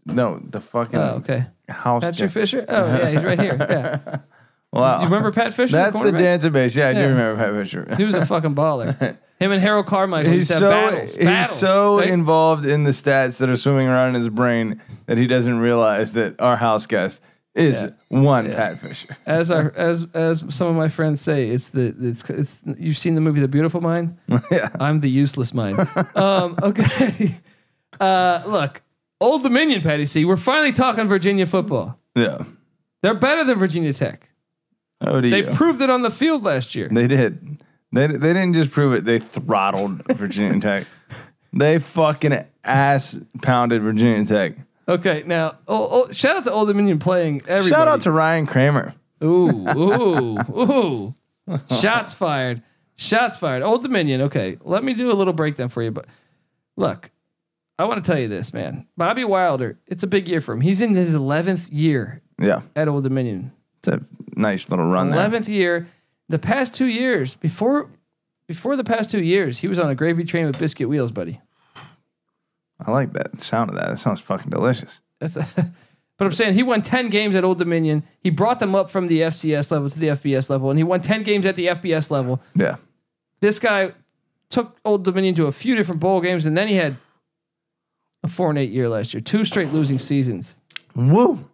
Speaker 3: No, the fucking
Speaker 2: Oh, okay.
Speaker 3: house.
Speaker 2: Patrick
Speaker 3: guy.
Speaker 2: Fisher. Oh, yeah, he's right here. Yeah.
Speaker 3: Wow.
Speaker 2: You remember Pat Fisher?
Speaker 3: That's the
Speaker 2: cornerback?
Speaker 3: database. Yeah, I
Speaker 2: Yeah.
Speaker 3: do remember Pat Fisher.
Speaker 2: He was a fucking baller. Him and Harold Carmichael used
Speaker 3: He's
Speaker 2: to have
Speaker 3: so
Speaker 2: battles.
Speaker 3: he's
Speaker 2: battles,
Speaker 3: so
Speaker 2: right?
Speaker 3: involved in the stats that are swimming around in his brain that he doesn't realize that our house guest is one Pat Fisher.
Speaker 2: as our as as some of my friends say, it's the it's it's you've seen the movie The Beautiful Mind.
Speaker 3: yeah.
Speaker 2: I'm the useless mind. um, okay. Uh, look, Old Dominion, Patty C. We're finally talking Virginia football.
Speaker 3: Yeah.
Speaker 2: They're better than Virginia Tech.
Speaker 3: Oh, do
Speaker 2: They
Speaker 3: you?
Speaker 2: proved it on the field last year.
Speaker 3: They did. They they didn't just prove it. They throttled Virginia Tech. They fucking ass pounded Virginia Tech.
Speaker 2: Okay, now oh, oh, shout out to Old Dominion playing everybody.
Speaker 3: Shout out to Ryan Kramer.
Speaker 2: Ooh, ooh, ooh. Shots fired. Shots fired. Old Dominion. Okay. Let me do a little breakdown for you. But look, I want to tell you this, man. Bobby Wilder, it's a big year for him. He's in his 11th year
Speaker 3: Yeah,
Speaker 2: at Old Dominion.
Speaker 3: it's a nice little run there.
Speaker 2: 11th year. The past two years, before before the past two years, he was on a gravy train with biscuit wheels, buddy.
Speaker 3: I like that sound of that. It sounds fucking delicious.
Speaker 2: That's but I'm saying he won 10 games at Old Dominion. He brought them up from the FCS level to the FBS level, and he won 10 games at the FBS level.
Speaker 3: Yeah,
Speaker 2: this guy took Old Dominion to a few different bowl games, and then he had a four and eight year last year, two straight losing seasons.
Speaker 3: woo.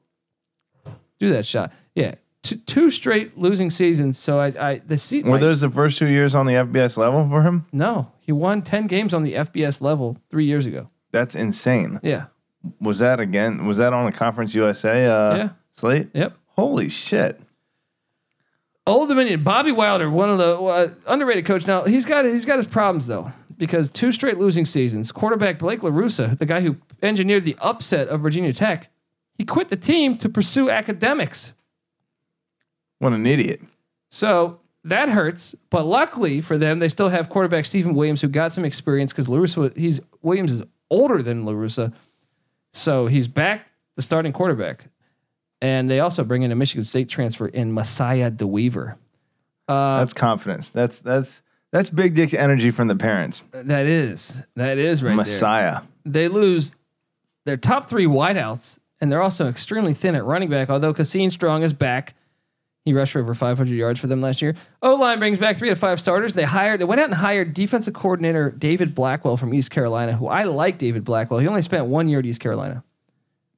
Speaker 2: Do that shot, yeah, two, two straight losing seasons. So I, I the seat.
Speaker 3: Were those the first two years on the FBS level for him?
Speaker 2: no? He won ten games on the FBS level three years ago.
Speaker 3: That's insane.
Speaker 2: Yeah,
Speaker 3: Was that again? Was that on the Conference USA uh,
Speaker 2: Yeah.
Speaker 3: slate?
Speaker 2: yep.
Speaker 3: Holy shit!
Speaker 2: Old Dominion, Bobby Wilder, one of the uh, underrated coach. Now he's got he's got his problems though because two straight losing seasons. Quarterback Blake Larusa, the guy who engineered the upset of Virginia Tech, he quit the team to pursue academics.
Speaker 3: What an idiot.
Speaker 2: So that hurts. But luckily for them, they still have quarterback Stephen Williams, who got some experience because Larusa, he's Williams is older than Larusa, so he's back the starting quarterback. And they also bring in a Michigan State transfer in Messiah DeWeaver. Uh,
Speaker 3: That's confidence. That's that's that's big dick energy from the parents.
Speaker 2: that is that is right
Speaker 3: Messiah.
Speaker 2: there. They lose their top three wideouts, and they're also extremely thin at running back. Although Cassine Strong is back, He rushed for over 500 yards for them last year. O line brings back three to five starters. They hired, they went out and hired defensive coordinator David Blackwell from East Carolina, who I like David Blackwell. He only spent one year at East Carolina.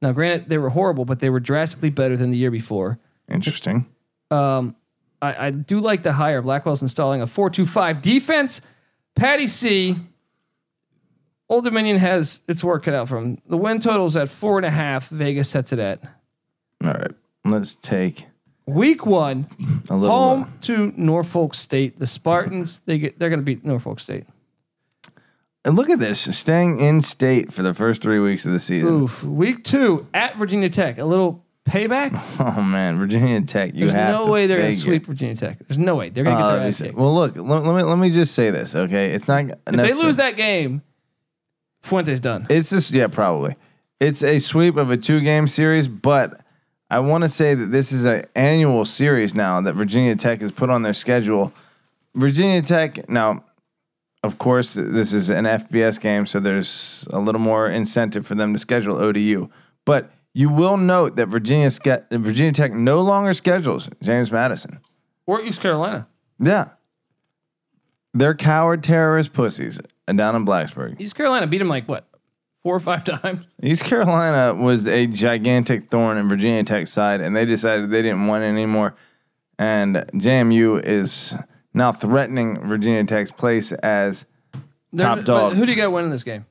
Speaker 2: Now, granted, they were horrible, but they were drastically better than the year before.
Speaker 3: Interesting.
Speaker 2: Um, I, I do like the hire. Blackwell's installing a 4 2 5 defense. Patty C. Old Dominion has its work cut out for them. The win total's at four and a half. Vegas sets it at
Speaker 3: All right. Let's take
Speaker 2: week one.
Speaker 3: a little
Speaker 2: home to Norfolk State. The Spartans, they get they're going to beat Norfolk State.
Speaker 3: And look at this. Staying in state for the first three weeks of the season.
Speaker 2: Oof. Week two at Virginia Tech. A little payback.
Speaker 3: Oh man, Virginia Tech, you
Speaker 2: There's
Speaker 3: have
Speaker 2: no
Speaker 3: to
Speaker 2: way they're going to
Speaker 3: figure.
Speaker 2: sweep Virginia Tech. There's no way they're going to get their
Speaker 3: Uh,
Speaker 2: ass kicked.
Speaker 3: well, look. Let, let me let me just say this, okay? It's not.
Speaker 2: if they lose that game, Fuente's done.
Speaker 3: It's just yeah, probably. It's a sweep of a two-game series, but I want to say that this is an annual series now that Virginia Tech has put on their schedule. Virginia Tech now, of course, this is an FBS game, so there's a little more incentive for them to schedule ODU. But you will note that Virginia ske- Virginia Tech no longer schedules James Madison.
Speaker 2: Or East Carolina.
Speaker 3: Yeah, they're coward terrorist pussies uh, down in Blacksburg.
Speaker 2: East Carolina beat them like what? Four or five times.
Speaker 3: East Carolina was a gigantic thorn in Virginia Tech's side, and they decided they didn't want it anymore. And JMU is now threatening Virginia Tech's place as
Speaker 2: They're-
Speaker 3: Top
Speaker 2: but
Speaker 3: dog.
Speaker 2: Who do you got winning this game?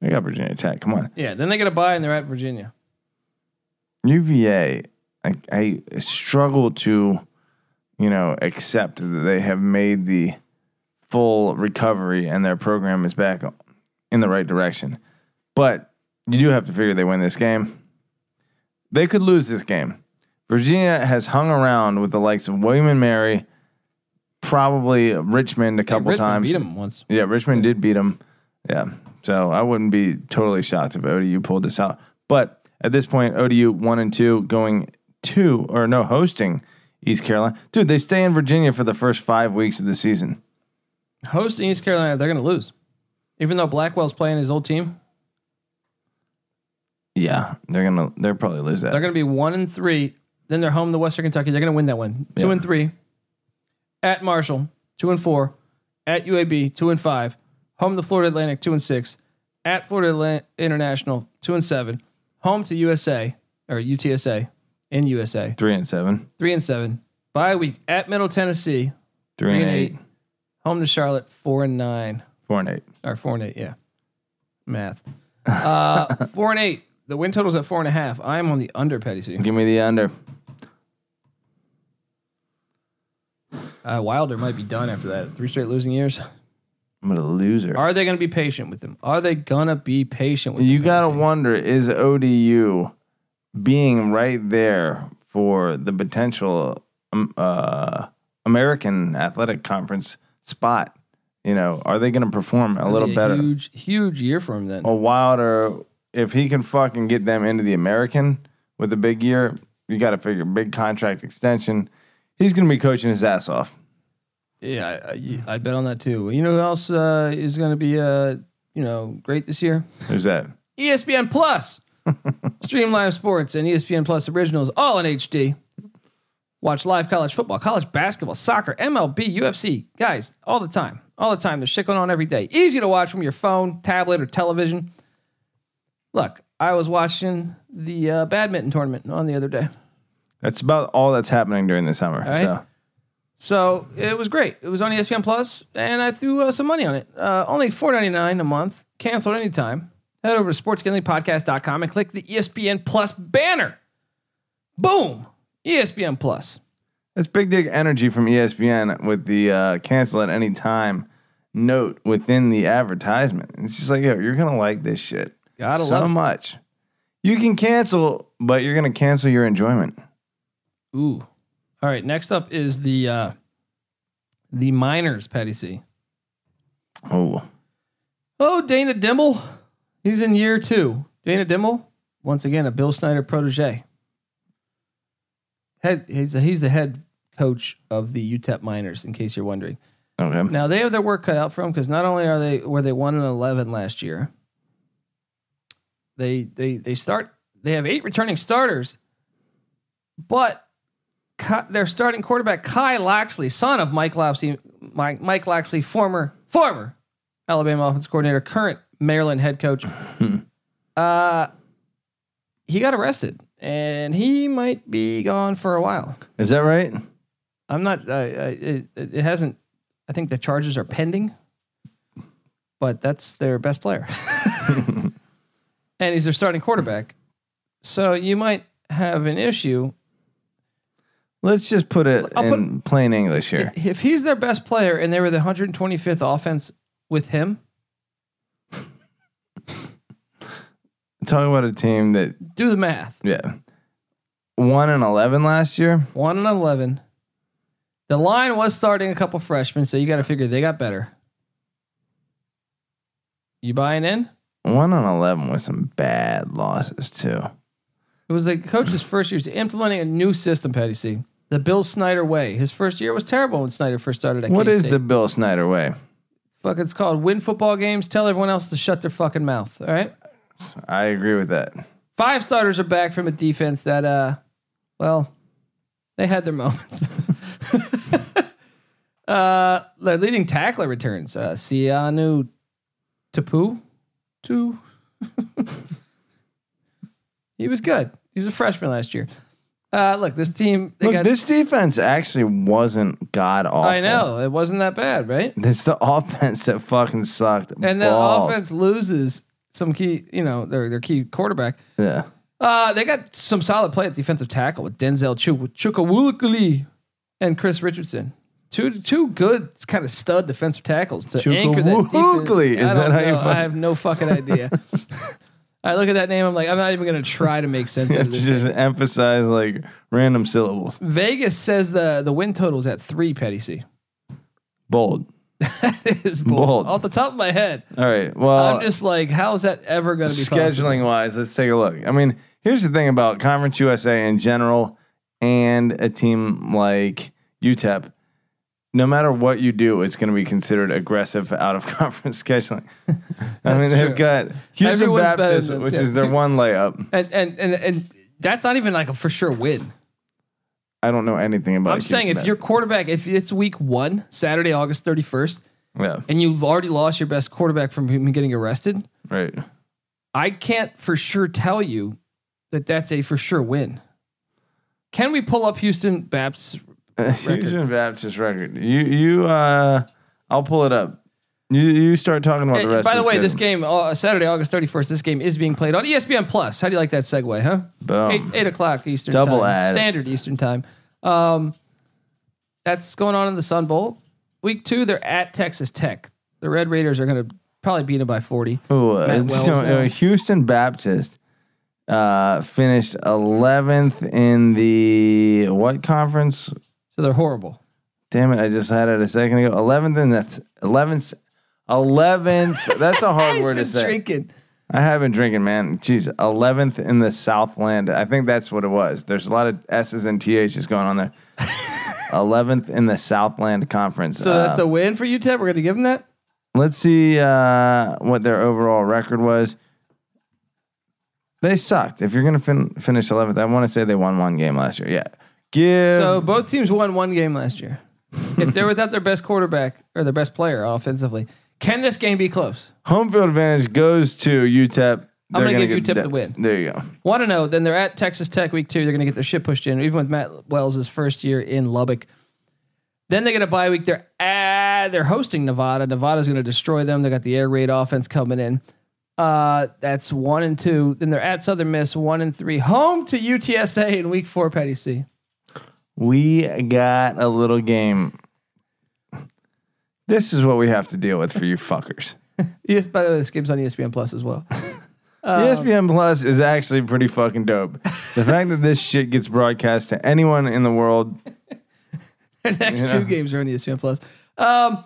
Speaker 3: they got Virginia Tech. Come on,
Speaker 2: Yeah, then they get a bye and they're at Virginia.
Speaker 3: UVA. I, I struggle to, you know, accept that they have made the full recovery and their program is back in the right direction. But you do have to figure they win this game. They could lose this game. Virginia has hung around with the likes of William and Mary, probably Richmond a couple
Speaker 2: Richmond
Speaker 3: times.
Speaker 2: beat them once.
Speaker 3: Yeah, Richmond did beat them. Yeah. So I wouldn't be totally shocked if ODU pulled this out. But At this point, ODU one and two going to or no hosting East Carolina. Dude, they stay in Virginia for the first five weeks of the season.
Speaker 2: Hosting East Carolina, they're going to lose. Even though Blackwell's playing his old team,
Speaker 3: Yeah, they're gonna they're probably lose that.
Speaker 2: they're going to be one and three. Then they're home to Western Kentucky. They're going to win that one. Two
Speaker 3: Yeah.
Speaker 2: and three. At Marshall, two and four. At UAB, two and five. Home to Florida Atlantic, two and six. At Florida Atlantic International, two and seven. Home to USA or UTSA in USA,
Speaker 3: three and seven,
Speaker 2: three and seven. Bye week at Middle Tennessee,
Speaker 3: three, and eight,
Speaker 2: Home to Charlotte, four and nine.
Speaker 3: four and eight.
Speaker 2: Or four and eight, yeah. Math. Uh, four and eight. The win total's at four and a half. I'm on the under, Petty C.
Speaker 3: Give me the under.
Speaker 2: Uh, Wilder might be done after that. Three straight losing years.
Speaker 3: I'm gonna loser.
Speaker 2: Are they going to be patient with him? Are they going to be patient with
Speaker 3: You
Speaker 2: him,
Speaker 3: gotta
Speaker 2: Petty C?
Speaker 3: wonder is ODU being right there for the potential um, uh, American Athletic Conference spot? You know, are they gonna perform a little
Speaker 2: Be
Speaker 3: better? Oh.
Speaker 2: Huge, huge year for him then.
Speaker 3: a Wilder, if he can fucking get them into the American with a big year, you got to figure big contract extension. He's going to be coaching his ass off.
Speaker 2: Yeah, I, I, I bet on that too. You know who else uh, is going to be, uh, you know, great this year?
Speaker 3: Who's that?
Speaker 2: ESPN Plus, Streamline Sports, and E ESPN Plus Originals, all in HD. Watch live college football, college basketball, soccer, MLB, UFC, guys, all the time, all the time. There's shit going on every day. Easy to watch from your phone, tablet, or television. Look, I was watching the uh, badminton tournament on the other day.
Speaker 3: That's about all that's happening during the summer.
Speaker 2: right.
Speaker 3: So
Speaker 2: So it was great. It was on E ESPN Plus, and I threw uh, some money on it. Uh, only four ninety nine a month, canceled anytime. Head over to sportsgamblingpodcast.com and click the E ESPN Plus banner. Boom! E ESPN Plus.
Speaker 3: that's big dick energy from E ESPN with the uh, cancel at any time note within the advertisement. It's just like, yo, you're going to like this shit
Speaker 2: Gotta
Speaker 3: so
Speaker 2: love.
Speaker 3: much. You can cancel, but you're going to cancel your enjoyment.
Speaker 2: It. Ooh. All right. Next up is the uh, the Miners, Patty C.
Speaker 3: Oh,
Speaker 2: Oh, Dana Dimmel. He's in year two. Dana Dimmel, once again, a Bill Snyder protege. Head, he's, the, he's the head coach of the UTEP Miners, in case you're wondering.
Speaker 3: okay.
Speaker 2: Now they have their work cut out for them because not only are they were they one and eleven last year, they they they start they have eight returning starters, but Ki- their starting quarterback Kai Loxley, son of Mike Loxley, Mike Mike Loxley, former former Alabama offense coordinator, current Maryland head coach, uh, he got arrested and he might be gone for a while.
Speaker 3: Is that right?
Speaker 2: I'm not. I, I, it, it hasn't. I think the charges are pending, but that's their best player, and he's their starting quarterback. So you might have an issue
Speaker 3: Let's just put it
Speaker 2: I'll put-
Speaker 3: in plain English here.
Speaker 2: if he's their best player and they were the 125th offense with him.
Speaker 3: Talk about a team that
Speaker 2: Do the math.
Speaker 3: yeah, one and eleven last year.
Speaker 2: One and eleven. The line was starting a couple freshmen, so you got to figure they got better. You buying in?
Speaker 3: One and eleven with some bad losses too.
Speaker 2: It was the coach's first year. He's implementing a new system, Patty C. The Bill Snyder way. His first year was terrible when Snyder first started at
Speaker 3: What is
Speaker 2: K-State.
Speaker 3: the Bill Snyder way?
Speaker 2: fuck? It's called win football games. Tell everyone else to shut their fucking mouth. All right.
Speaker 3: I agree with that.
Speaker 2: Five starters are back from a defense that, uh, well, they had their moments. uh, the leading tackler returns. Uh, Sianu Tapu, two. he was good. He was a freshman last year. Uh, look, this team. They
Speaker 3: Look,
Speaker 2: got,
Speaker 3: this defense actually wasn't god awful.
Speaker 2: I know it wasn't that bad, right?
Speaker 3: It's the offense that fucking sucked.
Speaker 2: And the
Speaker 3: Balls.
Speaker 2: offense loses some key, you know, their their key quarterback.
Speaker 3: Yeah.
Speaker 2: Uh, they got some solid play at defensive tackle with Denzel Chuk- Chukawulikuli and Chris Richardson. Two two good kind of stud defensive tackles to anchor that defense.
Speaker 3: Chukawulikuli. Is
Speaker 2: I
Speaker 3: that
Speaker 2: don't
Speaker 3: how you
Speaker 2: know.
Speaker 3: fuck-
Speaker 2: I have no fucking idea. I look at that name. I'm like, I'm not even gonna try to make sense
Speaker 3: You
Speaker 2: of
Speaker 3: have to
Speaker 2: this.
Speaker 3: just emphasize like random syllables.
Speaker 2: Vegas says the the win total is at three. Petty C.
Speaker 3: Bold.
Speaker 2: It is bold.
Speaker 3: Bold. Uh,
Speaker 2: Off the top of my head,
Speaker 3: All right. Well,
Speaker 2: I'm just like, how is that ever gonna be possible?
Speaker 3: scheduling wise, let's take a look. I mean, Here's the thing about Conference USA in general and a team like UTEP. No matter what you do, it's going to be considered aggressive out of conference scheduling. I mean, they've
Speaker 2: true.
Speaker 3: got Houston
Speaker 2: Everyone's better
Speaker 3: Baptist,
Speaker 2: than-
Speaker 3: which
Speaker 2: yeah.
Speaker 3: is their one layup.
Speaker 2: And and and, and that's not even like a for sure win.
Speaker 3: I don't know anything about.
Speaker 2: I'm saying if your quarterback, if it's week one, Saturday, August 31st,
Speaker 3: yeah,
Speaker 2: and you've already lost your best quarterback from him getting arrested,
Speaker 3: right.
Speaker 2: I can't for sure tell you that that's a for sure win. Can we pull up Houston Baps?
Speaker 3: Houston Baptist record. You you uh, I'll pull it up. You you start talking about the
Speaker 2: And
Speaker 3: rest.
Speaker 2: By the
Speaker 3: of
Speaker 2: way, this
Speaker 3: schedule.
Speaker 2: game, uh, Saturday, August 31st, this game is being played on E ESPN Plus. How do you like that segue, huh? Eight,
Speaker 3: Boom.
Speaker 2: eight o'clock Eastern
Speaker 3: Um, Double
Speaker 2: time.
Speaker 3: ad.
Speaker 2: Standard Eastern time. Um, that's going on in the Sun Bowl. Week two, they're at Texas Tech. The Red Raiders are going to probably beat them by 40.
Speaker 3: Ooh, uh,
Speaker 2: Matt
Speaker 3: so,
Speaker 2: Wells now.
Speaker 3: uh, Houston Baptist uh, finished 11th in the what conference?
Speaker 2: So they're horrible.
Speaker 3: Damn it! I just had it a second ago. 11th in that 11th. 11th. That's a hard
Speaker 2: He's
Speaker 3: word to
Speaker 2: been
Speaker 3: say.
Speaker 2: drinking.
Speaker 3: I have been drinking, man. Jeez, 11th in the Southland. I think that's what it was. There's a lot of S's and TH's going on there. 11th in the Southland Conference.
Speaker 2: So that's
Speaker 3: Uh,
Speaker 2: a win for UTEP. We're going to give them that.
Speaker 3: let's see uh, what their overall record was. They sucked. If you're going to fin- finish 11th, I want to say they won one game last year. Yeah. Give.
Speaker 2: So both teams won one game last year. if they're without their best quarterback or their best player offensively, can this game be close?
Speaker 3: home field advantage goes to UTEP.
Speaker 2: I'm
Speaker 3: They're
Speaker 2: gonna
Speaker 3: gonna
Speaker 2: give
Speaker 3: get
Speaker 2: UTEP the win.
Speaker 3: There you go.
Speaker 2: Want to know? Then they're at Texas Tech week two. They're going to get their shit pushed in, even with Matt Wells' first year in Lubbock. Then they get a bye week. They're at, they're hosting Nevada. Nevada's going to destroy them. They got the air raid offense coming in. Uh, that's one and two. Then they're at Southern Miss, one and three. Home to UTSA in week four. Patty C.
Speaker 3: We got a little game. This is what we have to deal with for you fuckers.
Speaker 2: Yes. By the way, this game's on E ESPN Plus as well. Um,
Speaker 3: ESPN Plus is actually pretty fucking dope. The fact that this shit gets broadcast to anyone in the world,
Speaker 2: Their next
Speaker 3: Yeah.
Speaker 2: two games are on E ESPN Plus. Um,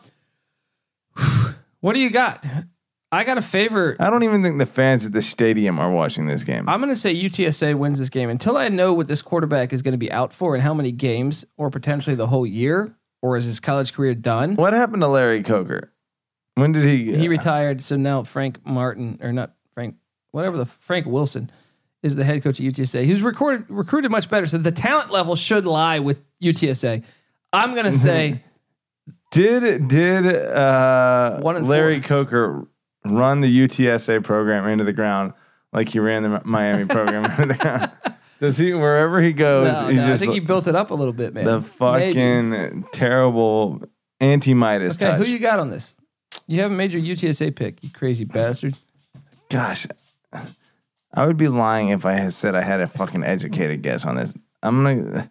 Speaker 2: what do you got? I got a favorite.
Speaker 3: I don't even think the fans at the stadium are watching this game.
Speaker 2: I'm going to say UTSA wins this game until I know what this quarterback is going to be out for and how many games or potentially the whole year or is his college career done?
Speaker 3: What happened to Larry Coker? When did he?
Speaker 2: He retired, so now Frank Martin or not Frank, whatever the Frank Wilson is the head coach at UTSA. He was recorded, recruited much better, so the talent level should lie with UTSA. I'm
Speaker 3: Mm-hmm.
Speaker 2: going to say
Speaker 3: did did uh,
Speaker 2: One and
Speaker 3: Larry Coker run the UTSA program into the ground like he ran the Miami program into the ground? Does he wherever he goes?
Speaker 2: No,
Speaker 3: he's
Speaker 2: no, I
Speaker 3: just
Speaker 2: think he built it up a little bit, man.
Speaker 3: the
Speaker 2: Maybe.
Speaker 3: fucking terrible anti Midas
Speaker 2: Okay,
Speaker 3: touch.
Speaker 2: who you got on this? You haven't made your UTSA pick, you crazy bastard.
Speaker 3: Gosh, I would be lying if I had said I had a fucking educated guess on this. I'm gonna,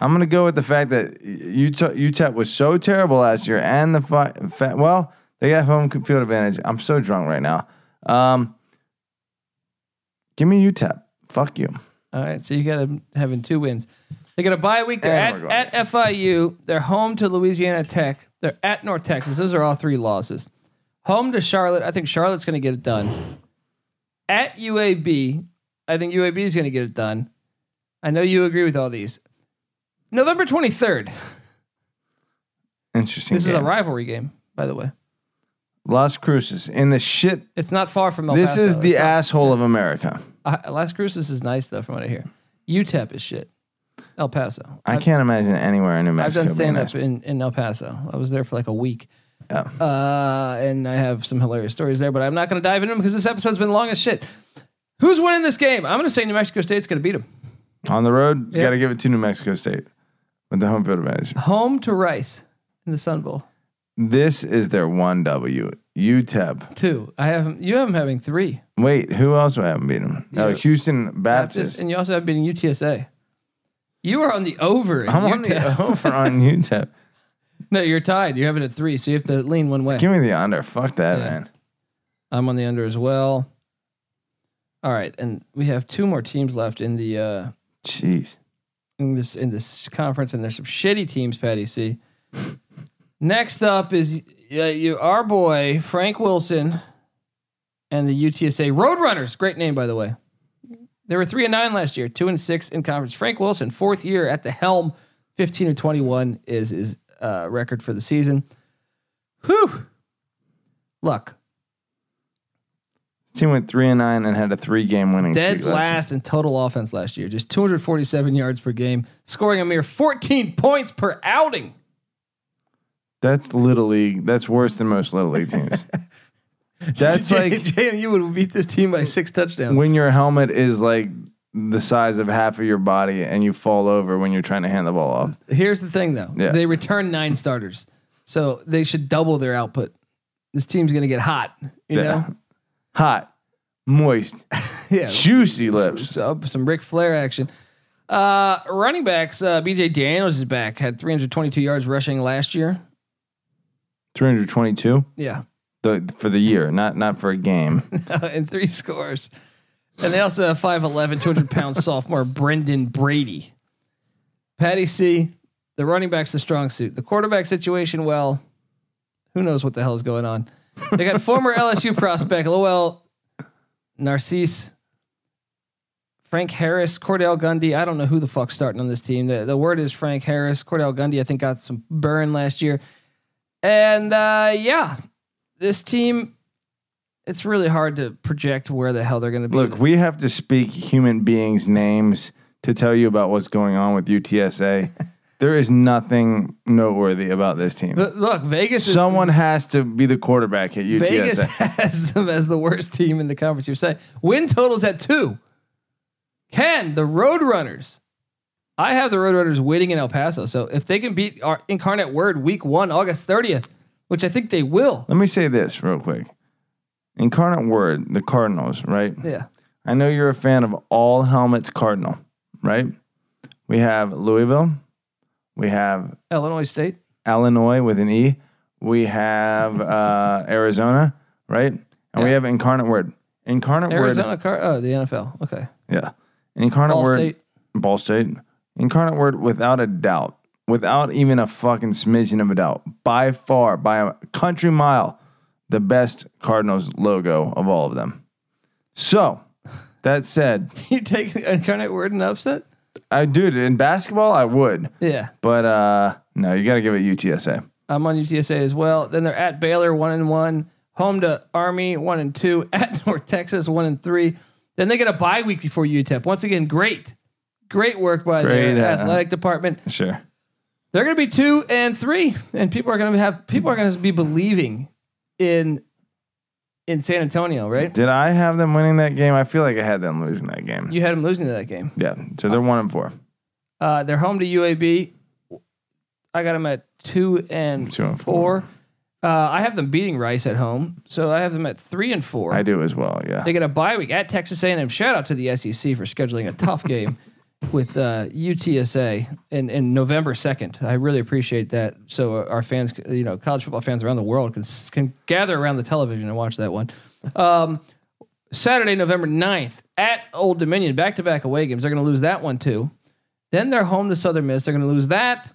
Speaker 3: I'm gonna go with the fact that UTEP, UTEP was so terrible last year, and the fi- fa- well, they got home field advantage. I'm so drunk right now. Um, give me UTEP. Fuck you.
Speaker 2: All right, so you got them having two wins. They got a bye week. They're
Speaker 3: And we're
Speaker 2: at, at FIU. They're home to Louisiana Tech. They're at North Texas. Those are all three losses. Home to Charlotte. I think Charlotte's going to get it done. At UAB, I think UAB is going to get it done. I know you agree with all these. November 23rd.
Speaker 3: Interesting.
Speaker 2: This is a
Speaker 3: game.
Speaker 2: rivalry game, by the way.
Speaker 3: Las Cruces in the shit.
Speaker 2: It's not far from El
Speaker 3: This
Speaker 2: Paso.
Speaker 3: is the asshole of America.
Speaker 2: Uh, Las Cruces is nice, though, from what I hear. UTEP is shit. El Paso.
Speaker 3: I can't imagine anywhere in New
Speaker 2: I've
Speaker 3: Mexico.
Speaker 2: done
Speaker 3: being
Speaker 2: stand up in, in El Paso. I was there for like a week.
Speaker 3: that- yeah.
Speaker 2: Uh, and I have some hilarious stories there, but I'm not going to dive into them because this episode's been long as shit. Who's winning this game? I'm going to say New Mexico State's going to beat them.
Speaker 3: On the road, you
Speaker 2: Yeah.
Speaker 3: got to give it to New Mexico State with the home field advantage.
Speaker 2: Home to Rice in the Sun Bowl.
Speaker 3: This is their one W. UTEP.
Speaker 2: Two. I have you have them having three.
Speaker 3: Wait, who else would I haven't beaten? Oh,
Speaker 2: You-
Speaker 3: Houston Baptist.
Speaker 2: Baptist, and you also have beating UTSA. You are on the over. in
Speaker 3: I'm on
Speaker 2: UTEP.
Speaker 3: the over on E UTEP.
Speaker 2: no, you're tied. You have it at three, so you have to lean one way.
Speaker 3: Give me the under. Fuck that,
Speaker 2: Yeah.
Speaker 3: man.
Speaker 2: I'm on the under as well. All right, and we have two more teams left in the uh,
Speaker 3: Jeez.
Speaker 2: in this in this conference, and there's some shitty teams, Patty C. Next up is uh, you, our boy Frank Wilson, and the UTSA Roadrunners. Great name, by the way. They were three and nine last year, two and six in conference. Frank Wilson, fourth year at the helm, fifteen and twenty-one is his uh, record for the season. Whew. Look,
Speaker 3: This team went three and nine and had a three game winning
Speaker 2: dead
Speaker 3: streak. last year.
Speaker 2: last in total offense last year, just 247 yards per game, scoring a mere 14 points per outing.
Speaker 3: That's little league. That's worse than most little league teams. That's like
Speaker 2: you would beat this team by six touchdowns.
Speaker 3: when your helmet is like the size of half of your body and you fall over when you're trying to hand the ball off.
Speaker 2: Here's the thing, though.
Speaker 3: Yeah.
Speaker 2: They return nine starters, so they should double their output. This team's going to get hot, you
Speaker 3: Yeah.
Speaker 2: know.
Speaker 3: Hot, moist,
Speaker 2: Yeah,
Speaker 3: juicy lips.
Speaker 2: so, some Ric Flair action. Uh, running backs. Uh, B.J. Daniels is back. Had 322 yards rushing last year.
Speaker 3: 322
Speaker 2: Yeah,
Speaker 3: the, for the year, not not for a game.
Speaker 2: and three scores. And they also have 5'11", 200 pound sophomore Brendan Brady. Patty C, the running back's the strong suit. The quarterback situation, well, who knows what the hell is going on. They got former LSU prospect Lowell Narcisse, Frank Harris, Cordell Gundy. I don't know who the fuck's starting on this team. The, the word is Frank Harris. Cordell Gundy, I think, got some burn last year. And uh, yeah, this team it's really hard to project where the hell they're going to be.
Speaker 3: Look, we have to speak human beings' names to tell you about what's going on with UTSA. there is nothing noteworthy about this team.
Speaker 2: L- look, Vegas. Is,
Speaker 3: Someone has to be the quarterback at UTSA.
Speaker 2: Vegas has them as the worst team in the conference. You say win totals at two. Can the Roadrunners? I have the Roadrunners winning in El Paso. So if they can beat our Incarnate Word Week One, August thirtieth, which I think they will.
Speaker 3: Let me say this real quick. Incarnate Word, the Cardinals, right?
Speaker 2: Yeah,
Speaker 3: I know you're a fan of all helmets Cardinal, right? We have Louisville. We have
Speaker 2: Illinois State.
Speaker 3: Illinois with an E. We have uh, Arizona, right? And we
Speaker 2: Yeah.
Speaker 3: have Incarnate Word. Incarnate
Speaker 2: Arizona, Car- oh, the NFL. Okay,
Speaker 3: Word. Yeah. Incarnate
Speaker 2: Ball
Speaker 3: Word.
Speaker 2: State.
Speaker 3: Ball State. Incarnate Word, without a doubt, without even a fucking smidgen of a doubt, by far, by a country mile, the best Cardinals logo of all of them. So, that said,
Speaker 2: You take Incarnate Word and upset?
Speaker 3: I dude in basketball I would,
Speaker 2: Yeah,
Speaker 3: but uh no, you got to give it UTSA.
Speaker 2: I'm on UTSA as well. Then they're at Baylor one and one, home to Army one and two, at North Texas one and three. Then they get a bye week before UTEP. Once again, great, great work by
Speaker 3: Great,
Speaker 2: the
Speaker 3: uh,
Speaker 2: athletic department.
Speaker 3: Sure.
Speaker 2: They're going to be two and three, and people are going to have people are going to be believing in in San Antonio, right?
Speaker 3: Did I have them winning that game? I feel like I had them losing that game.
Speaker 2: You had them losing to that game.
Speaker 3: yeah. So they're one and four.
Speaker 2: Uh, they're home to UAB. I got them at two and,
Speaker 3: Two and
Speaker 2: four. Uh, I have them beating Rice at home, so I have them at three and four.
Speaker 3: I do as well. Yeah.
Speaker 2: They get a bye week at Texas A&M. Shout out to the SEC for scheduling a tough game with uh, UTSA in, in November second. I really appreciate that. So our fans, you know, college football fans around the world can can gather around the television and watch that one. Um, Saturday, November 9th at Old Dominion, back to back away games. They're going to lose that one too. Then they're home to Southern Miss. They're going to lose that.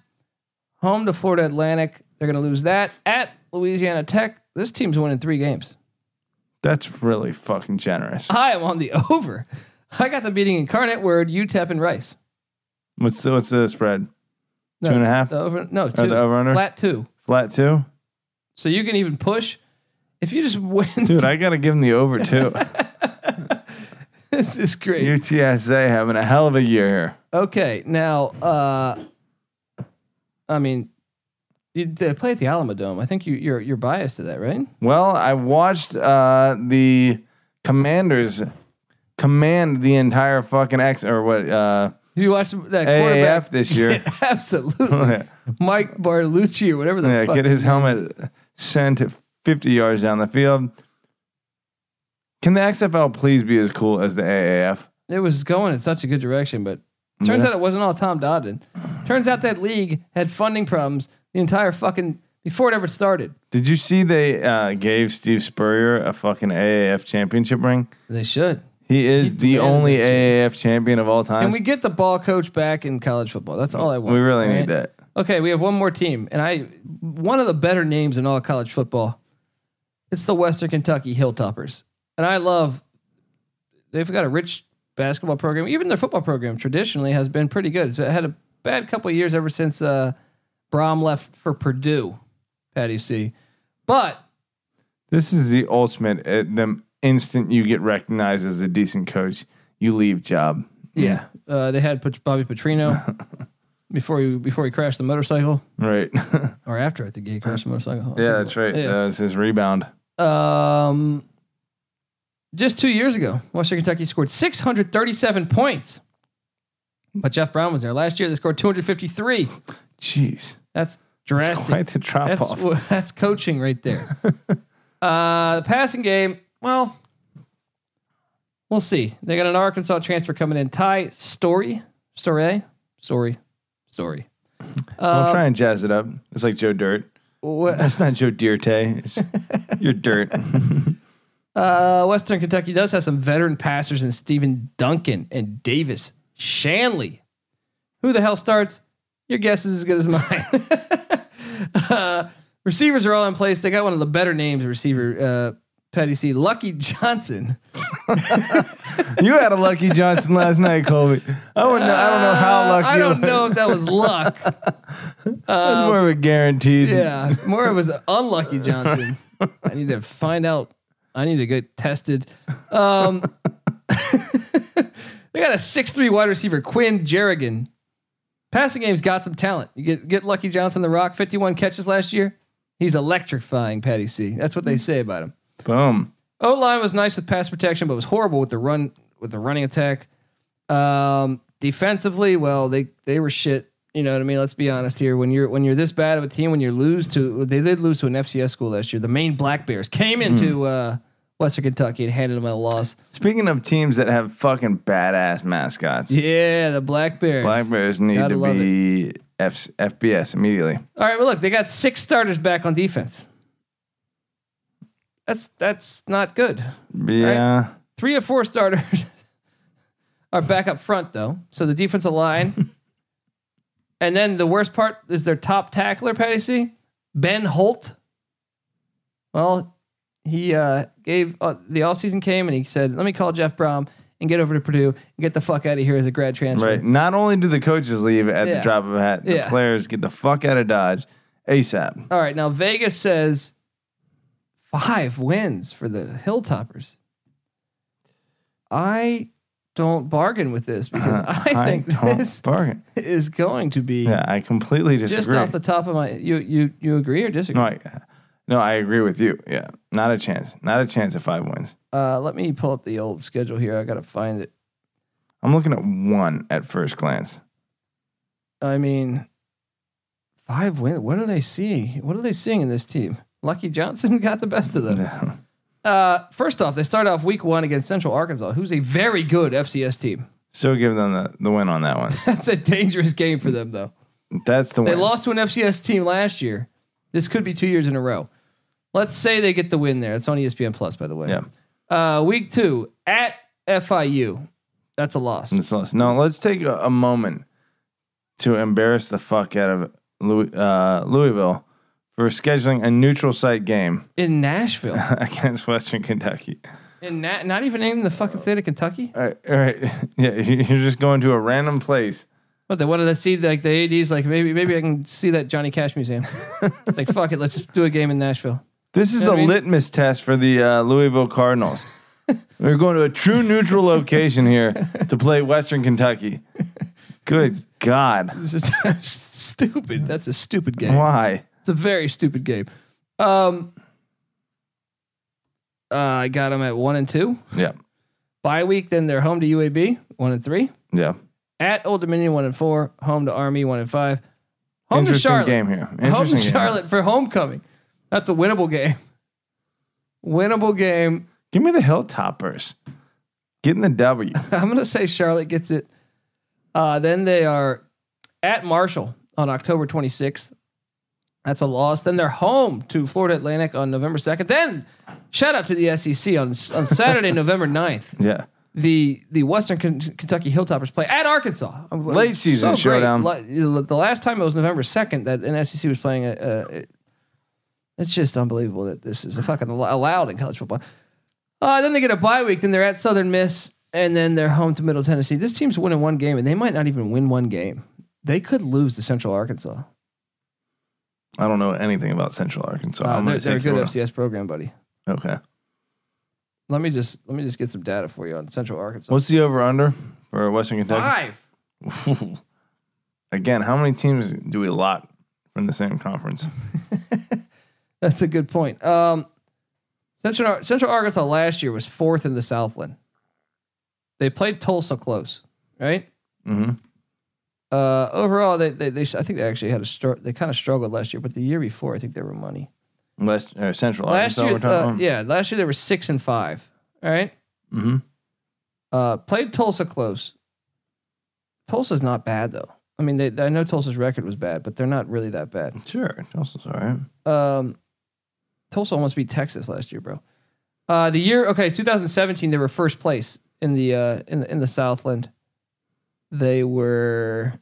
Speaker 2: Home to Florida Atlantic. They're going to lose that at Louisiana Tech. This team's winning three games.
Speaker 3: That's really fucking generous.
Speaker 2: I am on the over. I got the beating incarnate word, UTEP and Rice.
Speaker 3: What's the, what's the spread?
Speaker 2: No,
Speaker 3: Two and a half?
Speaker 2: The over, no, two,
Speaker 3: Or Oh, the over under?
Speaker 2: flat two.
Speaker 3: Flat two?
Speaker 2: So you can even push. If you just win,
Speaker 3: Dude, I got to give them the over two.
Speaker 2: this is great.
Speaker 3: UTSA having a hell of a year here.
Speaker 2: okay, now, uh, I mean, you, they play at the Alamo Dome. I think you, you're you're biased to that, right?
Speaker 3: Well, I watched uh, the Commanders command the entire fucking X or what uh,
Speaker 2: Did you watch that quarterback?
Speaker 3: AAF this year.
Speaker 2: Absolutely, Mike Barlucci or whatever the
Speaker 3: Yeah,
Speaker 2: fuck.
Speaker 3: get his helmet sent 50 yards down the field. Can the XFL please be as cool as the AAF?
Speaker 2: it was going in such a good direction, but turns out it wasn't all Tom Dodden. Turns out that league had funding problems the entire fucking before it ever started.
Speaker 3: Did you see they uh, gave Steve Spurrier a fucking AAF championship ring?
Speaker 2: They should.
Speaker 3: He is the
Speaker 2: demanded
Speaker 3: only
Speaker 2: that shit.
Speaker 3: AAF champion of all time.
Speaker 2: And we get the ball coach back in college football. That's all I want.
Speaker 3: We really
Speaker 2: all right?
Speaker 3: need that.
Speaker 2: Okay, we have one more team, and I one of the better names in all of college football. It's the Western Kentucky Hilltoppers, and I love. They've got a rich basketball program, even their football program, traditionally has been pretty good. It's had a bad couple of years ever since uh, Brom left for Purdue, Patty C. But
Speaker 3: This is the ultimate. uh the instant you get recognized as a decent coach, you leave job.
Speaker 2: yeah, uh, they had Pat- Bobby Petrino before he before he crashed the motorcycle,
Speaker 3: Right. yeah,
Speaker 2: or after I think he crashed the motorcycle.
Speaker 3: that's right.
Speaker 2: Yeah.
Speaker 3: That's his rebound.
Speaker 2: Um, just two years ago, Western Kentucky scored 637 points, but Jeff Brown was there last year. They scored 253.
Speaker 3: Jeez.
Speaker 2: That's
Speaker 3: That's
Speaker 2: drastic.
Speaker 3: quite the drop
Speaker 2: That's
Speaker 3: off.
Speaker 2: wh- that's coaching right there. uh, the passing game, well, we'll see. They got an Arkansas transfer coming in. Ty Story, Story, Story, Story. Um,
Speaker 3: I'll try and jazz it up. It's like Joe Dirt.
Speaker 2: Wh-
Speaker 3: That's not Joe Dirte. It's your dirt.
Speaker 2: Uh, Western Kentucky does have some veteran passers in Stephen Duncan and Davis Shanley. Who the hell starts? Your guess is as good as mine. uh, receivers are all in place. They got one of the better names, receiver uh, Patty C. Lucky Johnson.
Speaker 3: You had a lucky Johnson last night, Colby. I don't know. I don't know how lucky.
Speaker 2: Uh, I don't
Speaker 3: it was.
Speaker 2: know if that was luck.
Speaker 3: It's more of a guaranteed.
Speaker 2: Yeah, more it was an unlucky Johnson. I need to find out. I need to get tested. Um, they got a six-three wide receiver, Quinn Jerrigan. Passing game's got some talent. You get get Lucky Johnson, the Rock, fifty-one catches last year. He's electrifying Patty C. That's what they say about him.
Speaker 3: Boom.
Speaker 2: O line was nice with pass protection, but was horrible with the run with the running attack. Um, defensively, well, they they were shit. You know what I mean? Let's be honest here. When you're when you're this bad of a team, when you lose to they did lose to an FCS school last year. The Maine Black Bears came into uh, Western Kentucky and handed them a loss.
Speaker 3: Speaking of teams that have fucking badass mascots,
Speaker 2: Yeah, the Black Bears.
Speaker 3: Black Bears need
Speaker 2: Gotta
Speaker 3: to
Speaker 2: love
Speaker 3: be F- FBS immediately.
Speaker 2: All right, well, look, they got six starters back on defense. That's that's not good.
Speaker 3: Yeah.
Speaker 2: three or four starters are back up front though. So the defensive line, and then the worst part is their top tackler, Patty C, Ben Holt. Well, he uh, gave uh, the offseason came and he said, "Let me call Jeff Brom and get over to Purdue and get the fuck out of here as a grad transfer."
Speaker 3: Right. Not only do the coaches leave at
Speaker 2: Yeah.
Speaker 3: the drop of a hat, the
Speaker 2: Yeah.
Speaker 3: players get the fuck out of Dodge ASAP.
Speaker 2: All right, now Vegas says five wins for the Hilltoppers. I don't bargain with this because I think
Speaker 3: don't
Speaker 2: this
Speaker 3: bargain.
Speaker 2: is going to be
Speaker 3: Yeah, I completely disagree.
Speaker 2: just off the top of my you you you agree or disagree?
Speaker 3: no, I, no, I agree with you. Yeah. Not a chance. Not a chance at five wins.
Speaker 2: Uh, let me pull up the old schedule here. I gotta find it.
Speaker 3: I'm looking at one at first glance.
Speaker 2: I mean, five win. What do they see? What are they seeing in this team? Lucky Johnson got the best of them.
Speaker 3: Yeah.
Speaker 2: Uh, first off, they start off week one against Central Arkansas, who's a very good FCS team.
Speaker 3: Still give them the, the win on that one.
Speaker 2: That's a dangerous game for them, though.
Speaker 3: That's the
Speaker 2: They
Speaker 3: win.
Speaker 2: lost to an FCS team last year. This could be two years in a row. Let's say they get the win there. It's on E ESPN Plus, by the way.
Speaker 3: Yeah.
Speaker 2: Uh, week two at FIU. That's a loss.
Speaker 3: It's lost. No, let's take a, a moment to embarrass the fuck out of Louis, uh, Louisville for scheduling a neutral site game
Speaker 2: in Nashville.
Speaker 3: against Western Kentucky.
Speaker 2: In Na- not even in the fucking state of Kentucky.
Speaker 3: All right, all right. Yeah, you- you're just going to a random place.
Speaker 2: But they wanted to see like the ads. Like maybe maybe I can see that Johnny Cash museum. like fuck it, let's do a game in Nashville.
Speaker 3: This is
Speaker 2: know what
Speaker 3: a
Speaker 2: I mean?
Speaker 3: litmus test for the uh, Louisville Cardinals. We're going to a true neutral location here to play Western Kentucky. Good God,
Speaker 2: This is stupid. That's a stupid game.
Speaker 3: why?
Speaker 2: It's a very stupid game. Um, uh, I got them at one and two.
Speaker 3: Yeah,
Speaker 2: Bye week, then they're home to UAB one and three.
Speaker 3: yeah.
Speaker 2: At Old Dominion one and four. Home to Army one and five. Home to
Speaker 3: Interesting
Speaker 2: Charlotte.
Speaker 3: game here.
Speaker 2: home to
Speaker 3: Interesting game.
Speaker 2: Charlotte for homecoming. That's a winnable game. Winnable game.
Speaker 3: Give me the Hilltoppers. Getting the W.
Speaker 2: I'm gonna say Charlotte gets it. Uh, then they are at Marshall on October 26th. That's a loss. Then they're home to Florida Atlantic on November 2nd. Then shout out to the SEC on on Saturday, November 9th.
Speaker 3: Yeah.
Speaker 2: The the Western Ken- Kentucky Hilltoppers play at Arkansas. I'm like,
Speaker 3: Late season
Speaker 2: great.
Speaker 3: showdown.
Speaker 2: Li- The last time it was November 2nd that an SEC was playing a. a it- it's just unbelievable that this is fucking al- allowed in college football. Uh, then they get a bye week. Then they're at Southern Miss and then they're home to Middle Tennessee. This team's winning one game, and they might not even win one game. They could lose to Central Arkansas.
Speaker 3: I don't know anything about Central Arkansas.
Speaker 2: Uh,
Speaker 3: I'm
Speaker 2: they're,
Speaker 3: gonna
Speaker 2: they're a
Speaker 3: take
Speaker 2: good
Speaker 3: Florida.
Speaker 2: FCS program, buddy.
Speaker 3: Okay.
Speaker 2: Let me just let me just get some data for you on Central Arkansas.
Speaker 3: What's the over under for Western Kentucky?
Speaker 2: Five. Ah.
Speaker 3: Again, how many teams do we lock from the same conference?
Speaker 2: That's a good point. Um, Central Ar- Central Arkansas last year was fourth in the Southland. They played Tulsa close, right?
Speaker 3: Mm-hmm.
Speaker 2: Uh, overall, they, they they I think they actually had a str- they kind of struggled last year, but the year before, I think they were money.
Speaker 3: West or Central
Speaker 2: Last
Speaker 3: Arkansas.
Speaker 2: year,
Speaker 3: we're talking
Speaker 2: uh,
Speaker 3: about?
Speaker 2: yeah, last year they were six and five. All right,
Speaker 3: Mhm.
Speaker 2: uh, played Tulsa close. Tulsa's not bad though. I mean, they, I know Tulsa's record was bad, but they're not really that bad.
Speaker 3: Sure, Tulsa's all right.
Speaker 2: Um, Tulsa almost beat Texas last year, bro. Uh, the year okay, 2017, they were first place in the uh, in the, in the Southland. They were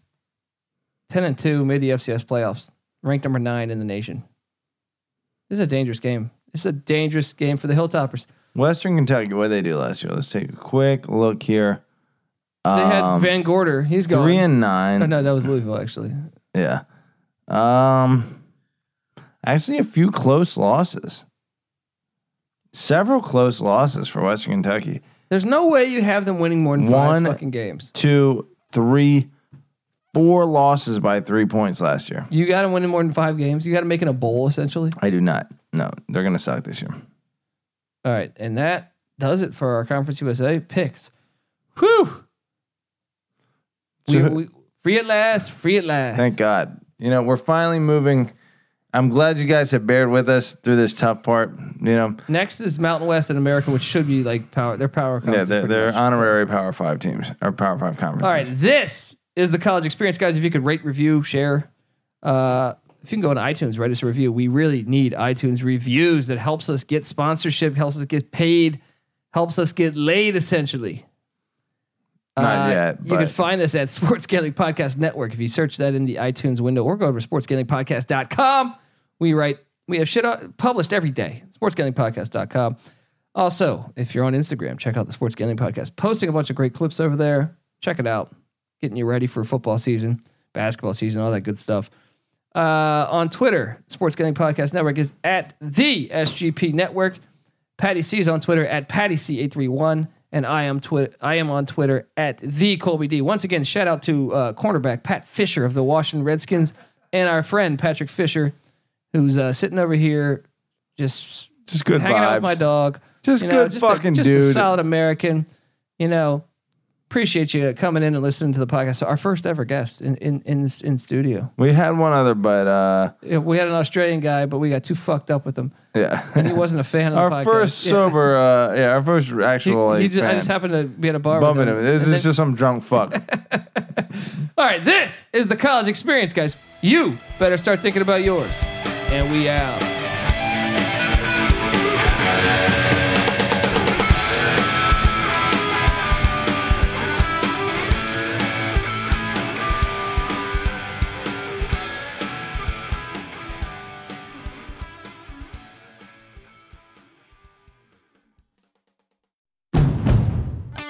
Speaker 2: 10 and two, made the FCS playoffs, ranked number nine in the nation. This is a dangerous game. This is a dangerous game for the Hilltoppers.
Speaker 3: Western Kentucky, what they do last year? Let's take a quick look here.
Speaker 2: They had
Speaker 3: Um,
Speaker 2: Van Gorder. He's gone.
Speaker 3: three and nine.
Speaker 2: oh, no, that was Louisville actually.
Speaker 3: Yeah. Um actually a few close losses. Several close losses for Western Kentucky.
Speaker 2: There's no way you have them winning more than five
Speaker 3: One-
Speaker 2: fucking games.
Speaker 3: Two, three, four losses by three points last year.
Speaker 2: You got to win in more than five games. You got to make it a bowl essentially.
Speaker 3: I do not. No, they're gonna suck this year.
Speaker 2: All right, and that does it for our Conference USA picks. Whew! We,
Speaker 3: So-
Speaker 2: we, free at last, free at last.
Speaker 3: Thank God. You know, we're finally moving. I'm glad you guys have bared with us through this tough part. You know,
Speaker 2: Next is Mountain West and America, which should be like power. Their power.
Speaker 3: yeah,
Speaker 2: conference,
Speaker 3: they're,
Speaker 2: pretty
Speaker 3: they're
Speaker 2: much.
Speaker 3: honorary Power Five teams or Power Five conferences.
Speaker 2: All right, this is the college experience, guys. If you could rate, review, share. Uh, if you can go on iTunes, write us a review. We really need iTunes reviews. That helps us get sponsorship, helps us get paid, helps us get laid. Essentially,
Speaker 3: Not
Speaker 2: Uh,
Speaker 3: yet,
Speaker 2: You can
Speaker 3: but
Speaker 2: find us at Sports Gambling Podcast Network. If you search that in the iTunes window or go to sportsgamblingpodcast.com, we write, we have shit uh, published every day. Sportsgamblingpodcast.com. Also, if you're on Instagram, check out the Sports Gambling Podcast. Posting a bunch of great clips over there. Check it out. Getting you ready for football season, basketball season, all that good stuff. Uh, on Twitter, Sports Gambling Podcast Network is at the SGP Network. Patty C is on Twitter at Patty C831, and I am Twitter. I am on Twitter at the Colby D. Once again, shout out to uh, cornerback Pat Fisher of the Washington Redskins and our friend Patrick Fisher, who's uh, sitting over here just
Speaker 3: just good
Speaker 2: hanging out
Speaker 3: vibes.
Speaker 2: with my dog.
Speaker 3: Just
Speaker 2: You know,
Speaker 3: good
Speaker 2: just a-
Speaker 3: fucking
Speaker 2: just
Speaker 3: dude.
Speaker 2: a solid American. You know, appreciate you coming in and listening to the podcast. So our first ever guest in in in, in studio.
Speaker 3: we had one other, but uh,
Speaker 2: Yeah, We had an Australian guy, but we got too fucked up with him. He
Speaker 3: yeah,
Speaker 2: wasn't a fan of
Speaker 3: our
Speaker 2: the podcast.
Speaker 3: first
Speaker 2: Yeah.
Speaker 3: sober, uh, yeah, our first
Speaker 2: He-
Speaker 3: actual
Speaker 2: he
Speaker 3: like,
Speaker 2: ju- I
Speaker 3: fan.
Speaker 2: just happened to be at a bar.
Speaker 3: bumping
Speaker 2: with him.
Speaker 3: him. This
Speaker 2: And
Speaker 3: is
Speaker 2: then-
Speaker 3: just some drunk fuck.
Speaker 2: all right, this is the college experience, guys. You better start thinking about yours. And we out.